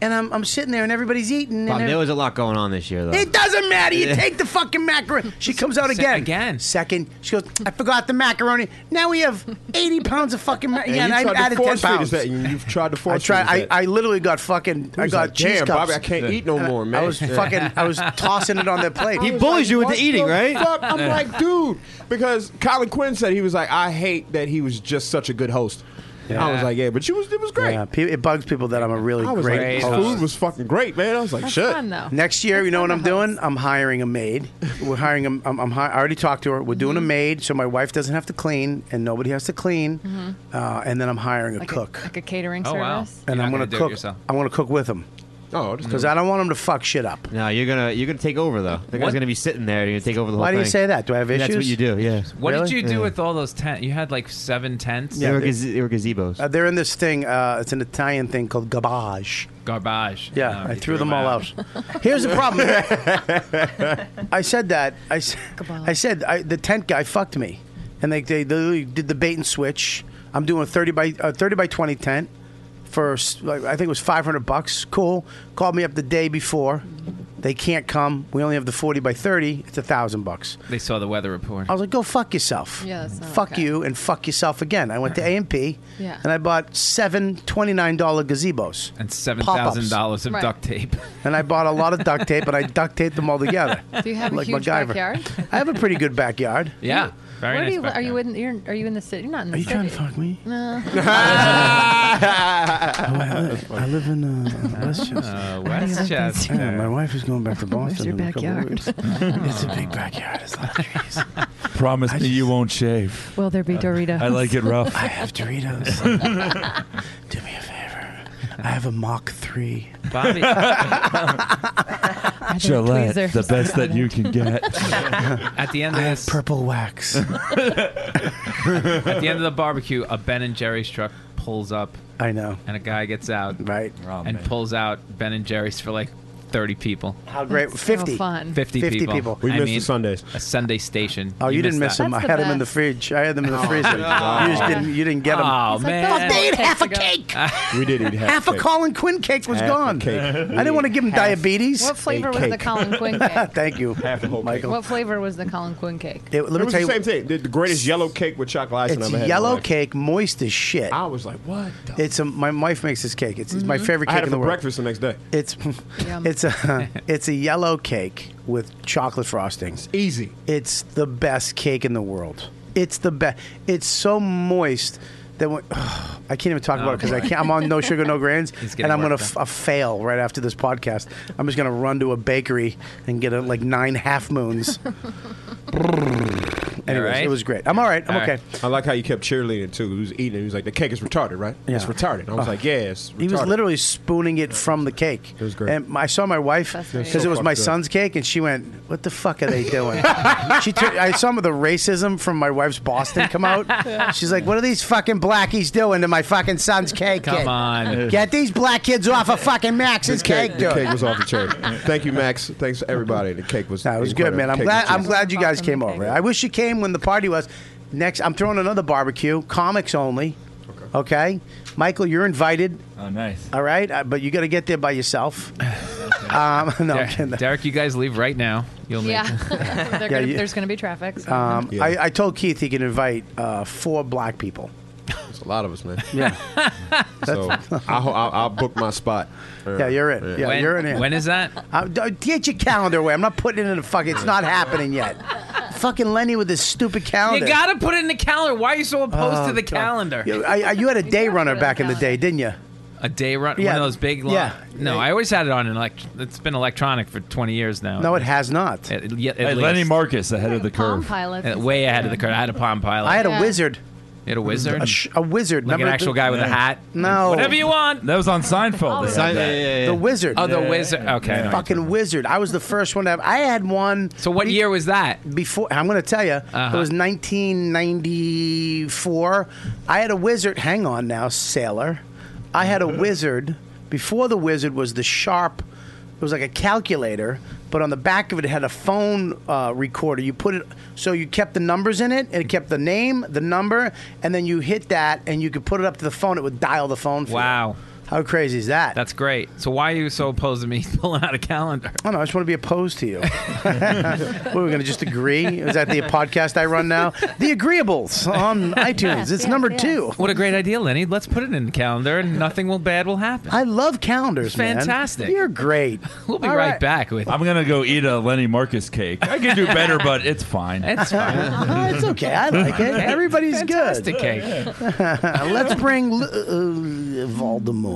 S4: and I'm, I'm sitting there, and everybody's eating.
S16: Bob,
S4: and
S16: there was a lot going on this year, though.
S4: it doesn't matter. You
S16: Yeah.
S4: take the fucking macaroni. She comes out again. Again. Second. She goes, I forgot the macaroni. Now we have 80 pounds of fucking macaroni.
S9: And
S4: Yeah, and
S9: you
S4: I
S9: tried to
S4: added 10
S9: force feed us
S4: pounds.
S9: that, and you've tried to
S4: I
S9: force
S4: tried.
S9: feed us
S4: I,
S9: that.
S4: I literally got fucking. I
S9: was
S4: got
S9: like,
S4: cheese
S9: "Damn,
S4: cups.
S9: Bobby, I can't eat no
S4: And I-
S9: more,
S4: I
S9: man."
S4: was fucking. I was tossing it on their plate.
S9: I was like, what the fuck? I'm like, dude, because Colin Quinn said he was like, I hate that he was just such a good host. I was like, yeah, but you was it was great.
S4: Yeah, pe- it bugs people that I'm a really
S9: I was
S4: great
S9: like,
S4: host.
S9: food was fucking great, man. I was like, shit.
S4: Next year, you know what I'm doing? I'm hiring a maid. We're hiring. A, I'm, I'm hi- I already talked to her. We're
S9: Mm-hmm.
S4: doing a maid, so my wife doesn't have to clean, and nobody has to clean.
S9: Mm-hmm.
S7: Mhm.
S4: Uh, and then I'm hiring a cook,
S7: Like a catering
S4: Oh,
S7: service.
S4: wow. and
S16: You're
S4: I'm
S16: not
S4: gonna,
S16: gonna do it
S4: cook.
S16: yourself. Mm.
S4: I want to cook with him.
S9: Oh,
S4: because I don't want him to fuck shit up.
S16: No, you're gonna you're gonna take over though. The guy's
S4: What?
S16: gonna be sitting there. and You're gonna take over the whole
S4: Why
S16: thing.
S4: do you say that? Do I have
S16: That's what
S4: issues?
S16: you do. Yeah.
S8: What did you do
S16: Yeah.
S8: with all those tents? You had like seven tents.
S16: They were, gaze- they were gazebos.
S4: Uh, they're in this thing. Uh, it's an Italian thing called garbage.
S8: Garbage.
S4: Yeah,
S8: No,
S4: I
S8: you
S4: threw them all out. Here's the problem. I said that. I, s- I said I, the tent guy fucked me, and they, they literally did the bait and switch. I'm doing a thirty by uh, thirty by twenty tent for s- like, I think it was five hundred bucks. Cool. Called me up the day before. They can't come. We only have the forty by thirty. It's a thousand bucks.
S8: They saw the weather report.
S4: I was like, go fuck yourself.
S8: Yeah, that's not
S4: fuck you and fuck yourself again. I went to A and P,
S8: Yeah.
S4: and I bought seven $29 gazebos
S8: And seven
S4: Pop-ups.
S8: thousand dollars of
S7: Right.
S8: duct tape.
S4: and I bought a lot of duct tape, and I duct taped them all together.
S7: Do you have a
S4: like
S7: huge
S4: MacGyver.
S7: backyard?
S4: I have a pretty good backyard.
S8: Yeah, very
S7: Where do
S8: nice.
S7: you, are you in? You're, are you in the city? You're not in the
S4: Are you
S7: city.
S4: trying to fuck me?
S7: No.
S4: I, I live in uh, Westchester.
S8: Uh, Westchester.
S4: Yeah, my wife is going back to Boston.
S7: your
S4: in a couple
S7: backyard?
S4: weeks. it's a big backyard. It's a lot of trees.
S10: Promise me you won't shave.
S7: Will there be Doritos?
S10: I like it rough.
S4: I have Doritos. Do me a favor. I have a Mach 3.
S10: Bobby. Gillette, the best that you can get.
S8: At the end of this,
S4: purple wax.
S8: at the end of the barbecue, a Ben and Jerry's truck pulls up.
S4: I know.
S8: And a guy gets out.
S4: Right.
S8: And pulls out Ben and Jerry's for like thirty people.
S4: How
S7: Oh,
S4: great- That's so 50. fun.
S8: 50,
S4: 50
S8: people.
S4: people. We missed the
S8: Sundays. A Sunday station.
S4: Oh, you, didn't miss them. I had them in the fridge. I had them in
S7: Oh,
S4: the freezer. You just didn't. You didn't get them.
S9: Ah,
S8: Oh, man.
S4: they ate half a cake.
S9: we did eat
S4: Half a Colin Quinn cake was
S9: Half a
S4: gone.
S9: cake.
S4: I didn't want to give him diabetes.
S7: What flavor was the Colin Quinn cake?
S4: Thank you, Michael.
S7: What flavor was the Colin Quinn cake?
S4: It- let me
S9: it was
S4: tell you-
S9: the same thing. The, the greatest yellow cake with chocolate ice
S4: It's
S9: I've ever had. in my
S4: yellow
S9: life.
S4: cake, moist as shit.
S9: I was like, what?
S4: It's a, my wife makes this cake. It's, it's my
S7: Mm-hmm.
S9: Mhm.
S4: favorite
S9: I
S4: cake
S9: had it
S4: in the
S9: for
S4: world.
S9: breakfast the next day.
S4: It's it's a it's a yellow cake with chocolate frosting. It's
S9: easy.
S4: It's the best cake in the world. It's the best. It's so moist that when, I can't even talk
S16: Oh,
S4: about it because I
S16: boy.
S4: can't. I'm on no sugar, no grains,
S16: He's getting
S4: and I'm gonna
S16: worked
S4: f- uh, fail right after this podcast. I'm just gonna run to a bakery and get a, like nine half moons. Anyways, it was great. I'm all right. I'm
S9: All right.
S4: okay.
S9: I like how you kept cheerleading too. He was eating. it. He was like, "The cake is retarded, right? It's
S4: Yeah.
S9: retarded." I was
S4: Oh.
S9: like, "Yeah, it's retarded."
S4: He was literally spooning it from the cake. It was
S9: great.
S4: And I saw my wife
S9: right.
S4: because
S9: So
S4: it was my
S9: fucked up.
S4: son's cake, and she went, "What the fuck are they doing?" she took. I saw some of the racism from my wife's Boston come out. She's like, "What are these fucking blackies doing to my fucking son's cake?"
S9: Come
S4: kid?
S9: on.
S4: get these black kids off of fucking
S9: The
S4: Max's
S9: cake,
S4: cake,
S9: the
S4: dude.
S9: cake was off the chain. Thank you, Max. Thanks to everybody. The cake was.
S4: It was good, man. I'm glad. I'm glad you guys came over. I wish you came when the party was. Next, I'm throwing another barbecue. Comics only. Okay. Michael, you're invited.
S10: Oh, nice.
S4: All right, uh, but you got to get there by yourself. um, no, I'm kidding.
S8: Derek, Derek, you guys leave right now. You'll make.
S7: Yeah, They're
S4: Yeah,
S7: gonna-
S4: you-
S7: there's going to be traffic. so- uh-huh.
S4: Um, I, I told Keith he can invite uh, four black people.
S9: It's a lot of us, man.
S4: Yeah.
S9: so I ho- I'll, I'll book my spot.
S4: Yeah, you're it. Yeah,
S8: When-
S4: you're in here.
S8: when is that?
S4: Uh, d- get your calendar away. I'm not putting it in the fucking. It's not happening yet. fucking Lenny with his stupid
S8: You
S4: calendar.
S8: gotta put it in the calendar. Why are you so opposed
S4: Oh,
S8: to the
S4: God.
S8: calendar?
S4: You, I, I- you had a day runner back in the day, didn't you?
S8: A day run,
S4: Yeah.
S8: one of those big. Long,
S4: Yeah.
S8: No, I always had it on an elect. It's been electronic for twenty years now.
S4: No, it has not.
S8: At, yeah, at
S10: Hey, Lenny
S8: least.
S10: Marcus ahead of the
S8: Palm
S10: curve.
S7: Pilot.
S8: Uh, way ahead of the curve. I had a palm pilot.
S4: I had a Yeah. wizard.
S8: You had a wizard.
S4: A, sh- a wizard.
S8: Like an actual guy with a hat?
S4: No.
S8: Whatever you want.
S10: That was on Seinfeld.
S8: they
S10: had
S8: had
S10: that.
S8: that.
S4: The wizard.
S8: Oh, the wizard. Okay. I know.
S4: Fucking wizard. I was the first one to have. I had one. So
S8: what year was that?
S4: Before I'm going to tell you,
S8: Uh-huh.
S4: it was 1994. I had a wizard. Hang on now, sailor. I had a wizard. Before the wizard was the sharp. It was like a calculator, but on the back of it, it had a phone uh, recorder. You put it so you kept the numbers in it, and it kept the name, the number, and then you hit that, and you could put it up to the phone. It would dial the phone. For you.
S8: Wow.
S4: How crazy is that?
S8: That's great. So why are you so opposed to me pulling out a calendar?
S4: I don't know. I just want to be opposed to you. what, we're going to just agree? Is that the podcast I run now? The Agreeables on iTunes. it's number two.
S8: What a great idea, Lenny. Let's put it in the calendar, and nothing will bad will happen.
S4: I love calendars, man.
S8: Fantastic.
S4: You're great.
S8: We'll be right, back with.
S10: I'm gonna go eat a Lenny Marcus cake. I can do better, but it's fine.
S8: It's fine.
S4: Oh, it's okay. I like it.
S8: Okay.
S4: Everybody's
S8: Fantastic
S4: good.
S8: cake.
S4: Let's bring L- uh, Voldemort.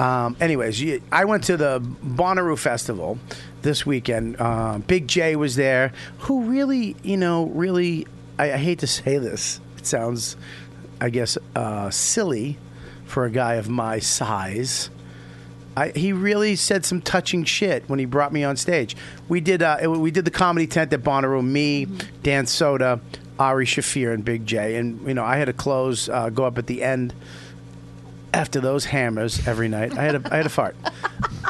S4: um, anyways, you, I went to the Bonnaroo Festival this weekend. Uh, Big J was there, who really, you know, really, I, I hate to say this. It sounds, I guess, uh, silly for a guy of my size. I, he really said some touching shit when he brought me on stage. We did uh, it- we did the comedy tent at Bonnaroo. Me, Dan Soda, Ari Shafir, and Big J. And you know, I had to close, uh, go up at the end after those hammers every night. I had a I had a fart.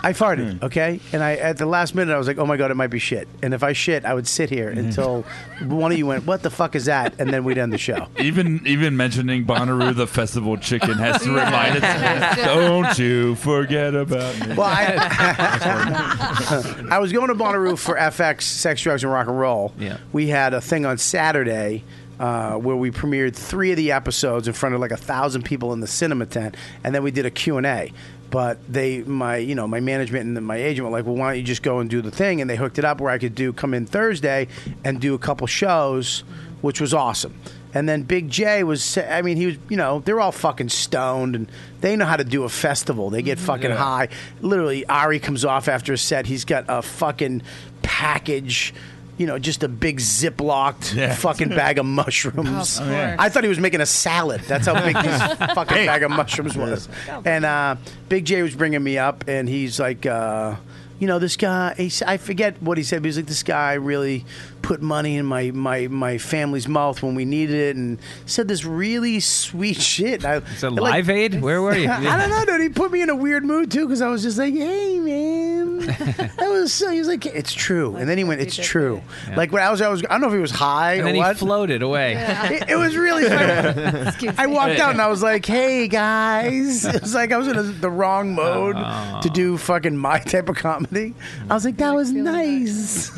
S4: I farted, okay? And I at the last minute I was like, "Oh my god, it might be shit." And if I shit, I would sit here until one of you went, "What the fuck is that?" and then we'd end the show.
S10: Even even mentioning Bonnaroo the festival chicken has to remind us. Don't you forget about me.
S4: Well, I, I was going to Bonnaroo for FX, Sex, Drugs, and Rock and Roll. Yeah. We had a thing on Saturday uh, where we premiered three of the episodes in front of like a thousand people in the cinema tent, and then we did a Q and A. But they, my, you know, my management and my agent were like, "Well, why don't you just go and do the thing?" And they hooked it up where I could do come in Thursday and do a couple shows, which was awesome. And then Big J was, I mean, he was, you know, they're all fucking stoned and they know how to do a festival. They get fucking
S16: Yeah.
S4: high. Literally, Ari comes off after a set. He's got a fucking package, you know, just a big ziplocked
S16: Yeah.
S4: fucking bag of mushrooms.
S16: Of course.
S4: I thought he was making a salad. That's how big this fucking
S16: Hey.
S4: bag of mushrooms was. And uh, Big J was bringing me up and he's like, uh, you know, this guy, he, s- I forget what he said, but he's like, this guy really put money in my, my, my family's mouth when we needed it and said this really sweet shit. I,
S8: Is it
S4: like-
S8: Live Aid? Where were you?
S4: I don't know, dude. He put me in a weird mood too because I was just like, "Hey, man, that was." So, he was like, "It's true," and then he went, "It's true."
S8: Yeah.
S4: Like when I was, I was, I don't know if he was high
S8: And
S4: or
S8: then
S4: what.
S8: he floated away.
S4: It, it was really funny. I walked out and I was like, "Hey guys," it was like I was in a, the wrong mode to do fucking my type of comedy. I was like, "That was nice."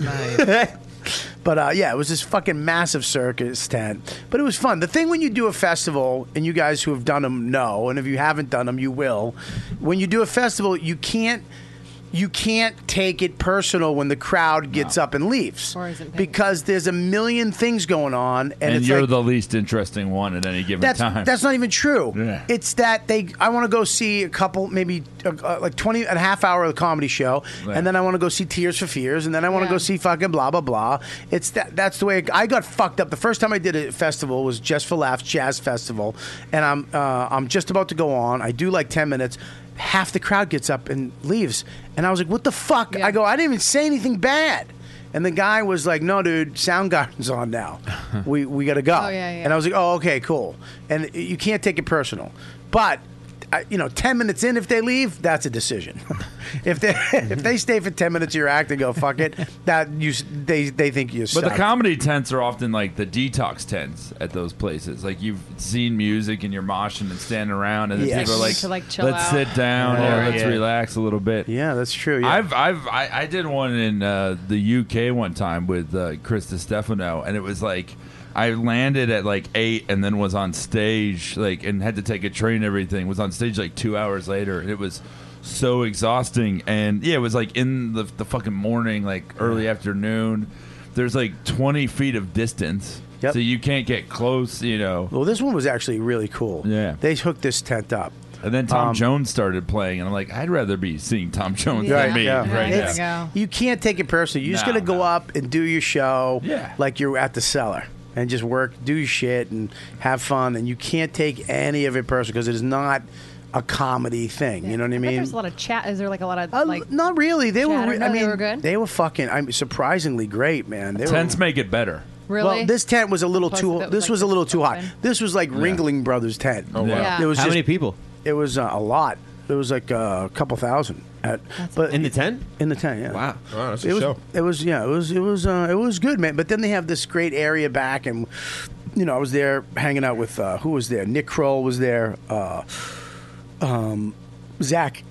S4: but uh, yeah, it was this fucking massive circus tent. But it was fun. The thing when you do a festival, and you guys who have done them know, and if you haven't done them, you will. When you do a festival, you can't. You can't take it personal when the crowd gets up and leaves because there's a million things going on, and,
S10: and
S4: it's
S10: you're
S4: like,
S10: the least interesting one at any given
S4: that's,
S10: time.
S4: That's not even true.
S10: Yeah.
S4: It's that they. I want to go see a couple, maybe uh, uh, like 20 and a half hour of the comedy show,
S10: Right.
S4: and then I want to go see Tears for Fears, and then I want to go see fucking blah blah blah. It's that. That's the way it- I got fucked up. The first time I did a festival was Just for Laughs Jazz Festival, and I'm uh, I'm just about to go on. I do like 10 minutes. Half the crowd gets up and leaves, and I was like, "What the fuck?" I go, "I didn't even say anything bad." And the guy was like, "No, dude, Soundgarden's on now. We we gotta go."
S7: Oh, yeah, yeah.
S4: And I was like, "Oh, okay, cool." And you can't take it personal, but I, you know, ten minutes in, if they leave, that's a decision. if they if they stay for ten minutes, of your act and go fuck it. That you s- they they think you.
S10: But
S4: suck.
S10: the comedy tents are often like the detox tents at those places. Like you've seen music and you're moshing and standing around, and then
S4: Yes.
S10: people are like,
S4: To, like, chill
S10: "Let's
S4: out."
S10: sit down,
S4: Yeah.
S10: or let's
S4: Yeah.
S10: relax a little bit."
S4: Yeah, that's true.
S10: Yeah. I've I've I, I did one in uh, the UK one time with uh, Chris Stefano, and it was like. I landed at like eight, and then was on stage like, and had to take a train. And everything was on stage like two hours later, and it was so exhausting. And yeah, it was like in the the fucking morning, like early afternoon. There's like 20 feet of distance, so you can't get close. You know.
S4: Well, this one was actually really cool.
S10: Yeah,
S4: they hooked this tent up.
S10: And then Tom
S4: Um,
S10: Jones started playing, and I'm like, I'd rather be seeing Tom Jones
S4: Right,
S10: than me
S4: yeah.
S10: right now.
S4: It's- You can't take it personally. You're just
S10: No,
S4: gonna go up and do your show like you're at the cellar and just work, do your shit, and have fun. And you can't take any of it personally because it is not a comedy thing. You know what I
S7: But
S4: mean?
S7: there's a lot of chat. Is there like a lot of like?
S4: Not really. They were.
S7: chatter?
S4: re-
S7: No,
S4: I mean,
S7: they were good.
S4: They were fucking. I'm surprisingly great, man. They
S10: Tents
S4: were,
S10: make it better.
S7: Really?
S4: Well, this tent was a little
S7: Plus,
S4: too.
S7: if it was,
S4: this
S7: like,
S4: was a little too hot. This was like Ringling Brothers tent.
S16: Oh, wow. Yeah.
S4: It was
S16: How many
S4: people? It was uh, a lot. It was like uh, a couple thousand. At, but in the tent? In the tent, yeah. Wow,
S9: that's a
S4: it was.
S9: show.
S4: It was yeah. It was it was uh, it was good, man. But then they have this great area back, and you know I was there hanging out with uh, who was there? Nick Kroll was there. Uh, um, Zach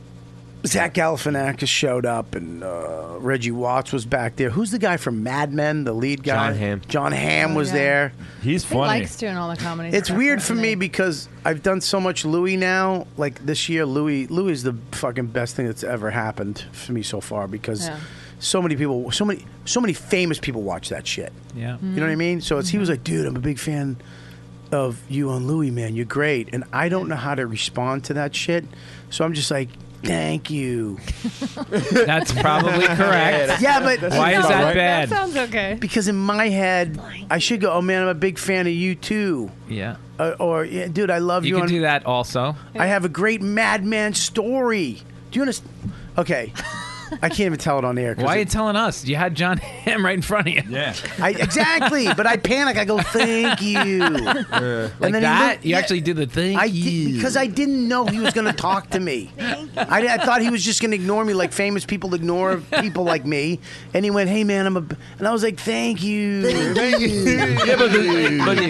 S4: Zach Galifianakis showed up, and uh, Reggie Watts was back there. Who's the guy from Mad Men? The lead guy,
S16: John Hamm.
S4: John Hamm
S7: Oh,
S4: was
S7: yeah.
S4: there.
S10: He's
S7: he likes doing all the comedy.
S4: It's
S7: stuff,
S4: weird
S7: doesn't
S4: for
S7: he?
S4: me because I've done so much Louis now. Like this year, Louis Louis is the fucking best thing that's ever happened for me so far because
S7: Yeah.
S4: so many people, so many, so many famous people watch that shit.
S8: Yeah.
S4: You know what I mean? So it's he
S8: Mm-hmm.
S4: was like, dude, I'm a big fan of you on Louis, man. You're great. And I don't know how to respond to that shit. So I'm just like, thank you.
S8: That's probably correct.
S4: yeah, but
S8: why is that bad?
S7: sounds okay.
S4: Because in my head, I should go, oh man, I'm a big fan of you too.
S8: yeah.
S4: Uh, or, yeah, dude, I love you.
S8: You can
S4: on-
S8: do that also.
S4: I have a great madman story. Do you understand? Okay. I can't even tell it on air. 'cause
S8: Why are you
S4: it-
S8: telling us? You had John Hamm right in front of you. Yeah.
S4: I, exactly, but I panic. I go, "Thank you."
S8: like
S4: then he
S8: that?
S4: looked-
S8: you
S4: yeah.
S8: actually did the thing?
S4: I did, because I didn't know he was going to talk to me. I, I thought he was just going to ignore me like famous people ignore people like me. And he went, "Hey man, I'm a," b-" and I was like, "Thank you." Thank
S8: yeah, but, the- but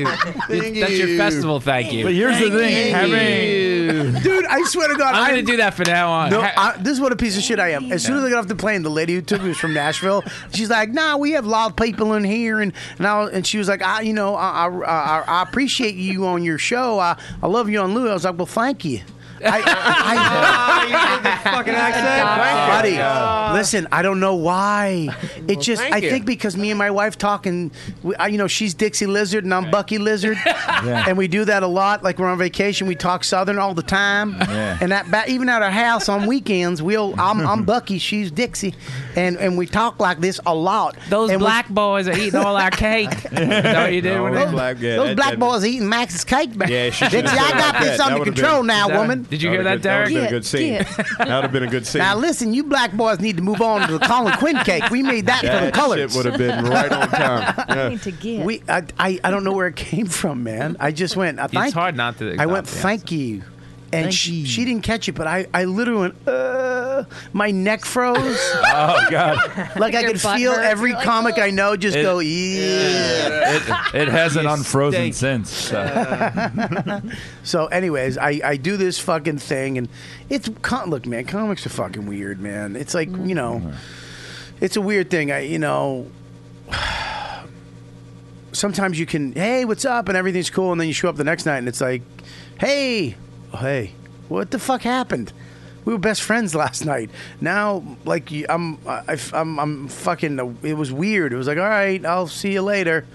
S8: you- that's your festival. Thank you.
S4: But here's the Thank thing, you.
S8: having
S4: Dude, I swear to God,
S8: I'm gonna
S4: I'm-
S8: do that for now on.
S4: No,
S8: Ha-
S4: I, this is what a piece of shit I am. As soon as I got off the plane, the lady who took me was from Nashville. She's like, "Nah, we have a lot of people in here," and and, I, was- and she was like, "I, you know, I, I, I, I appreciate you on your show. I, I love you on Lou." I was like, "Well, thank you." I,
S16: Ah,
S4: I,
S16: fucking accent.
S4: buddy, listen, I don't know why. It just,
S16: thank
S4: I
S16: you.
S4: think because me and my wife talking, we, I, you know, she's Dixie Lizard and I'm Bucky Lizard, and we do that a lot. Like we're on vacation, we talk Southern all the time,
S16: Yeah.
S4: and that ba- even at our house on weekends, we'll I'm, I'm Bucky, she's Dixie, and and we talk like this a lot.
S8: Those
S4: And Oh, we-
S8: black boys are eating all our cake. Is that what you did
S4: No,
S8: when
S4: those
S8: they-
S4: black, those black boys are eating Max's cake, man.
S8: Yeah, she should've
S4: Dixie, I
S8: said
S4: got
S8: that.
S4: this
S8: That
S4: under
S8: would've
S4: control
S8: been-
S4: now,
S8: Is that-
S4: woman.
S8: Did you hear
S9: would've
S8: that, Derek?
S9: been- That would have been a good scene. that would have been a good scene.
S6: Now listen, you black boys need to move on to the Colin Quinn cake. We made that, for the
S9: That
S6: colors.
S9: shit would have been right on time.
S7: I need to get.
S4: We, I, I, I don't know where it came from, man. I just went. I thank,
S8: hard not to
S4: I went.
S8: acknowledge the
S4: Thank you. And
S8: Thank
S4: she, she didn't catch it, but I, I literally went. Uh, my neck froze.
S10: oh God!
S4: Like I
S6: Your
S4: could
S6: butt
S4: feel
S6: hurts.
S4: every
S6: You're like,
S4: comic I know just
S10: It-
S4: go. Yeah.
S10: It, it hasn't unfrozen since. so.
S4: So, anyways, I, I do this fucking thing, and it's con- look, man, comics are fucking weird, man. It's like you know, it's a weird thing. I you know, sometimes you can hey, what's up, and everything's cool, and then you show up the next night, and it's like, hey, oh, hey, what the fuck happened? We were best friends last night. Now, like, you- I'm, I, am i I'm fucking. uh, It was weird. It was like, all right, I'll see you later.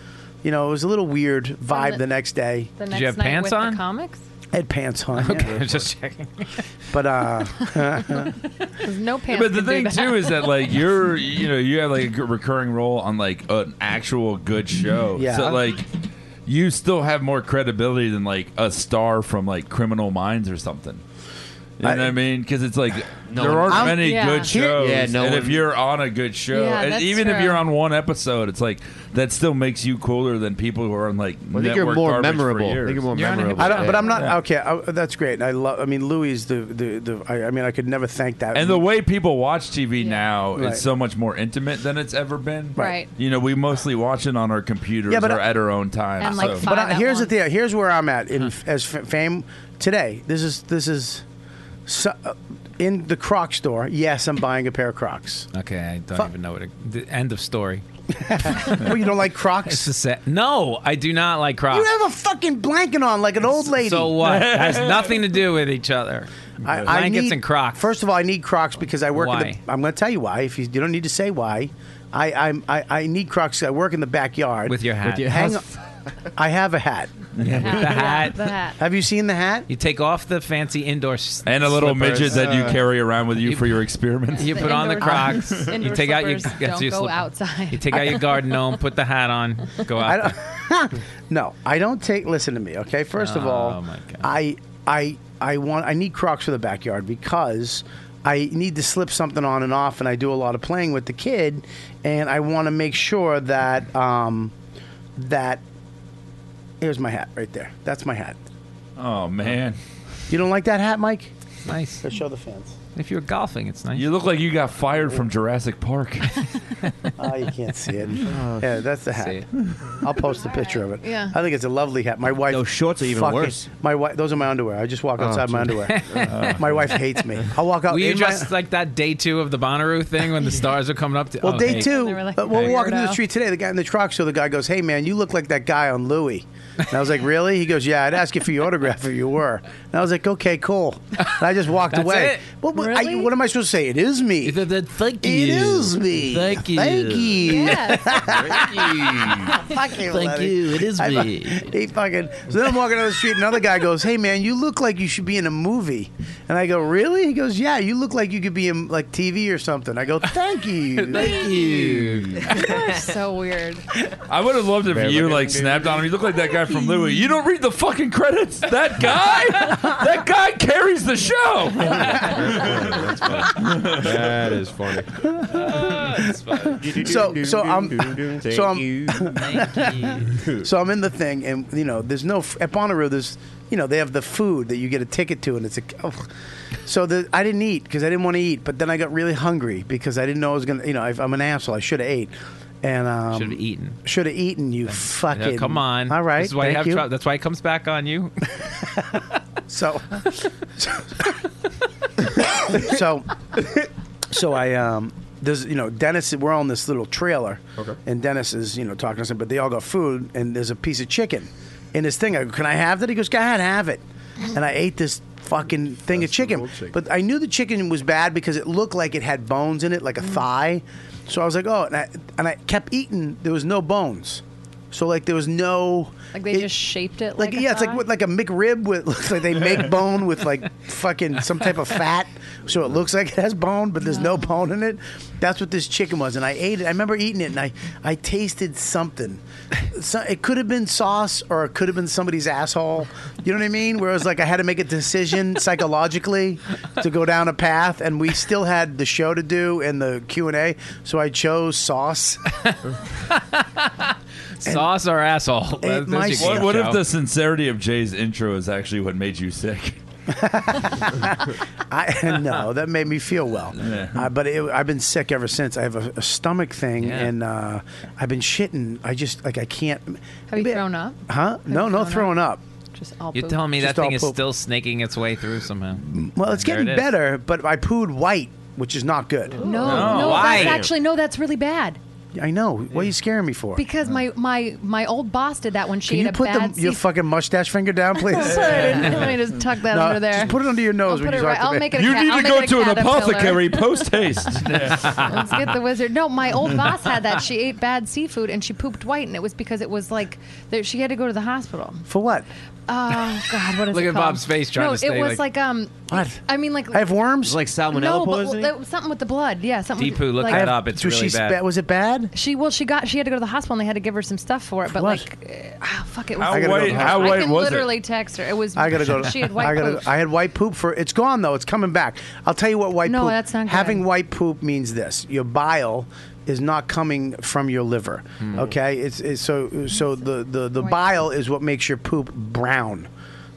S4: You know, it was a little weird vibe
S7: the-
S4: the next day.
S7: The next night with The comics?
S4: I had pants on. yeah.
S8: Just checking.
S4: But uh,
S7: 'Cause no pants.
S10: But the
S7: can do
S10: thing
S7: that.
S10: too is that like you're you know you have like a g- recurring role on like an actual good show.
S4: Yeah.
S10: So like you still have more credibility than like a star from like Criminal Minds or something. You know
S12: I-
S10: what I mean? Because it's like
S12: No
S10: there
S12: one-
S10: aren't
S12: I'm-
S10: many
S12: yeah.
S10: good shows.
S12: Yeah, no
S10: and
S12: one-
S10: if you're on a good show,
S12: Yeah,
S10: and
S12: that's
S10: even if
S12: true.
S10: you're on one episode, it's like that still makes you cooler than people who are on like.
S12: I think you're
S10: network
S12: more
S10: garbage for
S12: memorable. I think
S10: years.
S12: you're more You're on a memorable.
S4: I don't, but I'm not
S10: Yeah.
S4: okay. I, that's great. I love. I mean, Louis is the the, the I, I mean, I could never thank that.
S7: Mm.
S10: And the way people watch TV now
S4: Right.
S10: is so much more intimate than it's ever been.
S4: Right.
S10: You know, we mostly watch it on our computers
S4: Yeah, but
S10: or
S4: I-
S10: at our own time. so.
S4: but I, here's the thing. Here's where I'm at in as f- fame today. This is this is so, uh, in the Croc store. Yes, I'm buying a pair of Crocs.
S8: Okay, I don't
S4: Fu-
S8: even know what. It, the end of story.
S4: well, you don't like Crocs.
S8: It's a set. No, I do not like Crocs.
S4: You have a fucking blanket on like an old lady.
S8: So what? It has nothing to do with each other.
S4: I, I
S8: Blankets
S4: need,
S8: and Crocs.
S4: First of all, I need Crocs because I work. In
S8: Why?
S4: the, I'm going to tell you why. If you, you don't need to say why, I I'm, I, I need Crocs. I work in the backyard
S8: With your hat. With your
S4: Hang
S8: hat.
S4: on. I have a hat.
S8: Yeah, with the hat.
S7: The hat.
S4: Have you seen the hat?
S8: You take off the fancy indoor s-
S10: and a little
S8: slippers. Uh,
S10: midget that you carry around with you for your experiments.
S8: You
S7: The
S8: put on the
S7: indoor-
S8: Crocs.
S7: indoor
S8: you take out your,
S7: slippers
S8: you
S7: don't
S8: your
S7: go
S8: slipper.
S7: outside.
S8: You take out your garden gnome, put the hat on, go out. there.
S4: no, I don't take. Listen to me, okay. First of all,
S8: Oh, my
S4: I I I want. I need Crocs for the backyard because I need to slip something on and off, and I do a lot of playing with the kid, and I want to make sure that um that here's my hat right there. That's my hat.
S10: Oh man,
S4: You don't like that hat, Mike?
S8: Nice.
S4: show the fans.
S8: If you're golfing, it's nice.
S10: You look like you got fired from Jurassic Park.
S4: Oh, you can't see it.
S10: Oh,
S4: yeah, that's the
S10: see
S4: hat. I'll post a picture of it.
S7: Yeah.
S4: I think it's a lovely hat. My wife. Those shorts
S12: are even worse.
S4: My wife. Those are my underwear. I just walk
S12: Oh,
S4: outside my
S12: geez.
S4: underwear.
S12: Oh.
S4: my wife hates me. I walk out.
S8: Were you
S4: in my-
S8: just like that day two of the Bonnaroo thing when the stars are coming up? To,
S4: well,
S8: oh,
S4: day
S8: hey.
S4: two. uh, well, we're walking through the
S8: Weirdo.
S4: street today. The guy in the truck. So the guy goes, "Hey, man, you look like that guy on Louis." And I was like, "Really?" He goes, "Yeah, I'd ask you for your autograph if you were." And I was like, "Okay, cool." And I just walked
S8: That's
S4: away.
S8: it?
S4: What, what, I- what am I supposed to say? It is me.
S8: Thank
S4: It is me.
S8: Thank you.
S4: Thank you.
S6: Fuck
S4: you, Lenny. I fu- he fucking. So then I'm walking down the street. Another guy goes, "Hey man, you look like you should be in a movie." And I go, "Really?" He goes, "Yeah, you look like you could be in like TV or something." I go, "Thank you,
S10: Thank you.
S7: You're so weird.
S10: I would have loved if you like snapped on him. You look like that guy from Louis. You don't read the fucking credits. That guy, that guy carries the show.
S9: that is funny.
S4: so so I'm so I'm so I'm in the thing, and you know, there's no at Bonnaroo. There's you know they have the food that you get a ticket to, and it's a. Oh. So the, I didn't eat because I didn't want to eat, but then I got really hungry because I didn't know I was gonna. You know, I, I'm an asshole. I should have ate, and um,
S8: Should've eaten.
S4: Should have eaten. You fucking.
S8: Yeah, come on.
S4: All right.
S8: This is why you
S4: thank
S8: have
S4: you.
S8: trou- That's why it comes back on you.
S4: So, so, so I um, there's you know Dennis. We're on this little trailer, okay. and Dennis is you know talking to us, but they all got food, and there's a piece of chicken in this thing. I go, can I have that? He goes, go ahead, have it. And I ate this fucking thing of chicken. but I knew the chicken was bad because it looked like it had
S7: Mm.
S4: bones in it, like a thigh. So I was like, oh, and I, and I kept eating. There was no bones. So like there was no
S7: Like they just shaped it
S4: like,
S7: like,
S4: yeah, it's like with, like a McRib with looks like they make bone with like fucking some type of fat, so it looks like it has bone, but there's no bone in it. That's what this chicken was, and I ate it. I remember eating it, and I I tasted something. So it could have been sauce, or it could have been somebody's asshole. You know what I mean? Where it was like I had to make a decision psychologically to go down a path, and we still had the show to do and the Q and A, so I chose sauce.
S8: Sauce or asshole? That's- that's your
S10: what,
S8: game
S10: what
S8: show.
S10: if the sincerity of Jay's intro is actually what made you sick?
S4: I no, that made me feel well. Uh, but it, I've been sick ever since. I have a, a stomach thing,
S7: Yeah.
S4: and uh, I've been shitting. I just like I can't.
S7: Have you thrown up?
S4: Huh? no, no throwing up.
S7: Just all
S8: You're
S7: poop.
S8: telling me
S4: Just
S8: that
S4: all
S8: thing is
S4: poop. Mm.
S8: still snaking its way through somehow.
S4: Well, it's
S8: There
S4: getting
S8: it is.
S4: better, but I pooed white, which is not good.
S7: No, no, that's actually no, that's really bad.
S4: I know. What are you scaring me for?
S7: Because my my my old boss did that when she
S4: Can you
S7: had a
S4: put
S7: bad
S4: the, your
S7: seat-
S4: fucking mustache finger down, please?
S7: Sorry, let me just tuck that
S4: No,
S7: under there.
S4: Just put it under your nose
S7: I'll
S4: when
S7: put
S4: you
S7: it
S4: talk
S7: right-
S4: to
S7: I'll
S4: me.
S7: make it a You ca- need I'll to make go it a to an caterpillar. apothecary
S10: post haste.
S7: Let's get the wizard. No, my old boss had that. She ate bad seafood and she pooped white, and it was because it was like there, she had to go to the hospital.
S4: For what?
S7: Oh God, what is
S8: Look
S7: it
S8: at
S7: called?
S8: Bob's face trying
S7: no,
S8: to stay,
S7: it was
S8: like-
S7: like, um.
S4: What?
S7: I mean, like
S4: I have worms.
S16: like salmonella
S7: no, but that- something with the blood. Yeah, something.
S8: Deepu,
S7: with,
S8: look
S7: like,
S8: that up. It's
S4: was
S8: really
S4: she
S8: bad.
S4: spa- was it bad?
S7: She well, she got she had to go to the hospital and they had to give her some stuff for it. But like, eh, ah, fuck it. Was
S4: How I gotta go to white- the how
S7: I
S4: white
S7: can
S4: was it?
S7: literally text her. It was.
S4: I gotta go.
S7: She had white
S4: I
S7: poop.
S4: I had white poop for. It's gone though. It's coming back. I'll tell you what white
S7: No,
S4: poop.
S7: that's not good.
S4: Having white poop means this: your bile is not coming from your liver. Okay, it's, it's so so the the the bile is what makes your poop brown.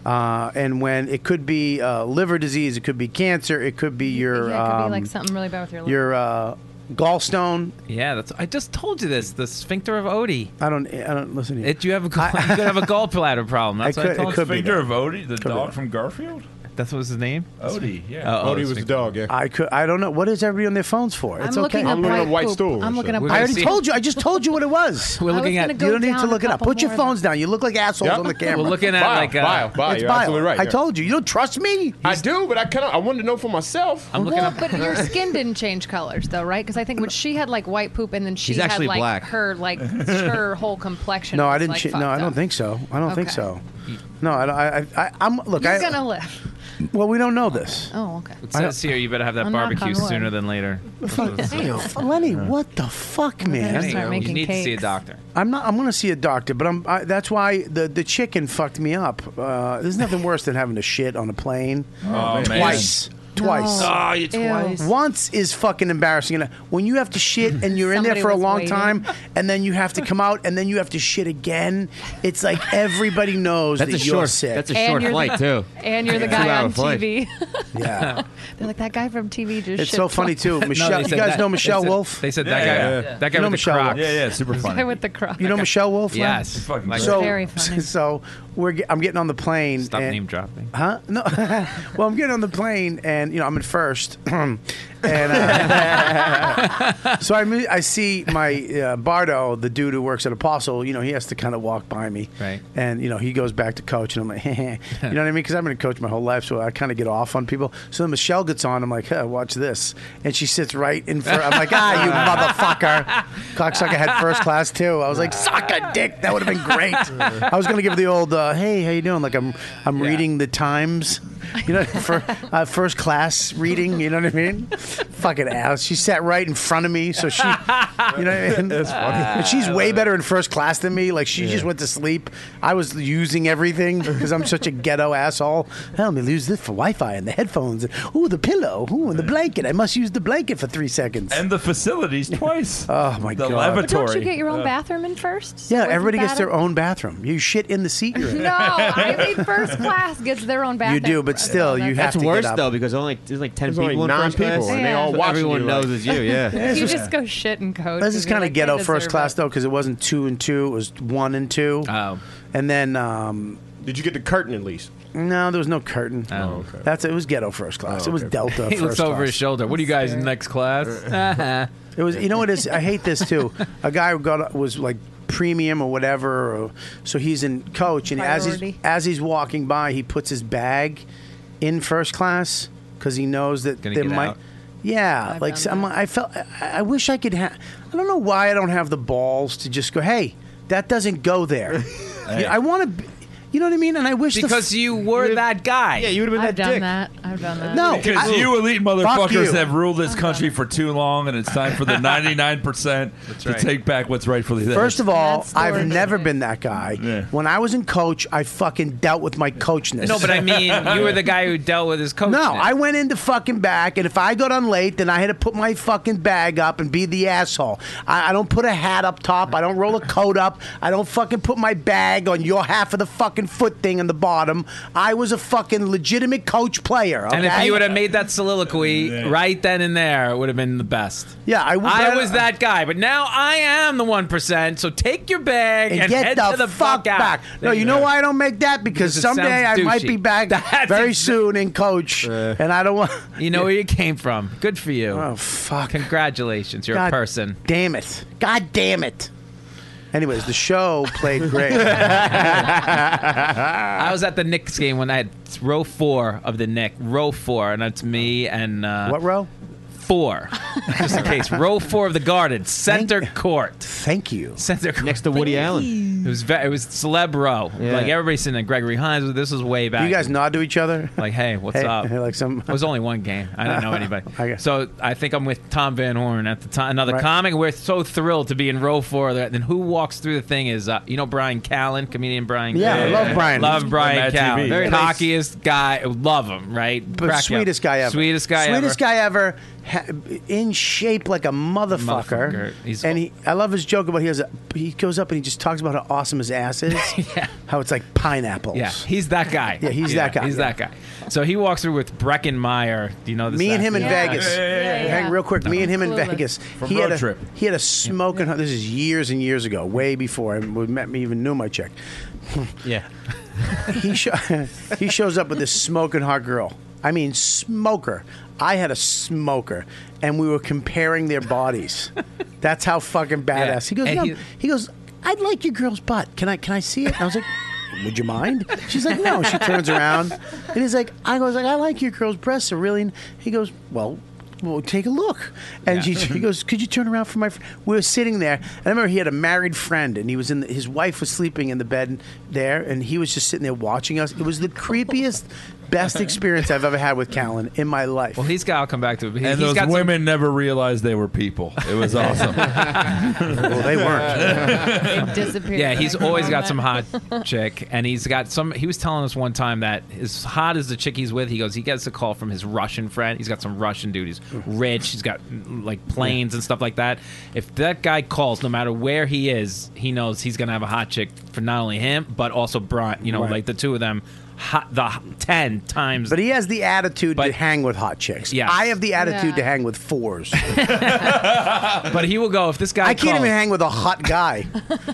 S4: Uh, and when it could be uh, liver disease, it could be cancer, it could be your
S7: yeah, it could be
S4: um,
S7: like something really bad with your.
S4: your uh, gallstone.
S8: Yeah, that's. I just told you this. The sphincter of Odie.
S4: I don't. I don't listen to you.
S8: It, you have a gall- you could have a gallbladder problem. That's
S4: I
S8: what
S4: could-
S8: I told
S4: it could
S8: you.
S4: be Uh, Sphincter
S10: of Odie, the dog from Garfield.
S8: That's what was his name.
S10: Odie, yeah.
S8: Oh, oh,
S10: Odie was the
S8: sphincter.
S10: dog. Yeah.
S4: I could. I don't know. What is everybody on their phones for? It's
S7: I'm
S4: okay.
S7: looking up white, poop. I'm looking up.
S4: I already told you. I just told you what it was. We're
S7: I looking was at- gonna go
S4: You don't need
S7: down
S4: to
S7: a
S4: look it up.
S7: couple
S4: Put your
S7: more.
S4: phones down. You look like assholes
S9: Yeah.
S4: on the camera.
S9: We're looking at, Bio, like, uh, bio, bio.
S4: It's
S9: You're absolutely right,
S4: I
S9: yeah.
S4: told you. You don't trust me.
S9: I do, but I kind of I wanted to know for myself.
S8: I'm
S7: well, but your skin didn't change colors though, right? Because I think when she had like white poop, and then she
S4: He's
S7: had
S4: actually
S7: like
S4: black.
S7: her like her whole complexion.
S4: No,
S7: was,
S4: I didn't.
S7: Like,
S4: che-
S7: fucked
S4: no, I don't
S7: up.
S4: think so. I don't think
S7: Okay.
S4: so. No, I, don't- I, I, I I'm look.
S7: You're
S4: I
S7: gonna live.
S4: well, we don't know this.
S7: Oh, okay.
S8: It says here you better have that
S7: I'm not
S8: barbecue
S7: Conroy.
S8: sooner than later.
S4: Fuck, damn, Lenny, what the fuck, man?
S8: you need to see a doctor.
S4: I'm not. I'm going to see a doctor, but I'm. I, that's why the the chicken fucked me up. Uh, there's nothing worse than having to shit on a plane
S9: Oh,
S10: man.
S4: twice. Twice.
S10: No. Oh, you Ew. twice.
S4: Once is fucking embarrassing. enough. When you have to shit and you're in there
S6: Somebody
S4: for a
S6: was
S4: long
S6: waiting.
S4: time, and then you have to come out, and then you have to shit again. It's like everybody knows
S16: That's
S4: that
S16: a
S4: you're
S16: short-
S4: sick.
S16: that's a
S7: And you're the- And you're the guy
S4: Two-hour
S7: on
S4: flight.
S7: TV.
S4: Yeah.
S7: They're like that guy from TV just.
S4: It's
S7: shit
S4: so funny
S7: talked."
S4: too. Michelle,
S8: they
S4: you
S8: said
S4: guys
S8: that-
S4: know
S8: they
S4: Michelle
S8: said-
S4: Wolf.
S8: they said
S10: Yeah,
S8: that guy.
S10: yeah.
S8: That guy
S4: You know
S8: with
S4: Michelle
S8: the
S4: Wolf?
S8: Crocs.
S4: Yeah, yeah,
S10: super
S7: Guy with the croc.
S4: You know Michelle Wolf? right?
S8: Yes. She's fucking great.
S4: so,
S7: Very funny.
S4: so we're ge- I'm getting on the plane.
S8: Stop
S4: and-
S8: name dropping.
S4: Huh? No. well, I'm getting on the plane, and you know I'm in first, and uh, so I mean, I see my uh, Bardo, the dude who works at Apostle. You know, he has to kind of walk by me, right? And you know, he goes back to coach, and I'm like, you know what I mean? Because I've been a coach my whole life, so I kind of get off on people. So then Michelle gets on, I'm like, huh, watch this, and she sits right in front. I'm like, ah, you motherfucker, cocksucker had first class too. I was like, suck a dick. That would have been great. I was gonna give the old uh, hey, how you doing? Like I'm I'm reading the Times, you know, for uh, first class reading. You know what I mean? Fucking ass. She sat right in front of me, so she, you know, what I mean?
S6: That's funny.
S4: And she's way better in first class than me. Like she just went to sleep. I was using everything because I'm such a ghetto asshole. Hell, let me use this for Wi-Fi and the headphones. And, ooh, the pillow. Ooh, and the blanket. I must use the blanket for three seconds.
S10: And the facilities twice.
S4: oh my
S10: the
S4: god.
S7: But don't you
S10: lavatory.
S7: get your own bathroom in first?
S4: Yeah,
S7: Wasn't
S4: everybody gets
S7: that
S4: their
S7: a-
S4: own bathroom. You shit in the seat you're in.
S7: No, I mean first class gets their own bathroom.
S4: do, but still, you have
S16: That's
S4: to get
S16: worse
S4: up.
S16: though because only there's like ten
S4: There's
S16: people
S4: only
S16: in
S4: nine
S16: first
S4: people,
S16: class,
S4: and they all
S16: So
S4: watching
S16: everyone
S4: you, like-
S16: knows it's you.
S4: Yeah.
S16: Yeah.
S4: This
S7: you
S4: is-
S7: just go shit and coach.
S4: This is
S7: 'cause
S4: kind
S7: you're
S4: of
S7: like,
S4: ghetto
S7: they
S4: first
S7: deserve
S4: class
S7: it.
S4: though, because it wasn't two and two; it was one and two. Oh. And then. Um,
S9: Did you get the curtain at least?
S4: No, there was no curtain. Oh, okay. That's it. Was ghetto first class. it was Delta.
S8: He
S4: first
S8: looks over
S4: class.
S8: his shoulder. What are you guys in next Uh-huh. class?
S4: It was. You know what it is? I hate this too. A guy who got was like premium or whatever. Or, so he's in coach, and as he's
S7: Priority.
S4: as he's walking by, he puts his bag in first class because he knows that
S8: Gonna
S4: there
S8: get
S4: might.
S8: out.
S4: Yeah, like so I'm, I felt. I, I wish I could. Ha- I don't know why I don't have the balls to just go. Hey, That doesn't go there.
S8: Hey.
S4: I want to. You know what I mean? And I wish the
S8: Because
S4: f-
S8: you were that guy.
S4: Yeah, you would've been
S7: I've done that. I've done that.
S4: No,
S10: because
S4: I-
S10: you elite
S4: Fuck
S10: motherfuckers
S4: you.
S10: have ruled this country for too long, and it's time for the 99% to
S4: right.
S10: take back what's rightfully theirs.
S4: First of all, I've never been that guy. When I was in coach, I fucking dealt with my coachness.
S8: No, but I mean, you were the guy who dealt with his coach.
S4: No, I went into fucking back, and if I got on late, then I had to put my fucking bag up and be the asshole. I, I don't put a hat up top. I don't roll a coat up. I don't fucking put my bag on your half of the fucking foot thing on the bottom. I was a fucking legitimate coach player. Okay?
S8: And if you would have made that soliloquy right then and there, it would have been the best.
S4: yeah, I, would-
S8: I was that guy, but now I am the one percent. So take your bag and,
S4: and, get
S8: head
S4: the,
S8: to the
S4: fuck,
S8: out.
S4: back. No,
S8: There
S4: you
S8: go.
S4: know why I don't make that because
S8: Because it
S4: someday I
S8: sounds
S4: might
S8: douchey.
S4: be back very soon in coach, and I don't want.
S8: You know where you came from. Good for you. Oh
S4: fuck!
S8: Congratulations, you're
S4: God
S8: a person.
S4: Damn it! God damn it! Anyways, the show played great.
S8: I was at the Knicks game when I had row four of the Knick, row four, and it's me and uh,
S4: what row?
S8: Four, just in case. Row four of the Garden, center court.
S4: Thank you.
S8: Center court. next
S16: to Woody
S8: Allen. It was ve- it was celeb row.
S4: Yeah.
S8: Like everybody's sitting there. Gregory Hines. This was way
S4: Do
S8: back.
S4: you guys nod to each other?
S8: Like, hey, what's
S4: Hey,
S8: up?
S4: like some.
S8: It was only one game. I didn't know anybody. So I think I'm with Tom Van Horn at the time. Another comic. We're so thrilled to be in row four. of that. Then who walks through the thing is uh, you know Brian Callen, comedian Brian.
S4: Yeah, I
S8: Callen.
S4: love Brian.
S8: Love
S4: Mad
S8: Brian
S4: TV.
S8: Callen.
S4: Very nice.
S8: cockiest guy. Love him. Right.
S4: But
S8: Crack you up.
S4: sweetest guy ever.
S8: Sweetest guy
S4: Sweetest
S8: ever.
S4: guy ever. Ha- in shape like a motherfucker.
S8: Motherfucker. He's-
S4: and he, I love his joke about he has a, he goes up and he just talks about how awesome his ass is. yeah. How it's like pineapples.
S8: Yeah, he's that guy.
S4: Yeah, he's that guy,
S8: He's
S4: yeah.
S8: that guy. So he walks through with Breckenmeyer. Do you know this?
S4: Me and
S8: guy?
S4: him in Vegas. Hang real quick. Me and him in Vegas.
S8: From
S4: he had
S8: road
S4: a,
S8: trip.
S4: He had a smoking. hot This is years and years ago, way before I we met me even knew my chick.
S8: Yeah.
S4: he sho- he shows up with this smoking hot girl. I mean, smoker. I had a smoker, and we were comparing their bodies. That's how fucking badass. He goes.
S6: And
S4: "Yeah."
S6: he-
S4: he goes. I'd like your girl's butt. Can I? Can I see it? And I was like. Would you mind? She's like, no. She turns around, and he's like, I goes like, I like your girl's breasts. Are really. n-" He goes, well, well, take a look. And she, she goes, could you turn around for my? Fr-? We were sitting there, and I remember he had a married friend, and he was in the, his wife was sleeping in the bed there, and he was just sitting there watching us. It was the creepiest, best experience I've ever had with Callan in my life.
S8: Well, he's got. I'll come back to it. but he-
S10: and
S8: he's
S10: those
S8: got some-
S10: women never realized they were people. It was awesome.
S4: well, they
S8: weren't.
S7: It disappeared.
S8: Yeah,
S7: when
S8: he's
S7: I came
S8: always
S7: on
S8: got
S7: that.
S8: some hot chick, and he's got some. He was telling us one time that as hot as the chick he's with, he goes, he gets a call from his Russian friend. He's got some Russian dude. He's rich. He's got like planes and stuff like that. If that guy calls, no matter where he is, he knows he's gonna have a hot chick for not only him but also Bron. You know,
S4: Right.
S8: like the two of them, hot, the h- ten times.
S4: But he has the attitude to hang with hot chicks.
S8: Yes.
S4: I have the attitude to
S8: Yeah.
S4: hang with fours.
S8: But he will go if this guy.
S4: I can't
S8: calls-
S4: even hang with a hot guy.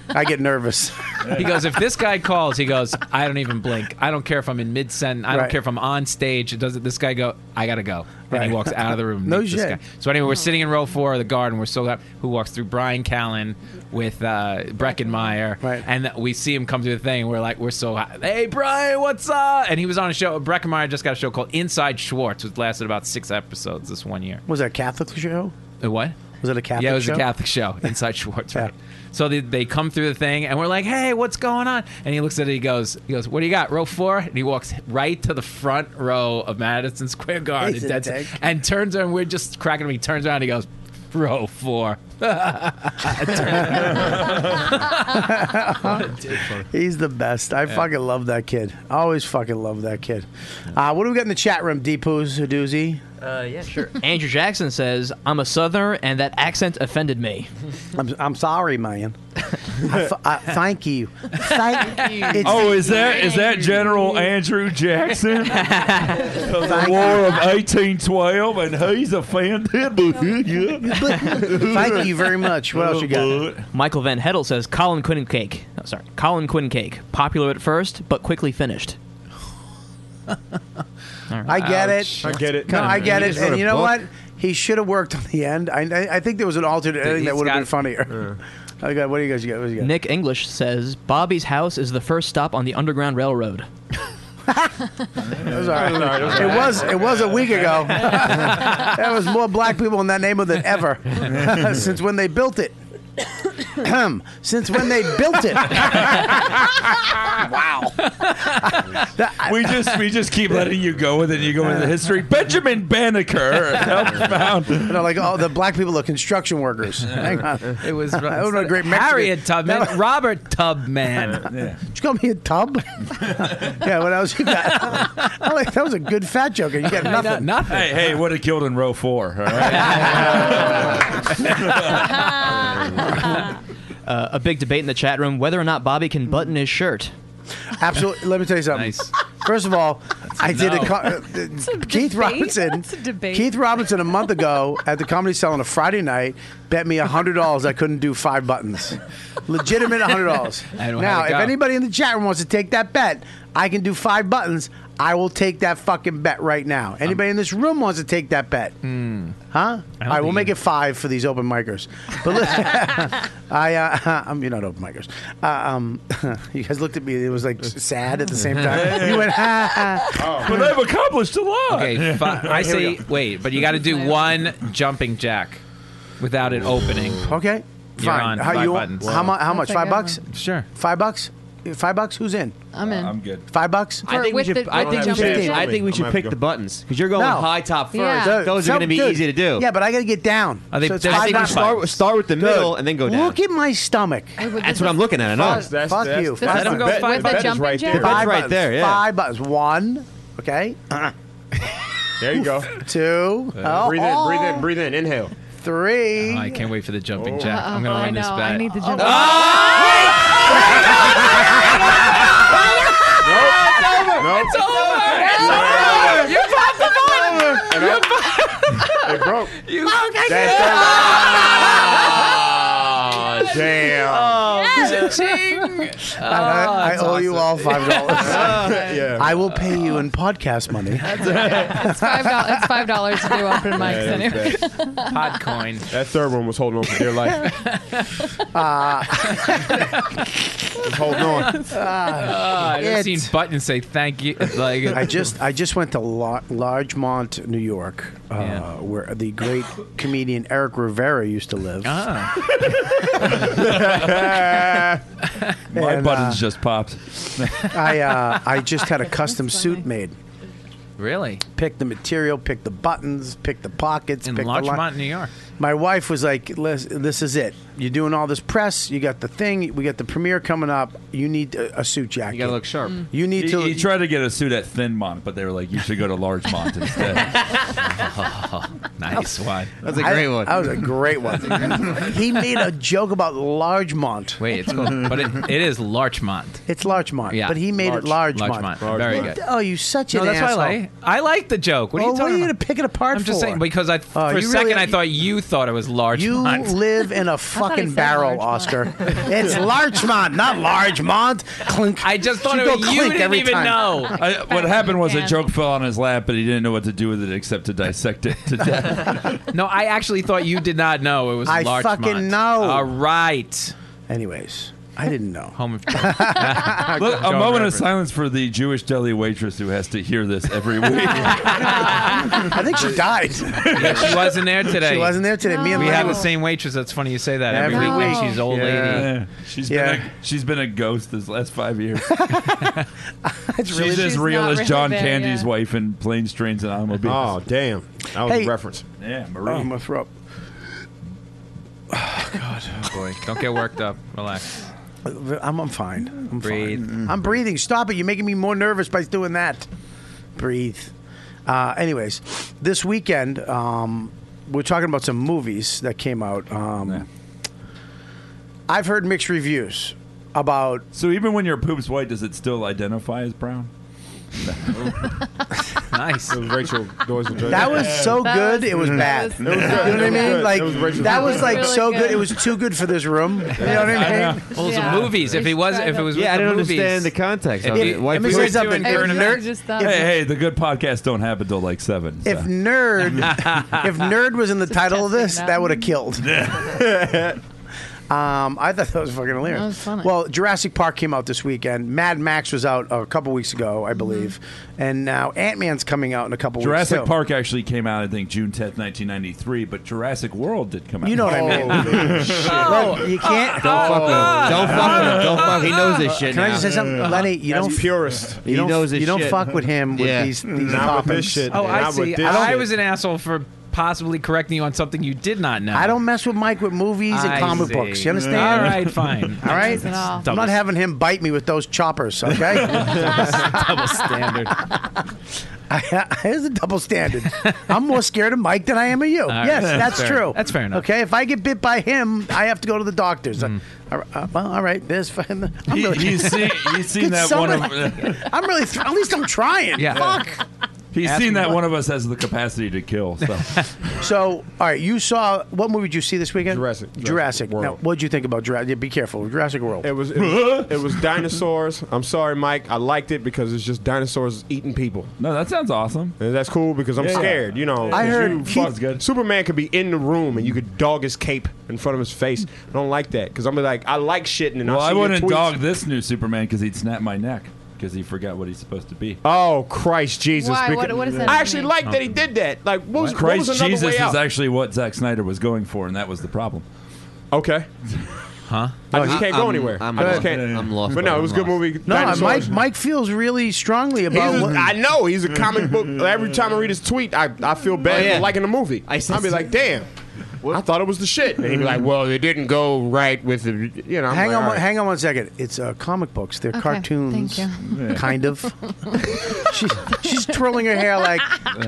S4: I get nervous.
S8: He goes, if this guy calls, he goes, I don't even blink. I don't care if I'm in mid sentence. I
S4: Right.
S8: don't care if I'm on stage. It doesn't. This guy go, I gotta go, and
S4: Right.
S8: he walks out of the room.
S4: No
S8: meets this
S4: shit.
S8: guy. So anyway, we're sitting in row four of the garden. We're so glad. Who walks through Brian Callen with uh, Breckenmeyer, right. and we see him come through the thing. We're like, we're so hot. Hey, Brian, what's up? And he was on a show. Breckenmeyer just got a show called Inside Schwartz, which lasted about six episodes this one year.
S4: Was that a Catholic show?
S8: Uh, What?
S4: Was it a Catholic
S8: yeah, it was
S4: show?
S8: a Catholic show inside Schwartz. Right? So they, they come through the thing, and we're like, "Hey, what's going on?" And he looks at it. He goes, "He goes, what do you got? Row four? And he walks right to the front row of Madison Square Garden,
S4: He's
S8: and,
S4: a
S8: that's-
S4: dick.
S8: and turns around. We're just cracking him. He turns around. He goes, "Row four.
S4: He's the best. I fucking love that kid. I always fucking love that kid. Uh, what do we got in the chat room, Deepoos, Hadoozy?
S13: Uh, yeah, sure. Andrew Jackson says, I'm a Southerner, and that accent offended me.
S4: I'm, I'm sorry, man. I f- I- thank you. Thank you.
S10: oh, is that is that General Andrew Jackson? of the War of 1812, and he's offended.
S4: Thank you very much. What else you got?
S13: Michael Van Heddle says, Colin Quinn cake. Oh, sorry. Colin Quinn cake. Popular at first, but quickly finished.
S4: I get
S13: Ouch.
S4: it.
S13: I get it.
S4: No, I get
S13: You
S4: it.
S13: just wrote
S4: And
S13: a
S4: you know
S13: book.
S4: what? He should have worked on the end. I, I, I think there was an alternate ending that
S13: he's
S4: would have
S13: got-
S4: been funnier. I got, what do you guys got? What do you got?
S13: Nick English says, Bobby's house is the first stop on the Underground Railroad.
S4: It was all right. It was it was a week ago. there was more black people in that neighborhood than ever since when they built it. Ahem. Since when they built it. wow.
S10: we just we just keep letting you go with it. You go into the history. Benjamin Banneker helped found.
S4: No, like oh, the black people are construction workers. Hang on.
S8: It was
S4: that was a great Mexican.
S8: Harriet Tubman,
S4: That was-
S8: Robert Tubman.
S4: Did you call me a tub? yeah, when I was you got, I like that was a good fat joke, and you got nothing.
S10: Hey, hey, would have killed in row four. All right.
S13: Uh, a big debate in the chat room whether or not Bobby can button his shirt.
S4: Absolutely. Let me tell you something. First of all, I did a,
S13: no.
S4: co- uh, Keith
S7: debate.
S4: Robinson.
S7: That's a debate.
S4: Keith Robinson a month ago at the Comedy Cell on a Friday night bet me hundred dollars I couldn't do five buttons. Legitimate hundred dollars.
S8: I don't
S4: Now,
S8: have
S4: if
S8: to go.
S4: anybody in the chat room wants to take that bet, I can do five buttons. I will take that fucking bet right now. Anybody in this room wants to take that bet? Huh? All right, we'll make it five for these open micers. But listen, I, uh, I'm, you're not open micers. Uh, um, you guys looked at me. It was like s- sad at the same time. You went, "Ah, ha, ha.
S9: Oh,
S10: But I've accomplished a lot.
S8: Okay, fine. I
S4: Here we
S8: say wait, but you got to do one jumping jack without it opening.
S4: Okay,
S8: You're
S4: Fine.
S8: on
S4: how
S8: five
S4: you
S8: buttons.
S4: how, mu- how
S7: I'll
S4: much?
S7: take
S4: Five
S7: that
S4: bucks?
S8: Sure.
S4: Five bucks? Five bucks? Who's in?
S7: I'm in. I'm
S10: good.
S4: Five bucks?
S16: I think we should. I think we should. I think we should pick the buttons because you're going
S4: No.
S16: high top first.
S4: Dude,
S16: Those are
S4: some-
S16: going to be
S4: dude,
S16: easy to do.
S4: Yeah, but I got to get down.
S16: I think-
S4: it's
S16: I think
S4: five
S16: we
S4: bucks.
S16: start with- start with the middle and then go down.
S4: Look at my stomach.
S16: That's what I'm looking at. I know.
S4: Fuck, fuck you.
S16: That's, that's,
S4: Five
S16: the
S4: bucks.
S16: bet- the bet is right there. The bet's right
S4: bucks.
S16: there. Yeah.
S4: Five bucks. One. Okay.
S9: There you go. Uh,
S4: Two. Oh,
S9: breathe in, breathe
S4: oh.
S9: in, breathe in. Inhale.
S4: Three.
S8: Oh, I can't wait for the jumping
S4: Oh.
S8: jack. I'm gonna
S7: Uh-oh,
S8: win
S7: I
S8: this
S7: know.
S8: bet.
S7: I need the jumping
S9: Nope.
S8: It's over.
S9: It's over.
S8: You popped the bottom.
S9: And I- it broke.
S8: You
S10: Uh,
S9: That's the- damn.
S4: I, I- I owe you all five dollars.
S9: Oh, Yeah.
S4: I will pay you in podcast money.
S7: It's five dollars. It's five dollars to do open mics
S9: Yeah,
S7: anyway.
S9: that's
S8: Podcoin.
S9: That third one was holding on for dear life.
S4: Just
S9: holding on.
S8: Ah, I've never seen Button say thank you. Like
S4: I just I just went to La- Largemont, New York, uh, where the great comedian Eric Rivera used to live.
S8: Ah. uh,
S10: My
S4: And,
S10: buttons
S4: uh,
S10: just popped.
S4: I uh, I just had a custom suit made.
S8: Really?
S4: Pick the material, pick the buttons, pick the pockets.
S8: in
S4: pick the
S8: Larchmont,
S4: line.
S8: New York.
S4: My wife was like, "Liz, "This is it. You're doing all this press. You got the thing. We got the premiere coming up. You need a, a suit jacket. You gotta look sharp. You need
S10: You,
S4: to.
S10: you tried to get a suit at Thinmont, but they were like, you should go to Largemont instead.
S8: nice one.
S10: That's
S4: I- That was a great one. he made a joke about Largemont.
S8: Wait, it's called, but it, it is Larchmont.
S4: It's Larchmont.
S8: Yeah.
S4: But he made it Largemont.
S8: Larchmont. Very good.
S4: Oh, you such an
S8: no, that's
S4: asshole.
S8: why I like. I like the joke. What are
S4: Oh,
S8: you talking
S4: you
S8: about?
S4: gonna pick it apart
S8: I'm just
S4: for?
S8: saying because I for
S4: Oh,
S8: a
S4: you
S8: second
S4: really-
S8: I thought you thought it was large.
S4: you live in a fucking barrel, Oscar. it's Larchmont, not Largemont. Clink.
S8: I just thought
S4: Should
S8: it
S4: go
S8: was- you
S4: clink
S8: didn't
S4: every
S8: even
S4: time.
S8: know.
S10: I, what happened was a joke fell on his lap, but he didn't know what to do with it except to dissect it to death.
S8: no, I actually thought you did not know it was
S4: I
S8: Larchmont.
S4: fucking know.
S8: All right.
S4: Anyways, I didn't know.
S8: Home of
S10: Look, a
S8: Joe
S10: moment of
S8: reference.
S10: silence for the Jewish deli waitress who has to hear this every week.
S4: I think she died.
S8: Yeah, she wasn't there today.
S4: She wasn't there today. Me and
S8: we
S4: Lenny
S8: have the
S4: were-
S8: same waitress. That's funny you say that. Every,
S4: Every
S8: week,
S4: week.
S8: she's old
S10: Yeah.
S8: lady.
S10: She's
S4: Yeah.
S10: been a, she's been a ghost this last five years. she's
S4: really-
S10: as
S4: She's
S10: real
S4: not
S10: as
S4: really
S10: John
S4: there,
S10: Candy's
S4: yeah.
S10: wife in Planes, Trains, and Automobiles.
S9: Oh, damn. That was
S4: Hey.
S9: a reference.
S10: Yeah,
S4: Oh, I'm gonna throw up.
S8: Oh, boy, don't get worked up. Relax.
S4: I'm, I'm fine. Mm-hmm. I'm
S8: Breathe.
S4: fine. I'm breathing. Stop it. You're making me more nervous by doing that. Breathe. Uh, anyways, this weekend, um, we're talking about some movies that came out. Um, I've heard mixed reviews about.
S10: So even when your poop's white, does it still identify as brown?
S8: nice.
S9: Rachel
S4: That was so good, it was bad.
S9: It was good.
S4: You know what I
S9: It was
S4: mean?
S9: good.
S4: Like
S9: It was Rachel
S4: that
S9: Zoe.
S4: was like
S9: Really
S4: so good.
S9: good.
S4: It was too good for this room. You know what I mean?
S8: Well, it's the movies. If it was, if it was,
S16: Yeah,
S8: with
S16: I don't
S8: the movies,
S16: understand the context.
S8: If
S16: of
S8: you-
S16: it. Why
S8: let me
S16: people-
S8: say something.
S4: If
S8: Current
S4: nerd-
S8: events.
S4: If-
S10: Hey, hey, the good podcasts don't happen till like seven.
S4: If nerd, if nerd was in the title of this, that would have killed. Um, I thought that was fucking hilarious.
S7: That was funny.
S4: Well, Jurassic Park came out this weekend. Mad Max was out a couple weeks ago, I believe, and now Ant Man's coming out in a couple
S10: Jurassic
S4: weeks. too.
S10: Park actually came out, I think, June 10th, 1993, but Jurassic World did come out. Oh.
S4: You know what I mean? Look, you can't.
S10: Don't fuck with him. Don't fuck with him. Don't fuck- he knows this shit
S4: Can I just
S10: now.
S4: say something, Lenny? You
S10: That's
S4: don't
S10: purist.
S4: You
S10: He
S4: don't,
S10: knows his
S4: You don't
S10: shit.
S4: fuck with him with
S10: Yeah.
S4: these these
S10: Not with this
S4: topics.
S10: shit,
S8: Oh, I see. I, was
S4: I
S8: an asshole for possibly correcting you on something you did not know.
S4: don't mess with Mike with movies
S8: I
S4: and comic
S8: see.
S4: books. You understand?
S8: All right, fine.
S4: All right.
S8: Double-
S4: I'm not having him bite me with those choppers. Okay.
S8: double standard.
S4: I, I, it's a double standard. I'm more scared of Mike than I am of you.
S8: right,
S4: yes,
S8: that's
S4: that's,
S8: fair.
S4: true.
S8: That's fair enough.
S4: Okay, if I get bit by him, I have to go to the doctors. All right, uh, well, all right. There's. I'm
S10: Hmm. You-
S4: really,
S10: you see- you seen
S4: Could
S10: that one of- uh,
S4: somebody- I'm really. Th- at least I'm trying.
S10: Yeah.
S4: Fuck.
S10: He's
S4: Ask
S10: seen
S4: him
S10: that
S4: what-
S10: one of us has the capacity to kill. So.
S4: So, all right. You saw what movie did you see this weekend? Jurassic. Jurassic.
S9: World.
S4: Now, what did you think about Jurassic? Yeah, be careful. Jurassic World.
S9: It was it was, it was dinosaurs. I'm sorry, Mike. I liked it because it's just dinosaurs eating people.
S10: No, that sounds awesome.
S9: And that's cool because I'm
S10: Yeah.
S9: scared. You know,
S10: I
S9: If
S10: heard
S9: you
S10: Keith-
S9: fuck- Superman could be in the room and you could dog his cape in front of his face. I don't like that because I'm like, I like shit and then
S10: well,
S9: I'll
S10: I
S9: see your
S10: wouldn't
S9: tweets.
S10: dog this new Superman because he'd snap my neck because he forgot what he's supposed to be.
S9: Oh Christ Jesus!
S10: Why?
S9: because-
S10: What- what does that
S9: I actually
S10: mean?
S9: like that he did that. Like, what was, what was
S10: Christ
S9: another
S10: Jesus
S9: way
S10: is
S9: out?
S10: actually what Zack Snyder was going for, and that was the problem.
S9: Okay.
S10: Huh?
S9: I just can't go anywhere. i just can't. But no, it was a good movie.
S4: No, Mike.
S9: Dinosaurs.
S4: Mike feels really strongly about.
S9: He's a-
S4: what,
S9: I know he's a comic book. Every time I read his tweet, I, I feel bad
S4: yeah.
S9: for liking the movie. I will be like, damn, I thought it was the shit. And he'd be like, well, it didn't go right with the, you know. I'm
S4: hang
S9: like,
S4: on, one-
S9: all right.
S4: hang on one second. It's uh, comic books. They're
S9: Okay,
S4: cartoons,
S9: thank you. Yeah.
S4: kind of. she, she's twirling her hair like,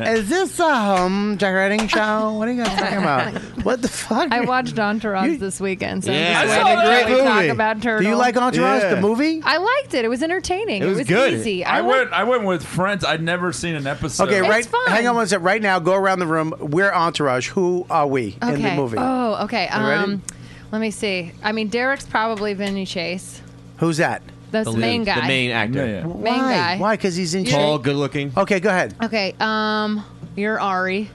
S4: "Is this a home decorating show? What are you guys talking about? What the fuck?"
S7: I watched Entourage this weekend, so
S4: Yeah,
S7: I'm
S4: I
S7: just
S4: saw that.
S7: waiting to really
S4: Great
S7: talk
S4: movie.
S7: about
S4: Do you
S7: Turtle.
S4: like Entourage, the Yeah. movie?
S7: I liked it. It was entertaining. It was, easy.
S10: I,
S7: like-
S10: went. I went with friends. I'd never seen an episode.
S4: Okay, right. Hang on one second. Right now, go around the room. We're Entourage. Who are we
S7: okay.
S4: in the movie?
S7: Oh, okay.
S4: You ready?
S7: Um, let me see. I mean, Derek's probably Vinny Chase.
S4: Who's that?
S7: That's The the main lead, the guy. main
S12: actor.
S7: Main
S4: Why?
S7: guy.
S4: Why? Because he's in
S12: Tall,
S4: good looking. Okay, go ahead.
S7: Okay. Um, you're Ari.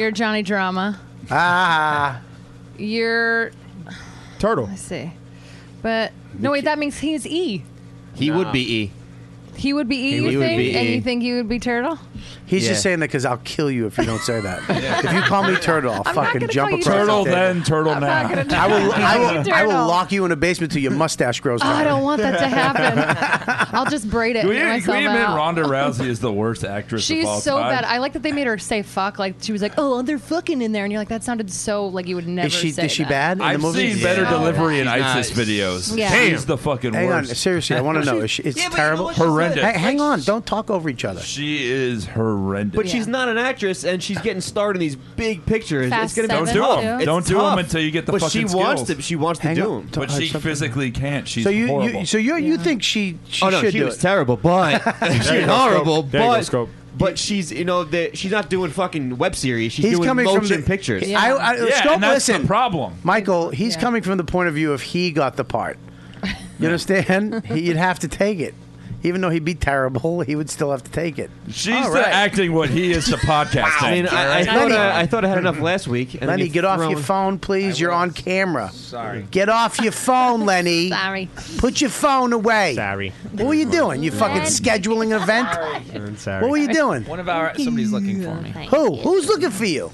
S7: you're Johnny Drama.
S4: Ah,
S7: You're.
S9: Turtle.
S7: Let's see. But no, wait. That means he's E.
S12: He would be E.
S7: He would be E.
S4: He
S7: you
S4: would be
S7: think?
S4: E.
S7: And you think he would be Turtle?
S4: he's
S12: Yeah.
S4: just saying that because I'll kill you if you don't say that. If you call me turtle, I'll
S7: I'm not
S4: fucking
S7: gonna
S4: jump
S7: call you
S4: across. the
S7: Turtle
S4: table.
S10: then, turtle
S7: I'm not now. gonna
S4: I will.
S7: call
S4: I
S7: you
S4: will, I will
S7: turtle.
S4: lock you in a basement till your mustache grows.
S7: Oh, I
S4: back.
S7: don't want that to happen. I'll just braid it.
S10: Can
S7: and
S10: we,
S7: get
S10: can we
S7: myself
S10: admit
S7: out.
S10: Ronda Rousey is the worst actress
S7: She's
S10: of all
S7: so
S10: time?
S7: bad. I like that they made her say fuck. Like she was like, "Oh, they're fucking in there," and you're like, "That sounded so like you would never."
S4: Is she
S7: say
S4: is she
S7: that.
S4: bad? In
S10: I've
S4: the movie?
S10: seen better delivery in ISIS videos.
S7: Yeah.
S10: She's the fucking
S4: Hang
S10: worst.
S4: on, seriously, I want to know. Is she, it's
S12: Yeah, but you know
S4: terrible,
S12: what she said. Horrendous.
S4: Hey, hang on, don't talk over each other.
S10: She is horrendous.
S12: But she's not an actress, and she's getting starred in these big pictures.
S10: Fast
S12: it's gonna
S10: Don't
S12: be
S10: do
S12: tough.
S10: them.
S12: It's
S10: Don't do
S12: tough.
S10: them until you get the
S12: But
S10: fucking
S12: she wants
S10: skills.
S12: to. She wants to
S10: Hang
S12: do
S10: on.
S12: them.
S10: But she physically can't. She's
S4: so you,
S10: horrible.
S4: you so you you think she she
S12: oh no,
S4: should
S12: she
S4: do
S12: was
S4: it?
S12: terrible, but she
S4: you
S12: was
S4: go,
S12: horrible,
S4: Scope. There you go,
S12: but.
S4: Scope.
S12: but she's, you know, the, she's not doing fucking web series. She's
S4: He's
S12: doing
S4: coming
S12: motion
S4: from the
S12: pictures.
S4: I, I, Scope, listen,
S10: problem.
S4: Michael, he's coming from the point of view of he got the part. You understand? he, you'd have to take it, even though he'd be terrible. He would still have to take it.
S10: She's
S4: All
S10: the
S4: right.
S10: acting what he is to podcasting.
S12: I mean, I, I, thought uh,
S4: Lenny.
S12: I, I thought I had enough last week. And then
S4: Lenny,
S12: you
S4: get off
S12: throw-
S4: your phone, please. You're on camera.
S12: Sorry.
S4: Get off your phone, Lenny.
S7: Sorry.
S4: Put your phone away. Sorry. What were you doing? You fucking
S8: Lenny.
S4: scheduling an event? What were you doing?
S8: One of our somebody's looking for me.
S4: Who? Who's looking for you?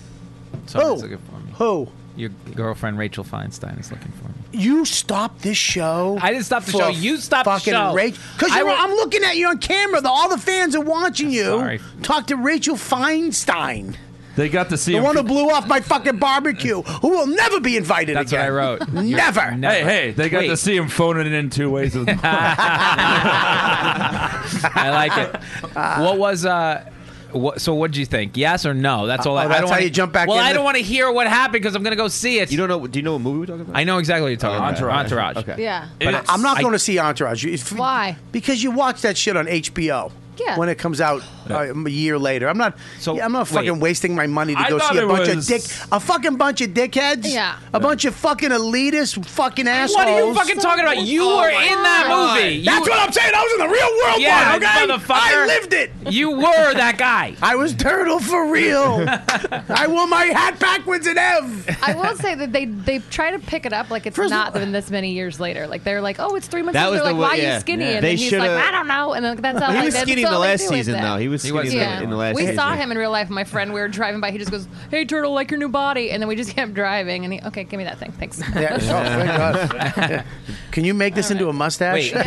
S8: Somebody's
S4: Oh.
S8: looking for me.
S4: Who?
S8: Your girlfriend Rachel Feinstein is looking for me.
S4: You stopped this show. I
S8: didn't stop the show. You stopped the
S4: fucking
S8: show.
S4: Because
S8: I wa-
S4: I'm looking at you on camera. The- all the fans are watching you.
S10: Sorry.
S4: Talk to Rachel Feinstein.
S10: They got to see
S4: The
S10: him.
S4: one who blew off my fucking barbecue, who will never be invited
S10: That's what I
S4: again.
S10: wrote.
S4: Never.
S10: Hey, hey, they got to see him phoning it in two ways. Of-
S8: I like it. what was uh? What, so what did you think? Yes or no? That's all.
S4: Oh,
S8: I, I
S4: that's
S8: don't
S4: how
S8: wanna,
S4: you jump back
S8: Well,
S4: in
S8: I
S4: the-
S8: don't want to hear what happened because I'm gonna go see it. You
S12: don't know? Do you know what movie we're talking about?
S8: I know exactly what you're talking about.
S4: Entourage.
S8: Entourage.
S4: Okay.
S7: Yeah.
S8: But
S4: I- I'm not
S8: I-
S4: going to see Entourage. If-
S7: Why?
S4: Because you watch that shit on HBO.
S7: Yeah.
S4: when it comes out uh, a year later. I'm not. yeah, I'm not fucking
S6: wait.
S4: wasting my money to
S6: I
S4: go
S6: thought
S4: see a
S6: it
S4: bunch
S6: was-
S4: of dick, a fucking bunch of dickheads.
S7: Yeah.
S4: a bunch of fucking elitist fucking assholes.
S8: What are you fucking talking about? You
S4: Oh
S8: were
S4: my
S8: in that
S4: God.
S8: movie. You-
S4: That's what I'm saying. I was in the real world
S8: yeah,
S4: one, okay?
S8: motherfucker.
S4: I lived it.
S8: You were that guy.
S4: I was turtle for real. I wore my hat backwards and ev.
S7: I will say that they they try to pick it up like it's not been this many years later. Like they're like, oh, it's three months.
S16: That
S7: later.
S16: was
S7: they're
S16: the
S7: like, why
S16: way-
S7: are
S16: yeah.
S7: you skinny?
S16: Yeah.
S7: And
S16: They
S7: then he's
S16: should've-
S7: like, I don't know. And then that's how
S16: He
S7: like,
S16: was
S7: that's
S16: skinny
S7: all
S16: the
S7: they
S16: last
S7: do with
S16: season,
S7: it.
S16: though. He was He was skinny in the- in the last
S7: We
S16: season.
S7: saw him in real life. My friend, we were driving by. He just goes, "Hey, turtle, like your new body," and then we just kept driving. And he, okay, give me that thing, thanks.
S4: Yeah, oh, thank God. Can you make this into a mustache?
S8: Wait,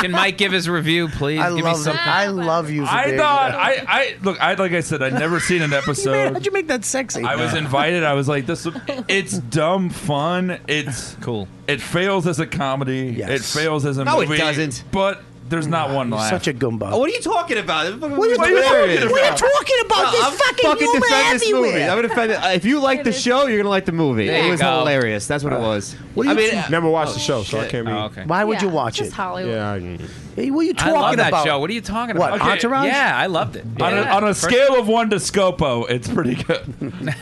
S8: Can Mike give his review, please?
S4: I
S8: give
S4: love
S8: me
S4: it.
S8: something.
S4: I love you. For
S10: I
S4: being-
S10: thought I, I look I like I said I'd never seen an episode.
S4: How'd you make that sexy?
S10: I was invited. I was like, "This, it's dumb fun. It's cool. It fails as a comedy. It fails as a
S16: No, it
S10: movie.
S16: doesn't.
S10: But there's not one
S4: You're
S10: laugh.
S4: such a goomba.
S16: Oh, what are you talking about? What
S4: are you talking about? What are you talking about? There's fucking humor
S16: defend this movie.
S4: everywhere.
S16: I'm gonna defend it. Uh, If you like the show, you're gonna like the movie.
S4: There
S16: it
S4: you
S16: was
S4: go.
S16: hilarious. That's what it was.
S4: what are
S16: I
S4: you
S16: mean,
S4: t-
S16: never watched
S9: the show,
S12: oh,
S9: so I can't
S16: be.
S4: Why would you
S7: Yeah,
S4: watch
S7: it's just
S4: it?
S7: Hollywood. Yeah,
S4: Hey, what are you
S8: oh, I
S4: talking
S8: love that
S4: about?
S8: show. What are you talking
S4: What,
S8: about? Okay,
S4: Entourage?
S8: Yeah, I loved it.
S10: On,
S8: Yeah.
S10: a, on a
S8: First-
S10: scale of one to Scopo, it's pretty good.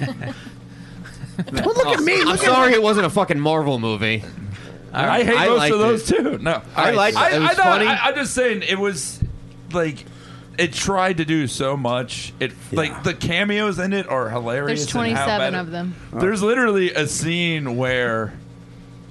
S4: Don't look at me.
S12: Oh,
S16: I'm
S4: Look at
S16: sorry, it wasn't a fucking Marvel movie.
S10: I hate most
S16: liked
S10: of those
S16: it.
S10: too. No,
S16: I liked it. It was
S10: thought-
S16: funny.
S10: I, am just saying it was like it tried to do so much. It like the cameos in it are hilarious.
S7: There's
S10: and how
S7: 27
S10: bad it-
S7: of them.
S16: Oh.
S10: There's literally a scene where.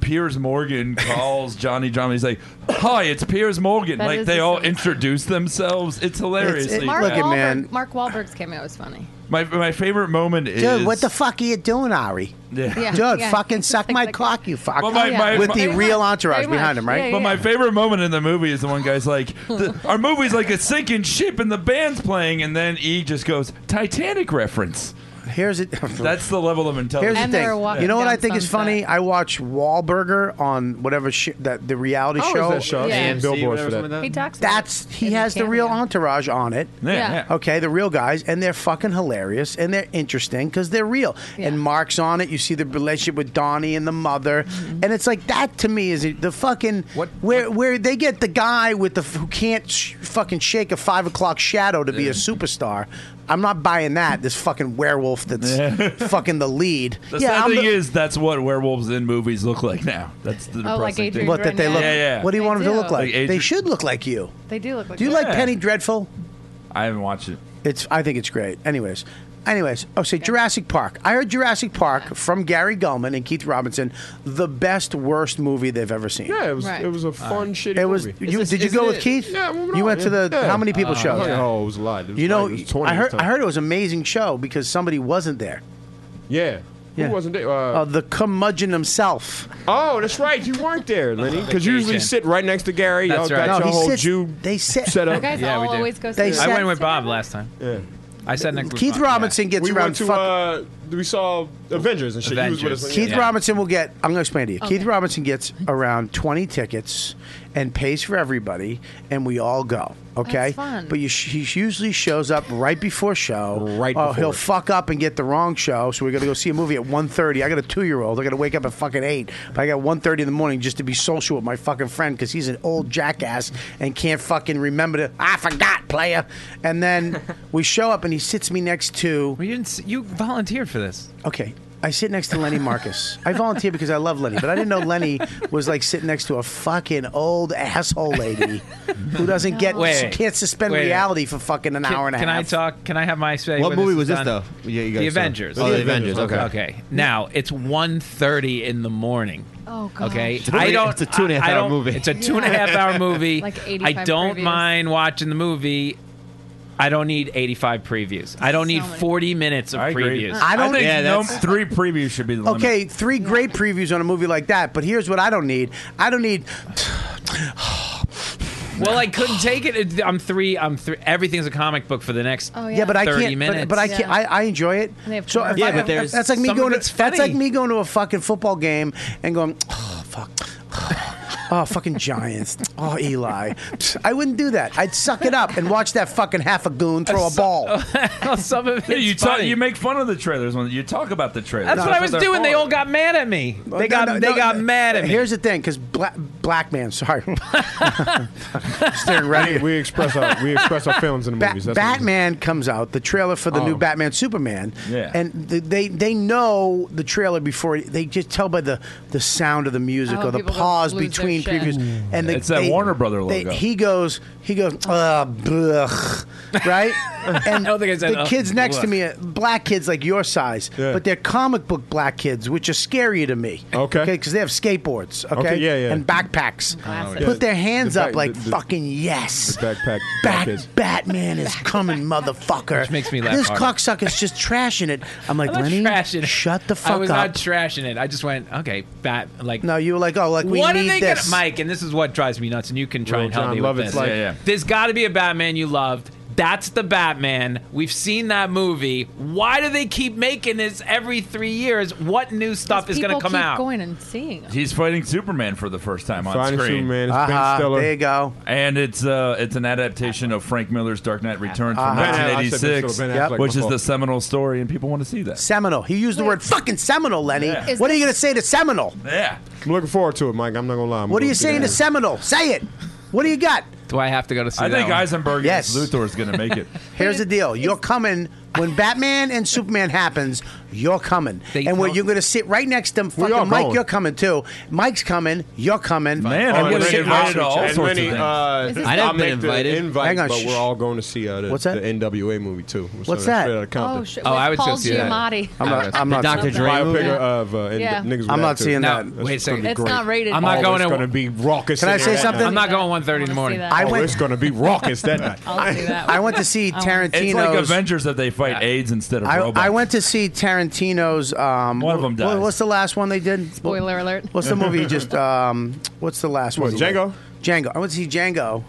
S10: Piers Morgan calls Johnny Drama. He's like, "Hi, it's Piers Morgan."
S7: That
S10: like
S7: is
S10: they
S7: the
S10: all introduce themselves. It's hilariously.
S7: Mark
S10: bad.
S7: Wahlberg, Mark Wahlberg's cameo is funny.
S10: My my favorite moment is
S4: Dude, what the fuck are you doing, Ari?
S10: Yeah.
S7: Yeah,
S4: Dude,
S7: yeah.
S4: fucking suck my cock, you fuck.
S10: But my- my-
S4: With
S10: my-
S4: the
S10: Pretty
S4: real
S10: much.
S4: entourage
S10: Pretty
S4: behind
S10: much.
S4: him, right?
S10: but my favorite moment in the movie is the one guy's like, the, "Our movie's like a sinking ship, and the band's playing," and then E just goes Titanic reference.
S4: Here's it.
S10: That's the level of
S4: Here's
S10: intelligence.
S4: the thing. You know what I think is funny? I watch Wahlberger on whatever sh- that the reality
S9: Oh, is
S4: show.
S9: that show? Yeah. AMC, Billboard for whatever, that. something
S7: He talks.
S4: That's he has the real entourage on it.
S7: Yeah, Yeah.
S4: Okay, the real guys, and they're fucking hilarious and they're interesting because they're real. And Mark's on it. You see the relationship with Donnie and the mother, and it's like that to me is the fucking where where they get the guy with the f- who can't sh- fucking shake a five o'clock shadow to be a superstar. I'm not buying that. This fucking werewolf that's fucking the lead.
S10: The
S4: yeah,
S10: sad
S4: I'm
S10: thing
S4: the-
S10: is that's what werewolves in movies look like now. That's the
S7: Oh, like
S10: depressing
S7: Adrian
S10: thing.
S4: what that they look.
S10: Yeah, yeah.
S4: What do you want them to look like?
S10: Adrian-
S4: they should look like you.
S7: They do look like.
S4: Do you like Penny Dreadful?
S10: I haven't watched it.
S4: It's. I think it's great. Anyways, anyways. Oh, say Jurassic Park. I heard Jurassic Park from Gary Gulman and Keith Robinson, the best worst movie they've ever seen.
S9: Yeah, it was it was a fun shitty.
S4: It was.
S9: movie.
S4: You, did you go with Keith?
S9: Yeah, moving
S4: you
S9: on,
S4: went to
S9: yeah.
S4: the how many people
S9: Uh,
S4: show?
S9: Oh, it was a lot. It was
S4: You know,
S9: like- it was 20
S4: I heard.
S9: this
S4: I
S9: time.
S4: heard it was an amazing show because somebody wasn't there.
S9: Yeah.
S4: Yeah.
S9: Who wasn't there?
S4: Uh, the curmudgeon himself.
S9: Oh, that's right. You weren't there, Lenny. Because you usually
S4: Vacation.
S9: sit right next to Gary.
S4: That's
S9: Y'all
S4: right.
S9: got
S4: No,
S9: your
S4: he
S9: whole
S4: sits-
S9: Jew
S4: they sit-
S9: set up.
S4: You guys
S8: Yeah, we
S4: all
S8: do.
S4: always go They sit-
S8: I went with Bob last time.
S9: Yeah.
S8: I said next.
S4: Keith Robinson gets
S9: we
S4: around.
S9: went to
S4: fuck-
S9: uh, we saw Avengers and shit. He was with us.
S4: Keith Robinson will get. I'm going to explain to you. Keith Robinson gets around 20 tickets and pays for everybody, and we all go. Okay,
S6: That's fun.
S4: but you sh- he usually shows up right before show. Right. Oh,
S6: before
S4: he'll
S6: it.
S4: fuck up and get the wrong show, so we're going to go see a movie at 1:30. I got a two year old. I got to wake up at fucking eight. But I got 1:30 in the morning just to be social with my fucking friend because he's an old jackass and can't fucking remember to. I forgot, player. And then we show up, and he sits me next to.
S8: You didn't. s- You volunteered for this.
S4: Okay. I sit next to Lenny Marcus. I volunteer because I love Lenny, but I didn't know Lenny was like sitting next to a fucking old asshole lady who doesn't get
S8: Wait.
S4: can't suspend
S8: Wait.
S4: reality for fucking an
S8: can,
S4: hour and a
S8: can I
S4: half.
S8: talk? Can I have my say?
S4: What
S8: when
S4: movie
S8: is
S4: was this,
S8: done?
S4: though?
S16: Yeah, you guys
S8: the
S16: saw.
S8: Avengers.
S16: Oh, The The Avengers, Avengers, okay.
S8: Okay. Now it's 1.30 in the morning.
S7: Oh god.
S8: Okay,
S16: It's really-
S8: I don't.
S16: it's a two and a half
S8: I- I
S16: hour
S8: don't-
S16: movie.
S8: It's a two and a half hour movie.
S7: Like
S8: I
S7: 85
S8: don't
S7: previews.
S8: mind watching the movie. I don't need 85 previews. I don't need 40 minutes of
S10: agree.
S8: previews.
S4: I don't-
S8: think
S4: Yeah,
S8: no-
S4: that's-
S10: Three previews should be the limit.
S4: Okay, three great previews on a movie like that, but here's what I don't need. I don't need
S8: Well, I couldn't take it. it. I'm three. I'm three. Everything's a comic book for the next.
S7: Oh,
S4: yeah. but I
S8: 30
S4: can't.
S8: Minutes.
S4: But, but I can't. I, I enjoy it.
S7: They have
S4: So if
S8: commercials.
S4: I-
S8: Yeah, but there's-
S4: that's like me
S8: some of
S4: going.
S8: it's
S4: To, that's like
S8: funny.
S4: me going to a fucking football game and going. Oh fuck. Oh fucking Giants! Oh Eli, I wouldn't do that. I'd suck it up and watch that fucking half a goon throw a ball.
S8: Some of
S10: Yeah,
S8: it's
S10: you talk.
S8: funny.
S10: You make fun of the trailers when you talk about the trailers.
S8: That's what I was
S16: Oh.
S10: they're
S8: doing. They
S10: for.
S8: all got mad at me. They got.
S4: No, no,
S8: they
S4: no,
S8: got
S4: no.
S8: mad at me.
S4: Here's the thing, because Black man, sorry. Staring right at you.
S9: We express our we express our films in the
S4: Ba-
S9: movies. That's what it is.
S4: Batman comes out, the trailer for the new Batman Superman.
S9: Yeah.
S4: And th- they they know the trailer before they just tell by the, the sound of the music
S6: Oh,
S4: or the
S6: people
S4: pause
S6: lose their
S4: between
S6: shit.
S4: previous and they,
S10: It's that
S4: they-
S10: Warner Brother
S4: they-
S10: logo.
S4: he goes he goes uh blech, right? And
S8: don't think I said,
S4: the
S8: "Ugh,
S4: kids next to
S8: blech."
S4: me, uh, black kids like your size, but they're comic book black kids, which are scary to me. Okay. Because they have skateboards. Okay.
S9: Okay, yeah, yeah.
S4: And backpacks.
S9: Glasses.
S4: Put their hands
S9: The
S4: up
S9: back-
S4: like
S9: the- the-
S4: fucking yes.
S9: The backpack
S4: Bat-
S9: kids.
S4: Batman is coming, motherfucker.
S8: Which makes me laugh
S4: This
S8: harder.
S4: cocksucker's just trashing it. I'm like,
S8: I'm not
S4: Lenny,
S8: trashing it.
S4: shut the
S8: I
S4: fuck
S8: was
S4: up.
S8: not trashing it. I just went, okay, bat. Like,
S4: no, you were like, oh, like we
S8: what
S4: need
S8: are they
S4: this.
S8: gonna, Mike? And this is what drives me nuts. And you can try
S4: Real
S8: and help
S4: John
S8: me
S4: Lovett's
S8: with this.
S4: like- Yeah, yeah.
S8: There's got to be a Batman you loved. That's the Batman. We've seen that movie. Why do they keep making this every three years? What new stuff is going to
S7: People
S8: come
S7: keep
S8: out?
S7: going and seeing. them.
S10: He's fighting Superman for the first time on
S9: Fighting
S10: screen.
S9: Superman, it's Ben Uh-huh, Stiller. there you
S4: go.
S10: And it's uh, it's an adaptation of Frank Miller's Dark Knight Returns from
S4: Uh-huh. Ben- I said Ben
S10: 1986,
S4: Stiller, Ben Affleck
S10: which is
S4: before.
S10: the seminal story, and people want to see that.
S4: Seminole. He used the word fucking Seminole, Lenny.
S10: Yeah.
S4: What are you going to say to Seminole?
S10: Yeah.
S9: I'm looking forward to it, Mike. I'm not gonna lie. I'm
S4: What are
S9: gonna
S4: you
S9: see
S4: saying
S9: that.
S4: to Seminole? Say it. What do you got?
S8: Do I have to go to see
S10: I
S8: that
S10: think
S8: one?
S10: Eisenberg
S4: Yes.
S10: against Luthor is going to make it.
S4: Here's the deal. You're coming. When Batman and Superman happens, you're coming. and when you're going to sit right next to
S9: all
S4: fucking Mike,
S9: going.
S4: you're coming too. Mike's coming. You're coming.
S10: Man, I'm
S4: And we're
S10: getting
S4: sitting
S10: invited to all
S4: opposite each other.
S9: And
S10: sorts
S9: Lenny,
S10: of things.
S9: uh,
S4: Is this-
S9: I'll
S4: I've
S9: make
S4: been
S9: the
S4: invited.
S9: Invite,
S4: Hang on,
S9: but
S4: shh.
S9: we're all going to see uh, the,
S4: What's that?
S9: the NWA movie too. We're
S4: What's
S9: starting
S4: that?
S9: Straight Outta Compton.
S7: Oh, shit, Oh, with I would go Paul see that. Giamatti.
S9: I'm
S7: I
S9: not.
S7: would.
S9: I'm
S7: The
S9: not.
S7: Dr.
S9: seeing-
S7: Dre movie?
S9: Biopic of uh, and
S7: Yeah.
S9: niggas.
S8: I'm
S9: Mad
S8: not
S9: Too.
S8: seeing Now, that. wait a
S9: That's
S8: second.
S9: gonna be
S7: It's
S9: great.
S7: not rated
S8: I'm not
S9: Oh,
S8: going
S9: It's
S8: to-
S9: going to be raucous.
S4: Can I
S9: in
S4: say
S9: there.
S4: something?
S8: I'm not going 1:30 in the morning.
S4: I
S9: Oh,
S4: went-
S9: it's going to be raucous that night.
S4: I'll
S7: see that.
S4: I went to see Tarantino's.
S10: It's like Avengers that they fight AIDS instead of
S4: I,
S10: robots.
S4: I went to see Tarantino's. Um,
S10: One of 'em
S4: what-
S10: dies.
S4: what's the last one they did? Spoiler
S7: alert.
S4: What's the movie? Just um, what's the last
S9: What,
S4: one? he did?
S9: Django?
S4: Django. I went to see Django.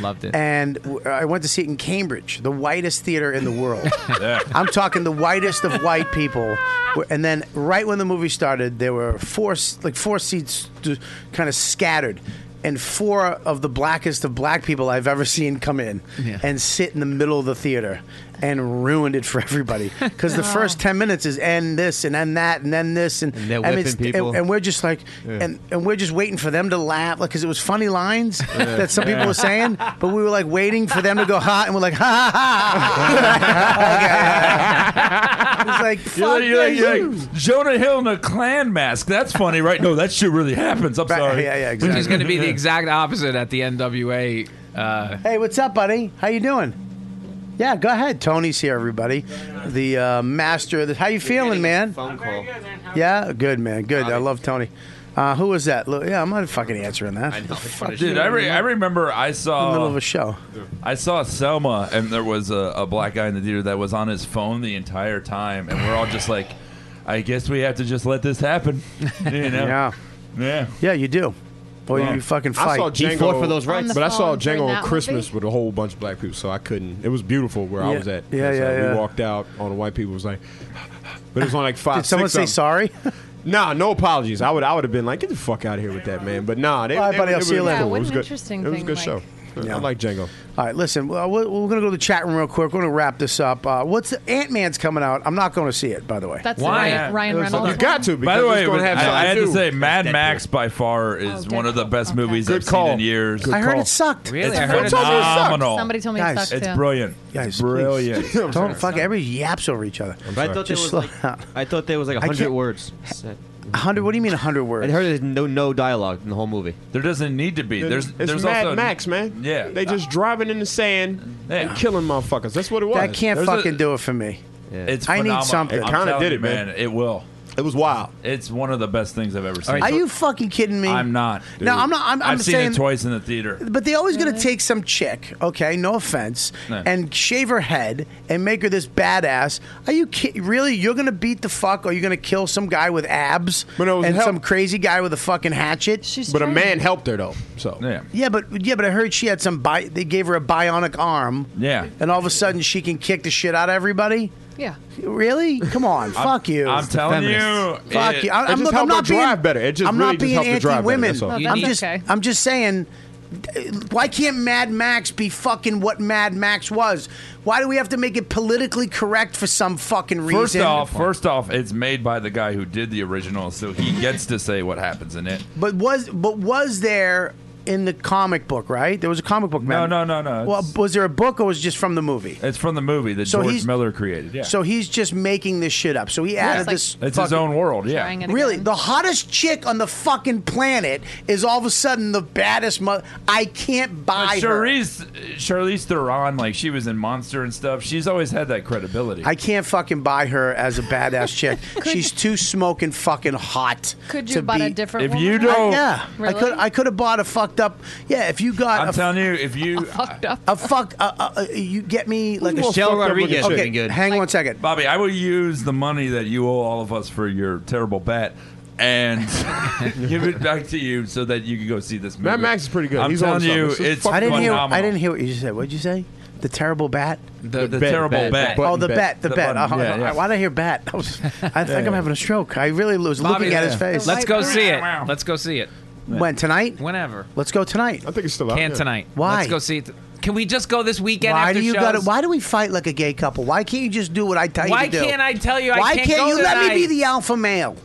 S8: Loved it.
S4: And w- I went to see it in Cambridge, the whitest theater in the world.
S10: Yeah.
S4: I'm talking the whitest of white people. And then right when the movie started, there were four s- like four seats kind of scattered. And four of the blackest of black people I've ever seen come in
S6: Yeah.
S4: and sit in the middle of the theater and ruined it for everybody. Because the first 10 minutes is and this and then that and then this. And,
S6: they're
S4: I mean,
S6: whipping
S4: it's-
S6: people.
S4: And, and we're just like, and, and we're just waiting for them to laugh. Like, because it was funny lines
S6: Yeah.
S4: that some people
S6: Yeah.
S4: were saying, but we were like waiting for them to go hot, and we're like, ha ha ha. Like, It's like,
S10: You're
S4: fuck
S10: like, you're like-
S4: this.
S10: you're like, Jonah Hill in a Klan mask. That's funny, right? No, that shit really happens. I'm sorry.
S8: Which is going to be the exact opposite at the NWA. Uh,
S4: Hey, what's up, buddy? How you doing? Yeah, go ahead. Tony's here, everybody. The uh, master. Of the, how you feeling, man?
S6: Phone call.
S4: Yeah, good, man. Good. I love Tony. Uh, who was that? Look, Yeah, I'm not fucking answering that. I know.
S10: Dude, I, re- I remember I saw
S4: in the middle of a show.
S10: I saw Selma, and there was a, a black guy in the theater that was on his phone the entire time, and we're all just like, I guess we have to just let this happen. You
S6: Oh.
S10: know?
S4: Yeah.
S10: Yeah.
S4: Yeah, you do. Boy, you fucking fight.
S9: I saw
S4: He
S9: Django,
S4: fought for those rights. On the
S9: But I saw
S4: phone during
S9: Django
S4: that
S9: on
S4: movie?
S9: Christmas with a whole bunch of black people, so I couldn't. It was beautiful where I
S4: Yeah.
S9: was at.
S4: Yeah,
S9: So
S4: yeah, yeah.
S9: We walked out on the white people. was like, but it was on like five.
S4: Did someone
S9: six
S4: say
S9: of
S4: sorry?
S9: 'em. Nah, no apologies. I would, I would have been like, get the fuck out of here with that, man. But nah, they,
S4: All right,
S9: they-
S4: buddy,
S9: it
S4: I'll
S9: was
S4: see you later.
S9: cool.
S4: What
S9: it was
S4: an
S9: good.
S4: interesting
S9: It was a
S4: thing,
S9: good
S4: Mike.
S9: show.
S4: Yeah.
S9: I like Django.
S4: All right, listen, well, we're, we're going to go to the chat room real quick. We're going to wrap this up. Uh, what's Ant Man's coming out? I'm not going to see it, by the way.
S7: That's Why? Ryan- Ryan
S4: It was-
S7: Reynolds.
S9: You got to.
S10: By
S9: because
S10: the
S9: it's
S10: way,
S9: gonna
S10: but
S9: have
S10: I, I had
S9: something
S10: to
S9: do.
S10: say, Mad Max by far
S7: Oh,
S10: is one of the best movies I've seen in years.
S4: I heard it sucked.
S10: Really? It's I heard it sucked. phenomenal.
S7: Somebody told me it
S4: Guys,
S7: sucked,
S10: it's
S7: too.
S10: brilliant.
S4: Guys,
S10: it's brilliant.
S4: please. Don't fuck. Everybody yaps over each other.
S12: But I thought there was
S4: slow
S12: like-
S4: down.
S12: I thought there was like
S4: I
S12: a hundred
S4: can't-
S12: words.
S4: hundred? What do you mean hundred words?
S12: I heard there's no no dialogue in the whole movie.
S10: There doesn't need to be.
S12: There's
S9: It's Mad Max, man.
S10: Yeah.
S9: They just driving in the sand and killing motherfuckers. That's what it was.
S4: That can't
S9: There's a-
S4: fucking do it for me.
S10: It's
S4: I need
S10: phenomenal.
S4: something.
S10: I'm
S9: It kinda
S10: telling
S9: did
S10: you,
S9: it, man.
S10: It will.
S9: It was wild.
S10: It's one of the best things I've ever seen.
S4: Are you fucking kidding me?
S10: I'm not.
S4: No, I'm not- I'm- I'm
S10: have seen
S4: saying-
S10: it twice in the theater.
S4: But they always going to take some chick, okay? No offense,
S10: No.
S4: and shave her head and make her this badass. Are you kidding? Really? You're going to beat the fuck? Or you going to kill some guy with abs
S9: was
S4: and
S9: hell-
S4: some crazy guy with a fucking hatchet? She's
S9: But a man helped her though. So
S10: yeah.
S4: Yeah, but yeah, but I heard she had some. Bi- they gave her a bionic arm.
S10: Yeah.
S4: and all of a sudden she can kick the shit out of everybody.
S7: Yeah.
S4: Really? Come on,
S10: I'm-
S4: fuck you.
S10: I'm telling you,
S4: fuck
S10: it-
S4: you. I,
S10: It
S4: I'm,
S10: just
S4: look, I'm
S10: helped
S4: not
S10: her
S4: being
S10: drive better. It just
S4: I'm
S10: really
S4: not
S10: just
S4: being
S10: helped her drive better,
S4: anti-women.
S10: that's all.
S4: I'm
S10: You
S4: just, I'm just saying. Why can't Mad Max be fucking what Mad Max was? Why do we have to make it politically correct for some fucking reason?
S10: First off, first off, it's made by the guy who did the original, so he gets to say what happens in it.
S4: But was but was there in the comic book, right? There was a comic book.
S10: No,
S4: man.
S10: no, no, no.
S4: Well, was there a book or was it just from the movie?
S10: It's from the movie that
S4: So
S10: George
S4: he's-
S10: Miller created. Yeah.
S4: So he's just making this shit up. So he
S10: Yeah.
S4: added
S10: It's like
S4: this.
S10: It's his own world, yeah. trying it
S4: Really, the hottest chick on the fucking planet is all of a sudden the baddest mother. I can't
S10: But
S4: buy her.
S10: Charlize, Charlize Theron, like she was in Monster and stuff. She's always had that credibility.
S4: I can't fucking buy her as a badass chick. She's too smoking fucking hot.
S7: Could you
S4: to
S7: have bought
S4: be,
S7: a different
S10: If woman? you don't-
S4: I- yeah, I could.
S7: Really?
S4: I could have bought a fucked up. Yeah, if you got.
S10: I'm
S4: a,
S10: telling you, if you fucked
S7: up,
S4: a fuck. Uh, uh, uh, you get me like a
S10: Michelle
S4: fucked up
S10: Rodriguez
S4: looking-
S10: would've
S4: Okay,
S10: been good.
S4: hang one second.
S10: Bobby, I will use the money that you owe all of us for your terrible bet and give it back to you so that you can go see this movie.
S9: Matt Max is pretty good.
S10: I'm
S9: He's on
S10: telling you,
S9: something.
S10: it's
S4: I didn't hear.
S10: phenomenal.
S4: I didn't hear what you said. What did you say? The terrible bat.
S10: The- The the bet, terrible bet, bet. bet.
S4: Oh, the
S10: Button
S4: bet.
S10: bet.
S4: The,
S10: The
S4: bet.
S10: button,
S4: Oh,
S10: yeah, yeah.
S4: Why did I hear bat? I, was, I think I'm having a stroke. I really was
S8: Bobby,
S4: looking at his
S8: yeah.
S4: face.
S8: Let's go see it. Let's go see it.
S4: When tonight?
S8: Whenever.
S4: Let's go tonight. I
S9: think it's still
S8: Can tonight.
S4: Why?
S8: Let's go see it. Can we just go this weekend?
S4: Why do
S8: after
S4: you
S8: shows?
S4: gotta- Why do we fight like a gay couple? Why can't you just do what I tell you
S8: Why
S4: to do?
S8: can't I tell you I
S4: Why
S8: can't
S4: can't
S8: go
S4: you let me be
S8: tonight?
S4: the alpha male?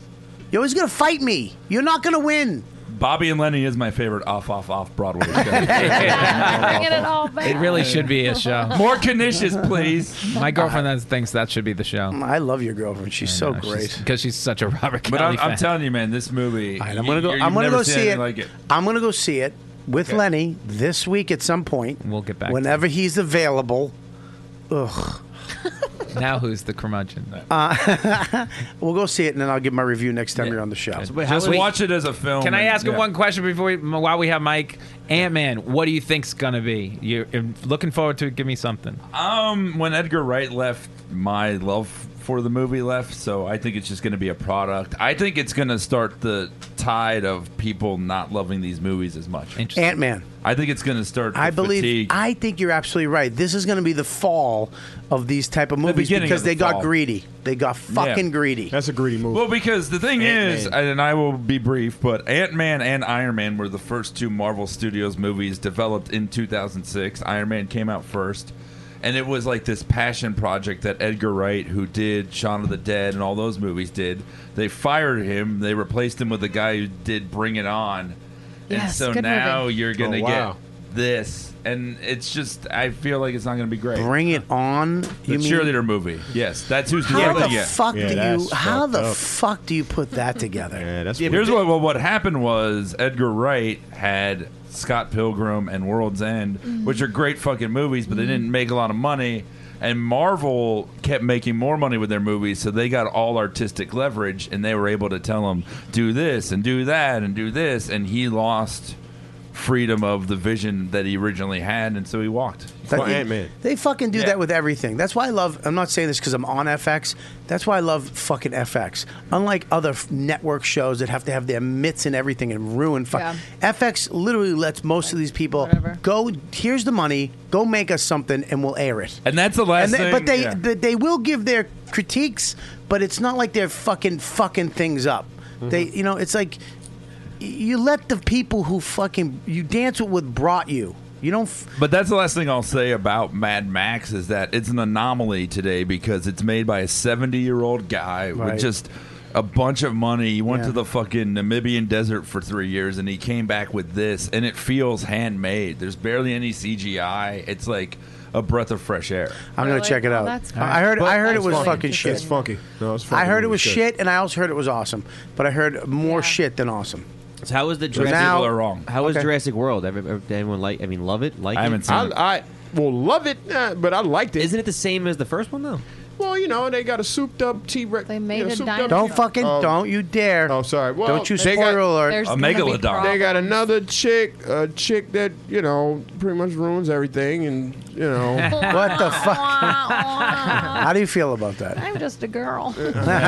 S4: You're always gonna fight me. You're not gonna win.
S10: Bobby and Lenny is my favorite off, off, off Broadway show.
S7: Bringing it all back.
S8: It really should be a show.
S10: More Canisius, please.
S8: My girlfriend that thinks that should be the show.
S4: I love your girlfriend. She's so great.
S8: because she's such a Robert
S10: But
S8: Kelly
S10: I'm,
S8: fan.
S10: I'm telling you, man, this movie.
S4: I'm gonna go.
S10: you,
S4: I'm gonna go see it.
S10: Like it.
S4: I'm gonna go see it with Lenny this week at some point.
S8: We'll get back to
S4: whenever he's available. Ugh.
S8: now who's the curmudgeon?
S4: Uh, we'll go see it, and then I'll give my review next time you're on the show.
S8: Just wait.
S10: watch it as a film.
S8: Can I
S10: and-
S8: ask him
S10: yeah.
S8: one question before we, while we have Mike? Ant Man, what do you think's gonna be? You're you're looking forward to it. Give me something.
S10: Um, when Edgar Wright left, my love for the movie left. So I think it's just going to be a product. I think it's going to start the tide of people not loving these movies as much.
S4: Ant Man.
S10: I think it's going to start.
S4: I
S10: the
S4: believe.
S10: fatigue.
S4: I think you're absolutely right. This is going to be the fall of these type of movies
S10: beginning
S4: because
S10: of the
S4: they got
S10: fall.
S4: greedy. They got fucking greedy.
S9: That's a greedy movie.
S10: Well, because the thing
S4: Ant-Man.
S10: is, and I will be brief, but Ant Man and Iron Man were the first two Marvel Studios movies developed in 2006. Iron Man came out first, and it was like this passion project that Edgar Wright, who did Shaun of the Dead and all those movies, did. They fired him, they replaced him with a guy who did Bring It On.
S5: Yes,
S10: and so
S5: good
S10: now
S5: movie.
S10: you're going to
S5: Oh, wow.
S10: get this. And it's just, I feel like it's not going to be great.
S4: Bring It On?
S10: The
S4: You mean-
S10: cheerleader movie. Yes, that's who's
S4: How
S10: directing
S4: the
S10: it.
S4: fuck do you? How the fuck do you put that together? Yeah,
S9: that's
S10: Here's what, what what happened was Edgar Wright had Scott Pilgrim and World's End,
S4: Mm-hmm.
S10: which are great fucking movies, but they didn't make a lot of money. And Marvel kept making more money with their movies, so they got all artistic leverage, and they were able to tell him do this and do that and do this, and he lost freedom of the vision that he originally had, and so he walked.
S4: They fucking do that with everything. That's why I love. I'm not saying this because I'm on FX. That's why I love fucking FX. Unlike other f- network shows that have to have their mitts and everything and ruin fuck. FX literally lets most of these people go. Here's the money. Go make us something, and we'll air it.
S10: And that's the last
S4: And they-
S10: thing.
S4: but they
S10: yeah.
S4: but they will give their critiques, but it's not like they're fucking fucking things up. They you know it's like y- you let the people who fucking you dance with what brought you. You don't. F-
S10: But that's the last thing I'll say about Mad Max is that it's an anomaly today because it's made by a 70 year old guy
S5: Right.
S10: with just a bunch of money. He went
S5: Yeah.
S10: to the fucking Namibian desert for three years and he came back with this, and it feels handmade. There's barely any CGI. It's like a breath of fresh air.
S4: I'm gonna check it out. I heard. I heard it was fucking shit.
S9: It's funky. No, it's funky.
S4: I heard it was
S9: It's good.
S4: shit, and I also heard it was awesome. But I heard more shit than awesome.
S16: So how was the
S4: So
S16: Jurassic?
S4: now- People are wrong.
S16: How was
S4: Okay.
S16: Jurassic World? Every- every- Did anyone like? I mean, love it? Like?
S9: I haven't seen I- it. I well love it, eh, but I liked it.
S16: Isn't it the same as the first one though?
S9: Well, you know, they got a souped up T Rex. They
S7: made a dinosaur.
S4: Don't fucking don't you dare.
S9: Oh, sorry. Well,
S4: Don't you
S9: they
S4: spoiler
S9: got-
S4: alert. There's A gonna be megalodon. problems.
S9: They got another chick, a chick that you know pretty much ruins everything, and you know
S4: What the fuck? How do you feel about that?
S7: I'm just a girl.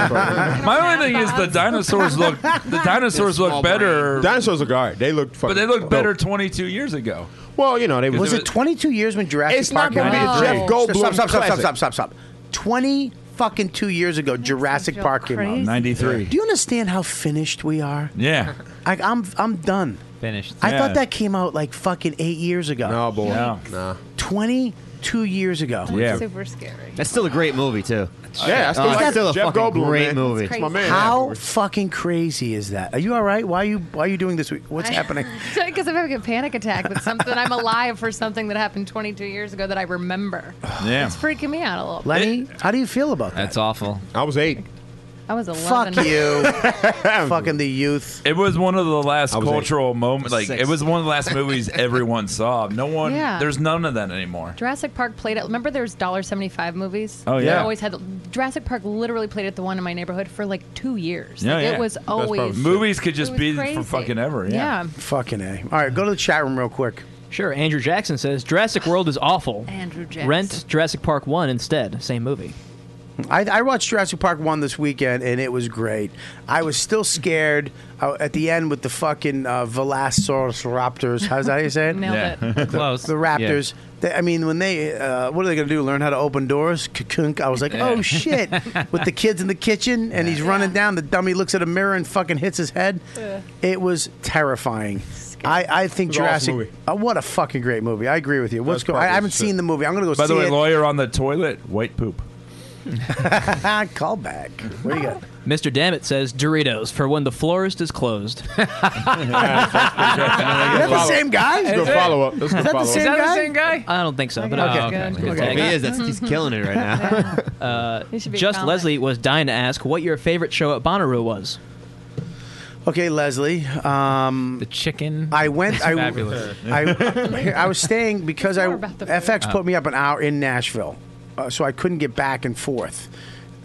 S10: My only thing is the dinosaurs look the dinosaurs look better,
S9: Dinosaurs look alright. They look fucking.
S10: but they
S12: Oh.
S10: look better 22 years ago.
S9: Well, you know, they
S4: was
S10: Because
S4: it,
S10: it was-
S4: 22 years when Jurassic
S10: It's
S4: Park
S10: not gonna
S4: came
S10: be
S4: out?
S10: the Jeff Goldblum
S4: Stop, stop, stop, stop,
S10: classic.
S4: stop, stop, stop. 20 fucking two years ago, Jurassic Park came out.
S10: 93.
S4: Do you understand how finished we are?
S10: Yeah.
S4: Like I'm, I'm done.
S8: finished.
S4: I thought that came out like fucking eight years ago. No,
S9: boy.
S16: No.
S9: Nah.
S4: 22 years ago.
S7: Super scary.
S16: That's still a great movie too.
S4: Yeah, I still
S16: Oh,
S4: like
S16: it's still a
S4: Jeff
S16: fucking
S4: Goldblum,
S16: great
S4: man.
S16: movie.
S4: It's crazy. How fucking crazy is that? Are you all right? Why are you Why are you doing this? week? What's
S7: I-
S4: happening?
S7: Because I'm having a panic attack with something. I'm alive for something that happened 22 years ago that I remember.
S8: Yeah.
S7: It's freaking me out a little.
S4: Lenny, how do you feel about that?
S8: That's awful.
S9: I was eight.
S7: I was 11.
S4: Fuck you. fucking the youth.
S10: It was one of the last
S4: was eight.
S10: cultural moments. Like
S4: Six.
S10: it was one of the last movies everyone saw. No one.
S7: Yeah.
S10: There's none of that anymore.
S7: Jurassic Park played at. Remember, there's dollar seventy five movies.
S10: Oh, yeah.
S7: I always had Jurassic Park. Literally played at the one in my neighborhood for like two years.
S10: Yeah,
S7: Like,
S10: yeah.
S7: It was
S10: That's probably-
S4: Oh,
S7: always
S10: Movies could just
S7: it was
S10: be
S7: crazy. yeah.
S4: Fucking A. All right, go to the chat room real quick.
S13: Sure. Andrew Jackson says Jurassic World is awful.
S7: Andrew Jackson.
S13: Rent Jurassic Park 1 instead. Same movie.
S4: I, I watched Jurassic Park one this weekend and it was great. I was still scared uh, at the end with the fucking uh, Velociraptors. Raptors. How's that how you say it?
S7: Nailed Yeah.
S8: it. Close.
S4: The Raptors. They, I mean, when they, uh, what are they going to do? Learn how to open doors? Kunk. I was like,
S6: Yeah.
S4: oh shit! with the kids in the kitchen and he's running down. The dummy looks at a mirror and fucking hits his head.
S6: Yeah.
S4: It was terrifying. I, I think
S10: It was an awesome
S4: Jurassic.
S10: movie.
S4: uh, what a fucking great movie! I agree with you. What's going? I haven't seen the movie. I'm going to go
S10: By
S4: see
S10: the way,
S4: it.
S10: lawyer on the toilet. White poop.
S4: Ah, Call back. What do you got?
S13: Mr. Dammit says Doritos for when the florist is closed. Is
S4: that the same guy?
S13: That's
S4: Is
S13: good
S4: it?
S13: follow-up. That's
S4: Is
S13: good
S4: that the
S13: follow-up.
S4: same
S13: Is that the
S4: guy?
S13: same
S7: guy?
S13: I don't think so. But
S4: Okay,
S13: oh,
S4: good,
S13: okay.
S4: good.
S13: Good
S4: Okay.
S13: take.
S4: If he is, that's- he's
S16: killing it right now.
S13: Uh,
S7: should be a
S13: just
S7: comic.
S13: Leslie was dying to ask what your favorite show at Bonnaroo was.
S4: Okay, Leslie. Um,
S8: the chicken.
S4: I went. I,
S8: Fabulous.
S4: I, I was staying because I FX put me up an hour in Nashville, uh, so I couldn't get back and forth.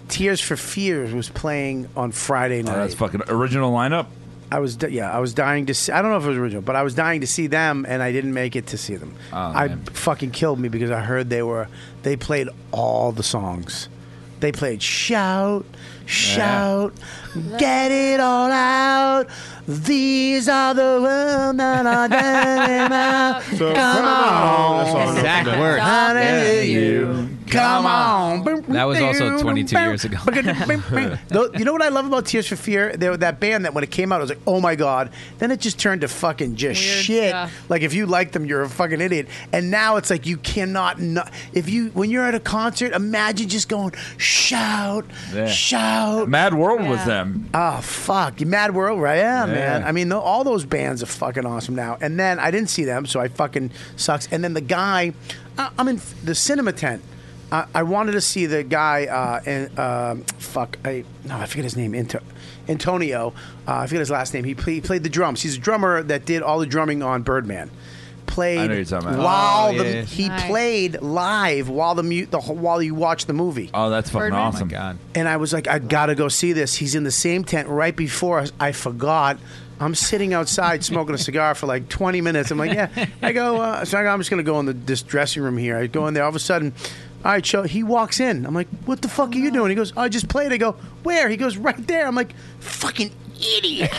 S4: Tears for Fears was playing on Friday night.
S10: Oh, that's fucking original lineup.
S4: I was di- yeah, I was dying to see. I don't know if it was original, but I was dying to see them, and I didn't make it to see them.
S8: Oh,
S4: I fucking killed me because I heard they were they played all the songs. They played shout, shout, get it all out. These are the ones that are getting out.
S6: So,
S4: come
S6: come
S4: on,
S6: on. That's all I know Exact from that. words.
S4: I didn't
S6: Yeah.
S4: hear you. Come on.
S8: That was also 22 years ago.
S4: Though, you know what I love about Tears for Fear? They were that band that when it came out, I was like, oh my God. Then it just turned to fucking just shit. Like, if you like them, you're a fucking idiot. And now it's like, you cannot not. If you, when you're at a concert, imagine just going, shout,
S10: Yeah.
S4: shout.
S10: Mad World was them.
S4: Oh fuck, you Mad World, right? Yeah,
S10: Yeah.
S4: man. I mean, tho- all those bands are fucking awesome now. And then I didn't see them, so I fucking sucks. And then the guy, I, I'm in f- the cinema tent. I, I wanted to see the guy, uh, and um fuck, I no, I forget his name. Into, Antonio, uh, I forget his last name. He, play, he played the drums. He's a drummer that did all the drumming on Birdman. Played
S10: I know you're talking about.
S4: while
S10: Oh,
S4: the,
S10: yeah.
S4: he
S10: Nice.
S4: played live while the mute the whole- while you watch the movie.
S10: Oh, that's fucking
S4: Birdman?
S10: awesome.
S4: And I was like, I gotta go see this. He's in the same tent right before us. I forgot. I'm sitting outside smoking a cigar for like 20 minutes. I'm like, yeah. I go, uh, so I go, I'm just gonna go in the, this dressing room here. I go in there. All of a sudden, all right, show. He walks in. I'm like, what the fuck are you doing? He goes, "Oh, I just played. I go, where? He goes, right there. I'm like, fucking idiot.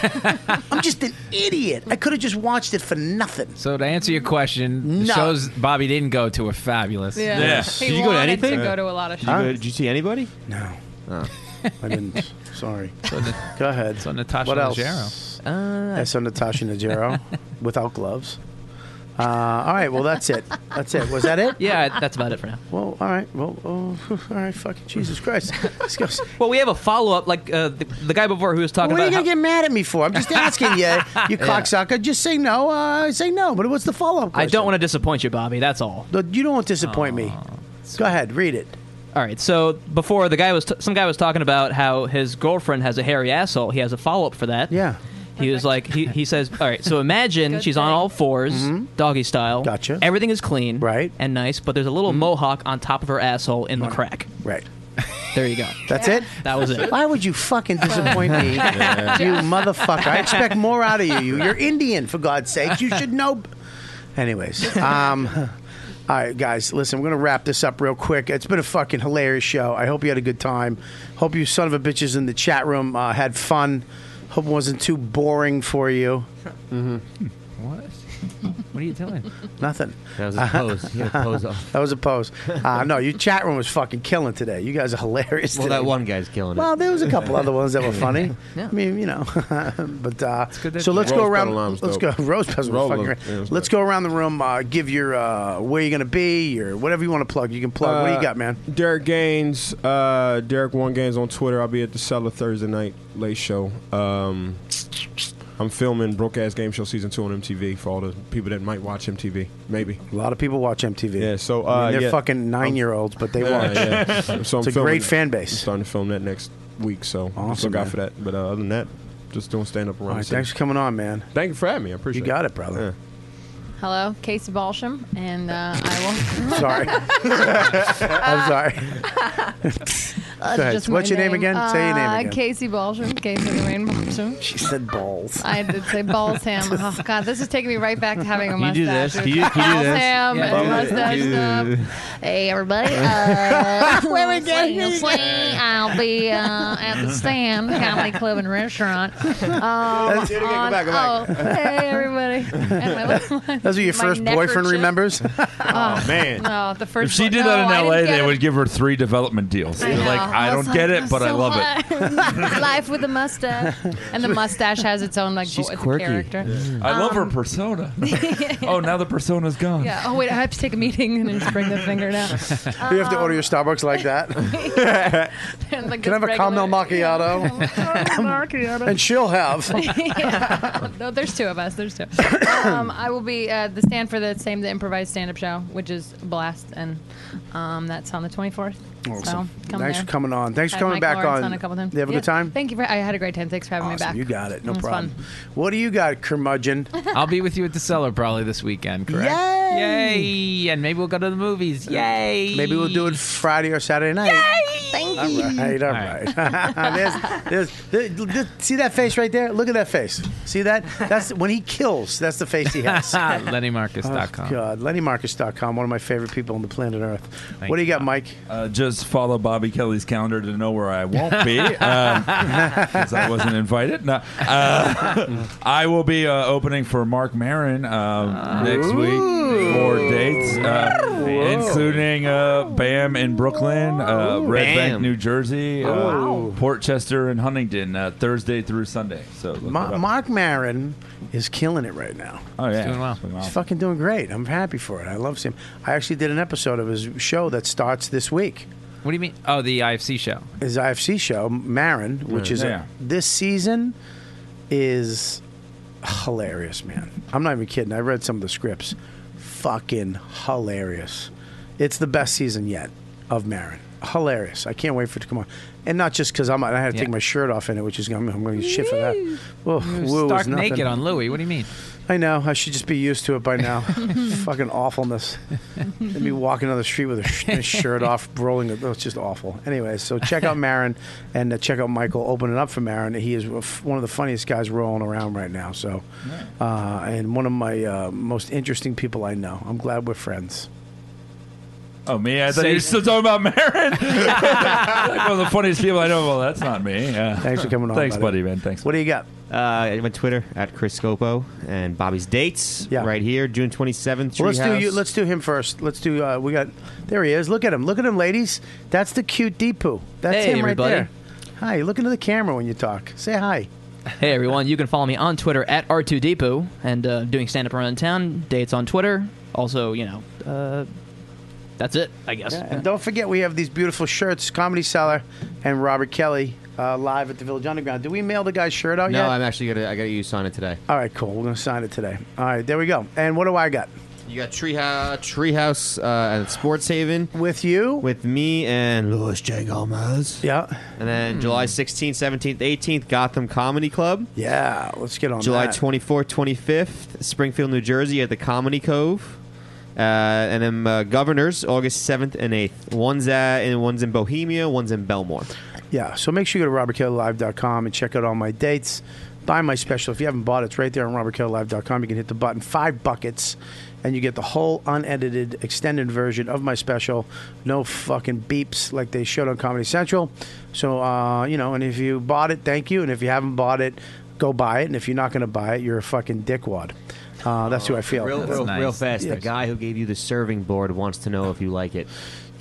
S4: I'm just an idiot. I could have just watched it for nothing.
S8: So to answer your question, the
S4: No.
S8: shows Bobby didn't go to were fabulous.
S7: Yeah. Yeah. He Did you go to wanted to anything? go to a lot of Did you shows. go- did
S8: you see anybody?
S4: No. I didn't. Sorry. Go ahead. So
S8: Natasha
S4: what else?
S8: Leggero.
S4: Uh, I saw Natasha Najero without gloves. Uh, all right. Well, that's it. That's it. Was that it?
S13: Yeah, that's about it for now.
S4: Well, all right. Well, oh, all right. Fucking Jesus Christ. Let's go.
S13: Well, we have a follow up. Like uh, the, the guy before who was talking
S4: What are you
S13: about.
S4: gonna get mad at me for? I'm just asking you, you
S13: Yeah.
S4: cocksucker. Just say no. Uh, say no. But what's the follow up?
S13: how- I don't want to disappoint you, Bobby. That's all.
S4: You don't disappoint me. Go ahead, read it.
S13: All right. So before the guy was, t- some guy was talking about how his girlfriend has a hairy asshole. He has a follow up for that.
S4: Yeah.
S13: He was like, he, he says, all right. So imagine she's on all 4s doggy style. Gotcha. Everything is clean, right, and nice, but there's a little mohawk on top of her asshole in the crack.
S4: Right.
S13: There you go.
S4: That's it.
S13: That was it.
S4: Why would you fucking disappoint me,
S13: Yeah.
S4: you motherfucker? I expect more out of you. you. You're Indian, for God's sake. You should know. Anyways, um, all right, guys, listen, we're going to wrap this up real quick. It's been a fucking hilarious show. I hope you had a good time. Hope you son of a bitches in the chat room uh, had fun. Hope it wasn't too boring for you.
S8: What? What are you doing?
S4: Nothing.
S8: That was a
S12: Uh-huh.
S8: pose. You had a pose off.
S4: that was a pose. Uh, no, your chat room was fucking killing today. You guys are hilarious.
S12: Well,
S4: today.
S12: that one guy's killing it.
S4: Well, there was a couple other ones that were funny. I mean, you know, but uh,
S12: that
S4: so
S12: you-
S4: let's go
S12: Rose
S4: around.
S12: Petal Lime's
S4: Let's go.
S12: dope.
S4: Rose Petal was
S12: Rose
S4: fucking
S12: Petal-
S4: great.
S12: yeah, it was
S4: Let's go around the room. Uh, give your uh, where you're gonna be or whatever you want to plug. You can plug. what do you
S9: Uh,
S4: got, man?
S9: Derek Gaines, uh, Derek One Gaines on Twitter. I'll be at the Cellar Thursday night late show. Um, I'm filming Broke Ass Game Show season two on MTV for all the people that might watch MTV. Maybe
S4: a lot of people watch MTV.
S9: Yeah, so uh,
S4: I mean, they're
S9: yeah.
S4: fucking nine year olds, but they watch.
S9: Yeah, yeah.
S4: It's
S9: So I'm
S4: a
S9: filming-
S4: great fan base.
S9: I'm starting to film that next week, so I'm
S4: Awesome,
S9: still got
S4: man.
S9: for that. But uh, other than that, just doing stand up around.
S4: All right,
S9: the city.
S4: thanks for coming on, man.
S9: Thank you for having me. I appreciate it.
S4: got it, brother.
S7: Hello, Casey Balsham, and uh, I will.
S4: Sorry. I'm sorry.
S7: That's
S4: Go ahead.
S7: just
S4: What's
S7: my
S4: your name again? Say your name
S7: Uh,
S4: again.
S7: Casey Balsham. Casey Lorraine Balsham.
S4: She said balls.
S7: I did say balls ham. Oh God, this is taking me right back to having a
S4: Can you do
S7: mustache.
S4: this? Can you-
S7: Balls
S4: can you do this?
S7: ham
S4: Yeah,
S7: and
S4: balls.
S7: mustache stuff. Hey everybody, uh,
S17: Where we going?
S7: Swing, swing. I'll be uh, at the stand comedy club and restaurant. Um,
S4: That's- Go
S7: on-
S4: back, go back.
S7: Oh, hey everybody. And my little-
S4: That's what your
S7: my
S4: first boyfriend
S7: neckerchief.
S4: remembers.
S7: Oh,
S10: man.
S7: No, the
S10: if
S7: first.
S10: she
S7: one-
S10: did
S7: no,
S10: that in
S7: I didn't
S10: L.A.,
S7: get
S10: they
S7: it.
S10: would give her three development deals.
S7: I
S10: They're like,
S7: know.
S10: I
S7: was
S10: don't
S7: like,
S10: get it,
S7: "That's
S10: but I
S7: so
S10: love it.
S7: hot." Life with a mustache, and the mustache has its own like voice character.
S10: I love her
S7: Um,
S10: persona. oh, now the persona's gone.
S7: Yeah. Oh wait, I have to take a meeting and then just bring the finger down.
S4: you have to order your Starbucks like that.
S7: And, like,
S4: Can I have
S7: this
S4: a caramel macchiato?
S7: regular-
S4: and she'll have.
S7: Yeah. No, there's two of us. There's two. um, I will be uh, the stand for the same the improvised stand up show, which is a blast, and um, that's on the 24th.
S4: Awesome.
S7: So come
S4: Thanks
S7: there.
S4: for coming on. Thanks for
S7: Had
S4: coming
S7: Mike
S4: back
S7: Lawrence
S4: on.
S7: a couple times.
S4: You have a
S7: Yeah.
S4: good time?
S7: Thank you. For, I had a great time. Thanks for having me back.
S4: You got it. No
S7: That's
S4: problem.
S7: fun.
S4: What do you got, curmudgeon?
S8: I'll be with you at the cellar probably this weekend, correct? Yay! And maybe we'll go to the movies. Yay!
S4: Uh, Maybe we'll do it Friday or Saturday night.
S7: Thank
S4: All right, all right. there's, there's, there- there- see that face right there? Look at that face. See that? That's when he kills. That's the face he has.
S8: LennyMarcus.com.
S4: Oh, God, LennyMarcus.com, one of my favorite people on the planet Earth. what do you got, Mike?
S10: Uh, just follow Bobby Kelly's calendar to know where I won't be because I wasn't invited. No, uh, I will be uh, opening for Mark Marin um, next week. More dates, uh, including uh, Bam in Brooklyn, uh, Red
S4: Bam.
S10: Bank, New Jersey, uh,
S4: Ooh.
S10: Port Chester, and Huntington uh, Thursday through Sunday. So look it
S4: Ma-
S10: up.
S4: Mark Marin is killing it right now.
S10: Oh, yeah. He's doing well. Doing well.
S8: Um,
S4: He's fucking doing great. I'm happy for it. I love seeing him. I actually did an episode of his show that starts this week.
S8: What do you mean? Oh, the IFC show.
S4: His IFC show, Marin, which
S8: Yeah.
S4: is
S8: Yeah.
S4: this season is hilarious, man. I'm not even kidding. I read some of the scripts. Fucking hilarious. It's the best season yet of Marin. Hilarious. I can't wait for it to come on. And not just because I'm, I had to take
S8: Yeah.
S4: my shirt off in it, which is I'm, I'm going to get shit for that. Whoa,
S8: You were
S4: woo is
S8: stark
S4: nothing.
S8: naked on Louis. What do you mean?
S4: I know. I should just be used to it by now. Fucking awfulness. They'd be walking down the street with a sh- a shirt off, rolling. It. It's just awful. Anyway, so check out Marin and uh, check out Michael opening up for Marin. He is f- one of the funniest guys rolling around right now. So, uh, and one of my uh, most interesting people I know. I'm glad we're friends.
S10: Oh, me? I thought
S4: Say-
S10: you were still talking about Marin. like one of the funniest people I know. Well, that's not me. Yeah.
S4: Thanks for coming on,
S10: Thanks,
S4: buddy.
S10: buddy, man. Thanks.
S4: What do you got?
S12: Uh, my Twitter at Chris Scopo and Bobby's dates right here, June 27th.
S4: Well, let's do
S12: Treehouse.
S4: you. Let's do him first. Let's do. Uh, we got. There he is. Look at him. Look at him, ladies. That's the cute Deepu. That's
S13: Hey,
S4: him right
S13: everybody.
S4: there. Hi. Look into the camera when you talk. Say hi.
S13: Hey everyone, you can follow me on Twitter at R2Depu and uh, doing stand up around town, dates on Twitter. Also, you know, uh, that's it, I guess.
S4: Yeah, and don't forget, we have these beautiful shirts, Comedy Cellar and Robert Kelly uh, live at the Village Underground. Did we mail the guy's shirt out
S12: no,
S4: yet?
S12: I'm actually gonna. I got you to sign it today.
S4: All right, cool. We're going to sign it today. All right, there we go. And what do I got?
S12: You got Treehouse, Treehouse uh, at Sports Haven
S4: with you,
S12: with me, and Louis J. Gomez.
S4: Yeah, Hmm.
S12: and then July 16th, 17th, 18th, Gotham Comedy Club.
S4: Yeah, let's get on.
S12: July
S4: that.
S12: 24th, 25th, Springfield, New Jersey, at the Comedy Cove. Uh, and then uh, Governors, August 7th and 8th. One's at, and one's in Bohemia, one's in Belmore.
S4: Yeah, so make sure you go to robertkellylive.com and check out all my dates. Buy my special. If you haven't bought it, it's right there on robertkellylive.com. You can hit the button, five buckets, and you get the whole unedited, extended version of my special. No fucking beeps like they showed on Comedy Central. So, uh, you know, and if you bought it, thank you. And if you haven't bought it, Go buy it, and if you're not going to buy it, you're a fucking dickwad. Uh, that's who I feel.
S12: Real, real, real fast. The guy who gave you the serving board wants to know if you like it.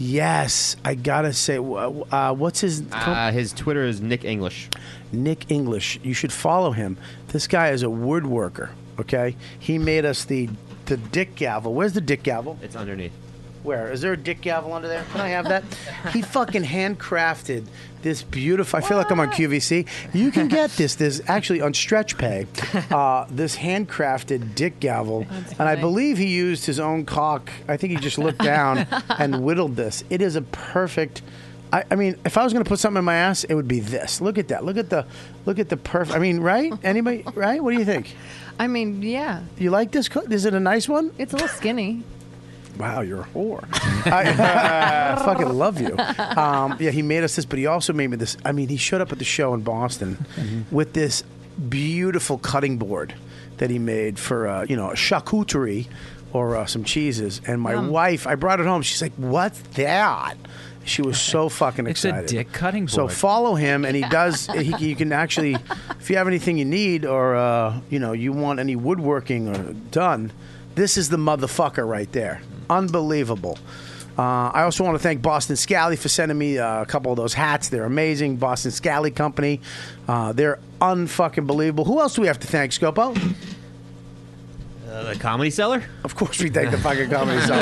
S4: Yes, I gotta say, wh- uh, what's his?
S12: Uh, his Twitter is Nick English.
S4: Nick English. You should follow him. This guy is a woodworker. Okay, he made us the the dick gavel. Where's the dick gavel?
S12: It's underneath.
S4: Where is there a dick gavel under there? Can I have that? he fucking handcrafted this beautiful. I feel like I'm on QVC. You can get this. This actually on Stretch Pay. Uh, this handcrafted dick gavel, and I believe he used his own cock. I think he just looked down and whittled this. It is a perfect. I, I mean, if I was going to put something in my ass, it would be this. Look at that. Look at the. Look at the perfect. I mean, right? Anybody? Right? What do you think?
S7: I mean, yeah.
S4: You like this? co- Is it a nice one?
S7: It's a little skinny.
S4: Wow, you're a whore. I uh, fucking love you. Um, yeah, he made us this, but he also made me this. I mean, he showed up at the show in Boston
S8: Mm-hmm.
S4: with this beautiful cutting board that he made for, uh, you know, a charcuterie or uh, some cheeses. And my
S8: Yum.
S4: wife, I brought it home. She's like, what's that? She was so fucking
S8: It's a
S4: excited.
S8: dick cutting
S4: So
S8: board.
S4: follow him, and he does. He, you can actually, if you have anything you need, or uh, you know, you want any woodworking or done, this is the motherfucker right there. Unbelievable. Uh, I also want to thank Boston Scally for sending me uh, a couple of those hats. They're amazing. Boston Scally Company. Uh, they're unfucking believable. Who else do we have to thank, Scopo?
S12: Uh, the comedy seller?
S4: Of course, we thank the fucking comedy seller.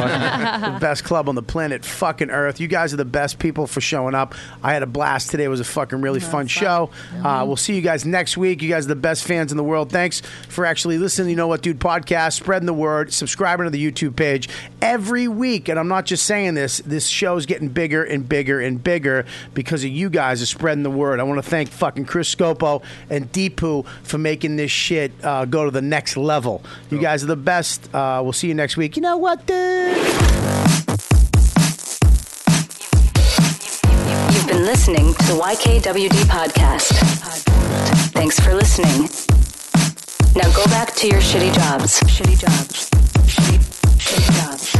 S4: the best club on the planet, fucking Earth. You guys are the best people for showing up. I had a blast today. It was a fucking really fun show. Uh, we'll see you guys next week. You guys are the best fans in the world. Thanks for actually listening. to You know what, dude? Podcast, spreading the word, subscribing to the YouTube page every week. And I'm not just saying this. This show's getting bigger and bigger and bigger because of you guys are spreading the word. I want to thank fucking Chris Scopo and Deepu for making this shit uh, go to the next level. You guys are the best. Uh, we'll see you next week. You know what, dude?
S17: You've been listening to the YKWD podcast. Thanks for listening. Now go back to your shitty jobs. Shitty jobs. Shitty, shitty jobs.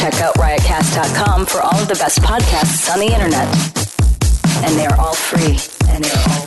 S17: Check out riotcast.com for all of the best podcasts on the internet. And they are all free. And they are all